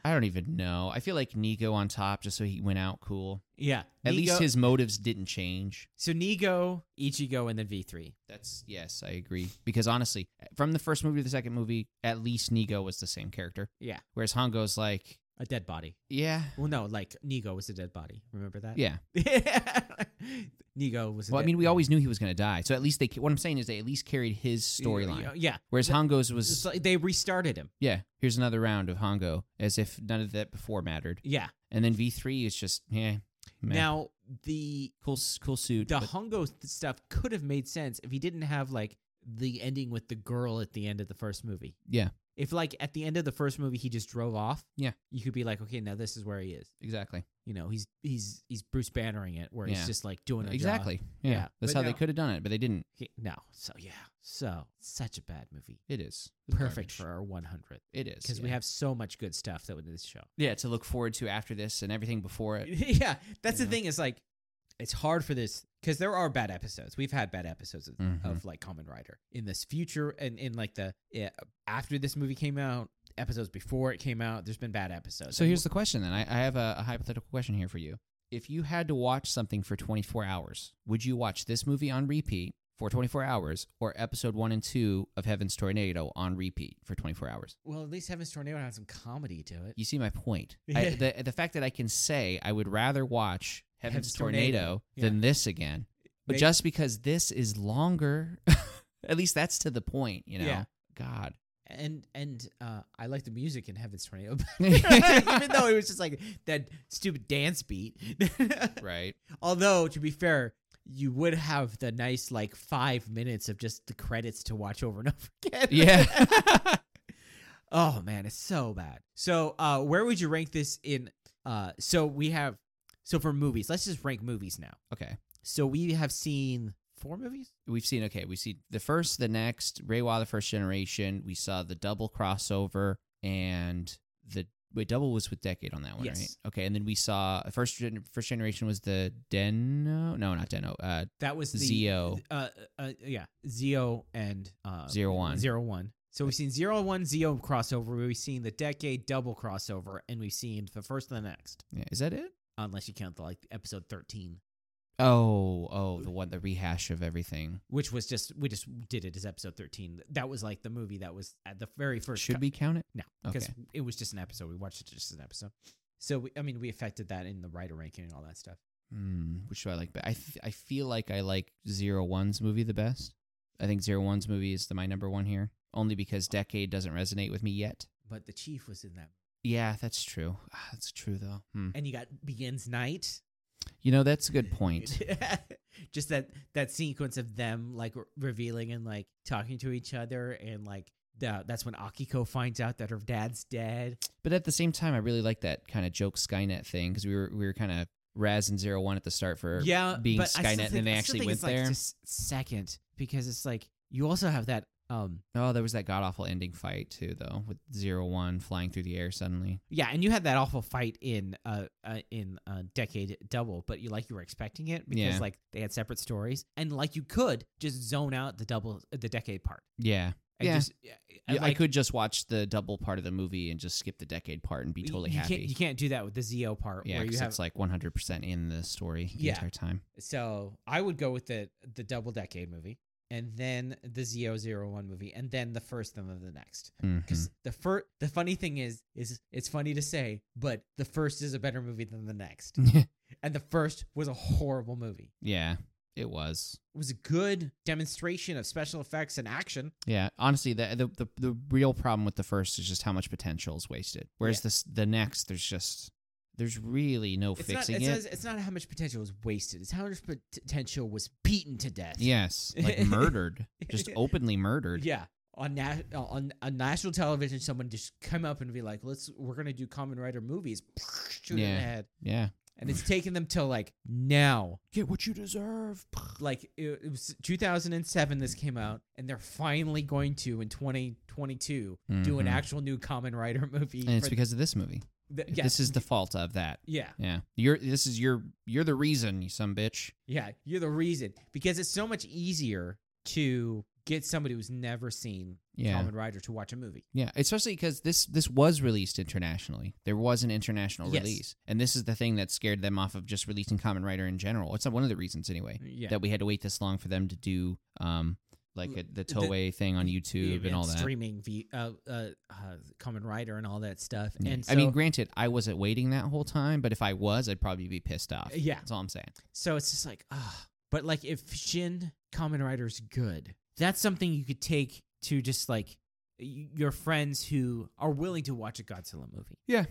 S2: I don't even know. I feel like Nico on top just so he went out cool.
S1: yeah
S2: At least
S1: Nigo-
S2: his motives didn't change.
S1: so nigo ichigo and then v3
S2: That's yes, I agree. Because honestly, from the first movie to the second movie, at least Nigo was the same character.
S1: Yeah.
S2: Whereas Hongo's like,
S1: a dead body.
S2: Yeah.
S1: Well, no, like Nego was a dead body. Remember that?
S2: Yeah.
S1: Nego was. A
S2: Well, I
S1: dead
S2: mean, we
S1: body.
S2: always knew he was going to die. So at least they, what I'm saying is they at least carried his
S1: Yeah,
S2: storyline.
S1: Yeah,
S2: Whereas Hongo's was,
S1: It's like they restarted him.
S2: yeah, here's another round of Hongo, as if none of that before mattered.
S1: Yeah.
S2: And then V3 is just, yeah, meh.
S1: Now the
S2: cool, s- cool suit.
S1: the
S2: but-
S1: Hongo th- stuff could have made sense if he didn't have like the ending with the girl at the end of the first movie.
S2: yeah,
S1: If like at the end of the first movie he just drove off,
S2: Yeah.
S1: you could be like, okay, now this is where he is.
S2: exactly.
S1: You know, he's he's he's Bruce Bannering it, where
S2: Yeah.
S1: he's just like doing a job.
S2: Exactly. Yeah.
S1: Yeah,
S2: That's
S1: but
S2: how they
S1: no.
S2: could have done it, but they didn't.
S1: He- no, so yeah, so such a bad movie.
S2: It is It's
S1: Perfect
S2: garbage.
S1: for our 100th
S2: it is
S1: because
S2: yeah.
S1: we have so much good stuff that was in this show.
S2: yeah to look forward to after this and everything before it.
S1: yeah, that's
S2: Yeah.
S1: the thing. Is like it's hard for this because there are bad episodes. We've had bad episodes of,
S2: Mhm.
S1: of like Common Rider in this future and in like the yeah, after this movie came out, episodes before it came out. There's been bad episodes.
S2: So here's the question then. I, I have a, a hypothetical question here for you. If you had to watch something for 24 hours, would you watch this movie on repeat for 24 hours or episode one and two of Heaven's Tornado on repeat for 24 hours?
S1: well, at least Heaven's Tornado had some comedy to it.
S2: You see my point. I,
S1: Yeah.
S2: the, the fact that I can say I would rather watch Heaven's,
S1: Heaven's
S2: Tornado,
S1: Tornado.
S2: than this again, but
S1: Make-
S2: just because this is longer, at least that's to the point, you know?
S1: Yeah.
S2: God.
S1: And and uh, I like the music in Heaven's Tornado, even though it was just like that stupid dance beat.
S2: Right.
S1: Although to be fair, you would have the nice like five minutes of just the credits to watch over and over again.
S2: Yeah.
S1: Oh man, it's so bad. So, uh, where would you rank this in? Uh, so we have, so for movies, let's just rank movies now.
S2: okay.
S1: So we have seen four movies.
S2: we've seen okay we see the first the next ray Wah, the first generation we saw the double crossover and the wait double was with decade on that one
S1: Yes.
S2: right okay and then we saw first gen, first generation was the deno no not deno uh
S1: That was the
S2: Zio.
S1: Uh, uh, yeah, Zio and uh,
S2: Zero One.
S1: Zero One. So we've seen zero one Zio crossover. We've seen the decade double crossover, and we've seen the first and the next,
S2: yeah, is that it
S1: unless you count the like episode thirteen,
S2: oh oh the one the rehash of everything
S1: which was just we just did it as episode thirteen. That was like the movie that was at the very first.
S2: should
S1: co-
S2: we count it
S1: No,
S2: Okay.
S1: because it was just an episode. We watched it just as an episode. So we, I mean, we affected that in the writer ranking and all that stuff.
S2: Hmm, which do i like best i th- i feel like i like zero one's movie the best i think zero one's movie is the my number one here only because decade doesn't resonate with me yet
S1: But the chief was in that,
S2: yeah that's true Ah, that's true though hmm.
S1: and you got begins night.
S2: You know, that's a good point.
S1: just that that sequence of them like re- revealing and like talking to each other, and like the, that's when Akiko finds out that her dad's dead.
S2: But at the same time, I really like that kind of joke Skynet thing because we were we were kind of razzing zero one at the start for
S1: yeah,
S2: being
S1: but I still
S2: Skynet,
S1: think-
S2: and then they
S1: I still
S2: actually
S1: think
S2: went
S1: it's, like,
S2: there.
S1: just second, because it's like you also have that. Um,
S2: Oh, there was that god awful ending fight too, though, with zero one flying through the air suddenly.
S1: Yeah, and you had that awful fight in uh, uh in uh, decade double, but you like you were expecting it because
S2: Yeah.
S1: like they had separate stories, and like you could just zone out the double the decade part.
S2: Yeah,
S1: And
S2: Yeah.
S1: just,
S2: Yeah, I could just watch the double part of the movie and just skip the decade part and be totally
S1: you
S2: happy.
S1: Can't, you can't do that with the Zio part
S2: yeah,
S1: where you
S2: because
S1: have.
S2: it's like one hundred percent in the story the
S1: Yeah.
S2: entire time.
S1: so I would go with the the double decade movie, and then the Zio zero one movie, and then the first and then the next. Because
S2: Mhm.
S1: the first, the funny thing is, is it's funny to say, but the first is a better movie than the next, and the first was a horrible movie.
S2: yeah, it was.
S1: was a good demonstration of special effects and action.
S2: Yeah, honestly, the, the the the real problem with the first is just how much potential is wasted. Whereas
S1: Yeah.
S2: this the next, there's just there's really no
S1: It's not,
S2: fixing
S1: it's,
S2: it.
S1: Not, it's not how much potential was wasted. It's how much pot- potential was beaten to death.
S2: yes, like murdered, just openly murdered.
S1: Yeah. On, na- on on national television, someone just come up and be like, "Let's we're gonna do Common Rider movies." Shoot it in
S2: Yeah.
S1: the head,
S2: Yeah,
S1: and it's taken them till like now.
S2: get what you deserve.
S1: Like it, it was 2007. This came out, and they're finally going to in 2022 do an
S2: Mhm.
S1: actual new Common Rider movie.
S2: And it's
S1: for
S2: because of this movie.
S1: the- yeah,
S2: This is the fault of that.
S1: yeah.
S2: Yeah, you're this is your you're the reason, you some bitch.
S1: Yeah, you're the reason because it's so much easier to get somebody who's never seen
S2: Yeah.
S1: Common Rider to watch a movie.
S2: Yeah, especially because this this was released internationally. There was an international
S1: Yes.
S2: release, and this is the thing that scared them off of just releasing Common Writer in general. It's not one of the reasons anyway
S1: Yeah,
S2: that we had to wait this long for them to do um, like
S1: L-
S2: a, the Toei thing on YouTube and all that.
S1: streaming v- uh, uh, uh, Common Rider and all that stuff.
S2: Yeah.
S1: And so,
S2: I mean, granted, I wasn't waiting that whole time, but if I was, I'd probably be pissed off.
S1: Yeah.
S2: that's all I'm saying.
S1: so it's just like, ah. But like, if Shin Common Rider's good, that's something you could take to just like y- your friends who are willing to watch a Godzilla movie.
S2: Yeah.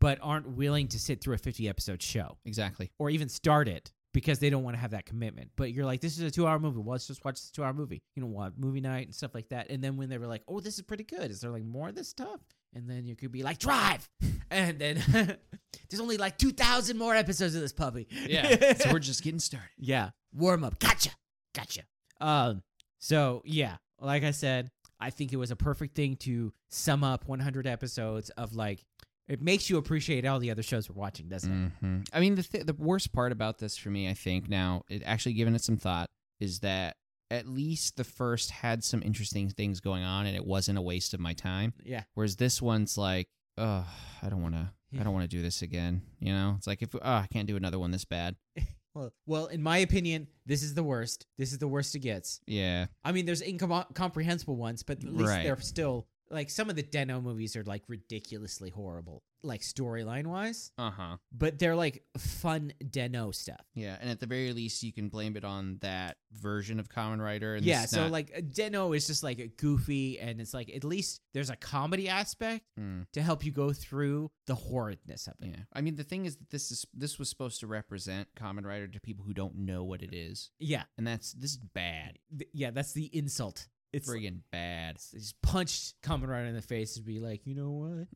S1: But aren't willing to sit through a 50 episode show
S2: Exactly.
S1: or even start it because they don't want to have that commitment. But you're like, this is a two hour movie. Well, let's just watch this two hour movie. You know, what movie night and stuff like that. And then when they were like, oh, this is pretty good. Is there like more of this stuff? And then you could be like, drive. And then there's only like 2,000 more episodes of this puppy.
S2: Yeah. so we're just getting started.
S1: Yeah. Warm up. Gotcha. Gotcha. Um, so yeah, like I said, I think it was a perfect thing to sum up 100 episodes of like, it makes you appreciate all the other shows we're watching, doesn't it?
S2: hmm I mean, the th- the worst part about this for me, I think, now it, actually giving it some thought, is that at least the first had some interesting things going on, and it wasn't a waste of my time.
S1: Yeah.
S2: Whereas this one's like, oh, I don't want to,
S1: Yeah.
S2: I don't want to do this again. You know, it's like if oh, I can't do another one this bad.
S1: Well, well, in my opinion, this is the worst. This is the worst it gets.
S2: Yeah,
S1: I mean, there's incomprehensible ones, but at least
S2: Right.
S1: they're still like some of the Deno movies are like ridiculously horrible, like storyline wise,
S2: uh huh.
S1: but they're like fun Deno stuff.
S2: Yeah, and at the very least, you can blame it on that version of Common Rider. And
S1: yeah,
S2: it's
S1: so
S2: not-
S1: like Deno is just like goofy, and it's like at least there's a comedy aspect
S2: Mm,
S1: to help you go through the horridness of it.
S2: yeah. I mean, the thing is that this is this was supposed to represent Common Rider to people who don't know what it is,
S1: Yeah,
S2: and that's this is bad,
S1: th- yeah, that's the insult. It's
S2: friggin' bad.
S1: They just punched Common Rider in the face and be like, you know what?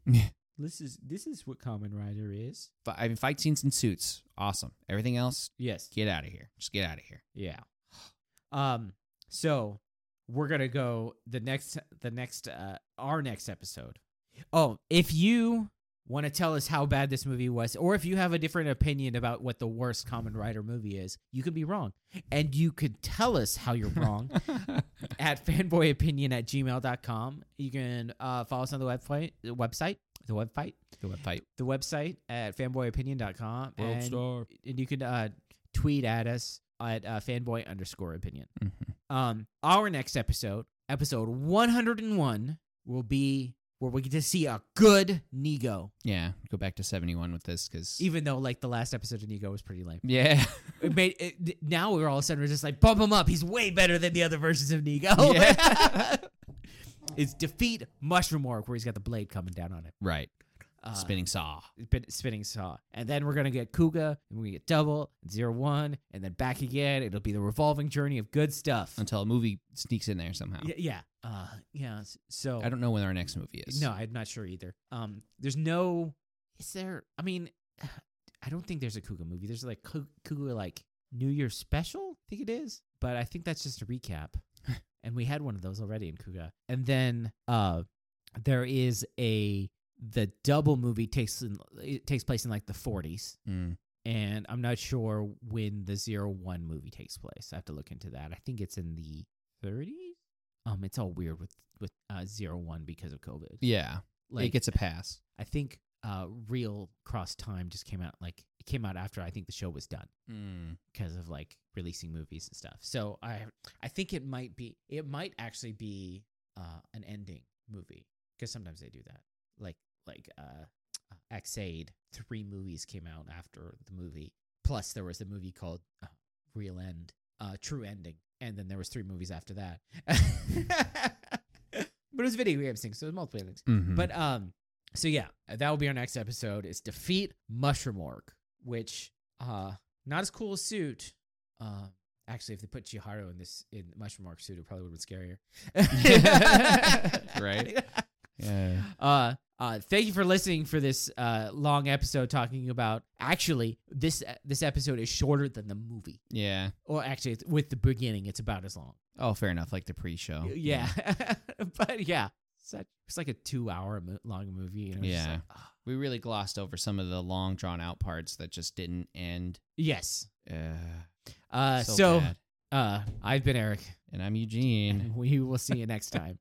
S1: this is this is what Common Rider is.
S2: But I mean, fight scenes and suits, awesome. Everything else,
S1: Yes.
S2: get out of here. Just get out of here.
S1: Yeah. Um. So we're gonna go the next the next uh our next episode. Oh, if you want to tell us how bad this movie was, or if you have a different opinion about what the worst Common Rider movie is, you could be wrong, and you could tell us how you're wrong. at fanboyopinion at gmail.com. You can uh, follow us on the website, the website, the website,
S2: the web fight.
S1: the website at fanboyopinion.com. and,
S2: star.
S1: and you can uh, tweet at us at uh, fanboy underscore opinion.
S2: Mm-hmm.
S1: Um, our next episode, episode 101, will be where we get to see a good Nego,
S2: Yeah, go back to seventy one with this because
S1: even though like the last episode of Nego was pretty lame.
S2: yeah,
S1: It made it, now we're all of a sudden we're just like bump him up. He's way better than the other versions of Nego.
S2: Yeah.
S1: it's defeat Mushroom Orc where he's got the blade coming down on it,
S2: right.
S1: uh,
S2: Spinning saw.
S1: spin- spinning saw, and then we're gonna get Kuga, and we get Double Zero One, and then back again. It'll be the revolving journey of good stuff.
S2: Until a movie sneaks in there somehow.
S1: Y- yeah, uh, yeah. s- So
S2: I don't know when our next movie is.
S1: No, I'm not sure either. Um, there's no. Is there? I mean, I don't think there's a Kuga movie. There's like Ku- Kuga like New Year's special. I think it is, but I think that's just a recap. and we had one of those already in Kuga. And then uh, there is a the double movie takes in, it takes place in like the 40s.
S2: Mm.
S1: And I'm not sure when the zero one movie takes place. I have to look into that. I think it's in the 30s. Um, it's all weird with with uh, zero one because of COVID.
S2: Yeah,
S1: Like
S2: it gets a pass.
S1: I think uh, Real Cross Time just came out like it came out after I think the show was done
S2: Mm.
S1: because of like releasing movies and stuff. So I I think it might be it might actually be uh, an ending movie because sometimes they do that. Like like uh, Xaid, three movies came out after the movie. Plus there was a movie called uh, Real End, uh, True Ending, and then there was three movies after that. but it was video game thing, so it was multiple endings.
S2: Mhm.
S1: But um, so yeah, that will be our next episode. Is defeat Mushroom Orc, which uh, not as cool a suit. Uh, actually, if they put Chiharu in this in Mushroom Orc suit, it probably would have been scarier.
S2: Right. yeah.
S1: Uh, uh, thank you for listening for this uh, long episode talking about. Actually, this uh, this episode is shorter than the movie.
S2: yeah.
S1: Or actually, it's- with the beginning, it's about as long.
S2: Oh, fair enough. Like the pre-show.
S1: yeah, but yeah, such it's like a two hour mo- long movie. And I'm just
S2: Yeah.
S1: like, ah.
S2: we really glossed over some of the long, drawn-out parts that just didn't end.
S1: Yes.
S2: Uh,
S1: Uh,
S2: so
S1: so
S2: bad.
S1: uh, I've been Eric.
S2: and I'm Eugene.
S1: We will see you next time.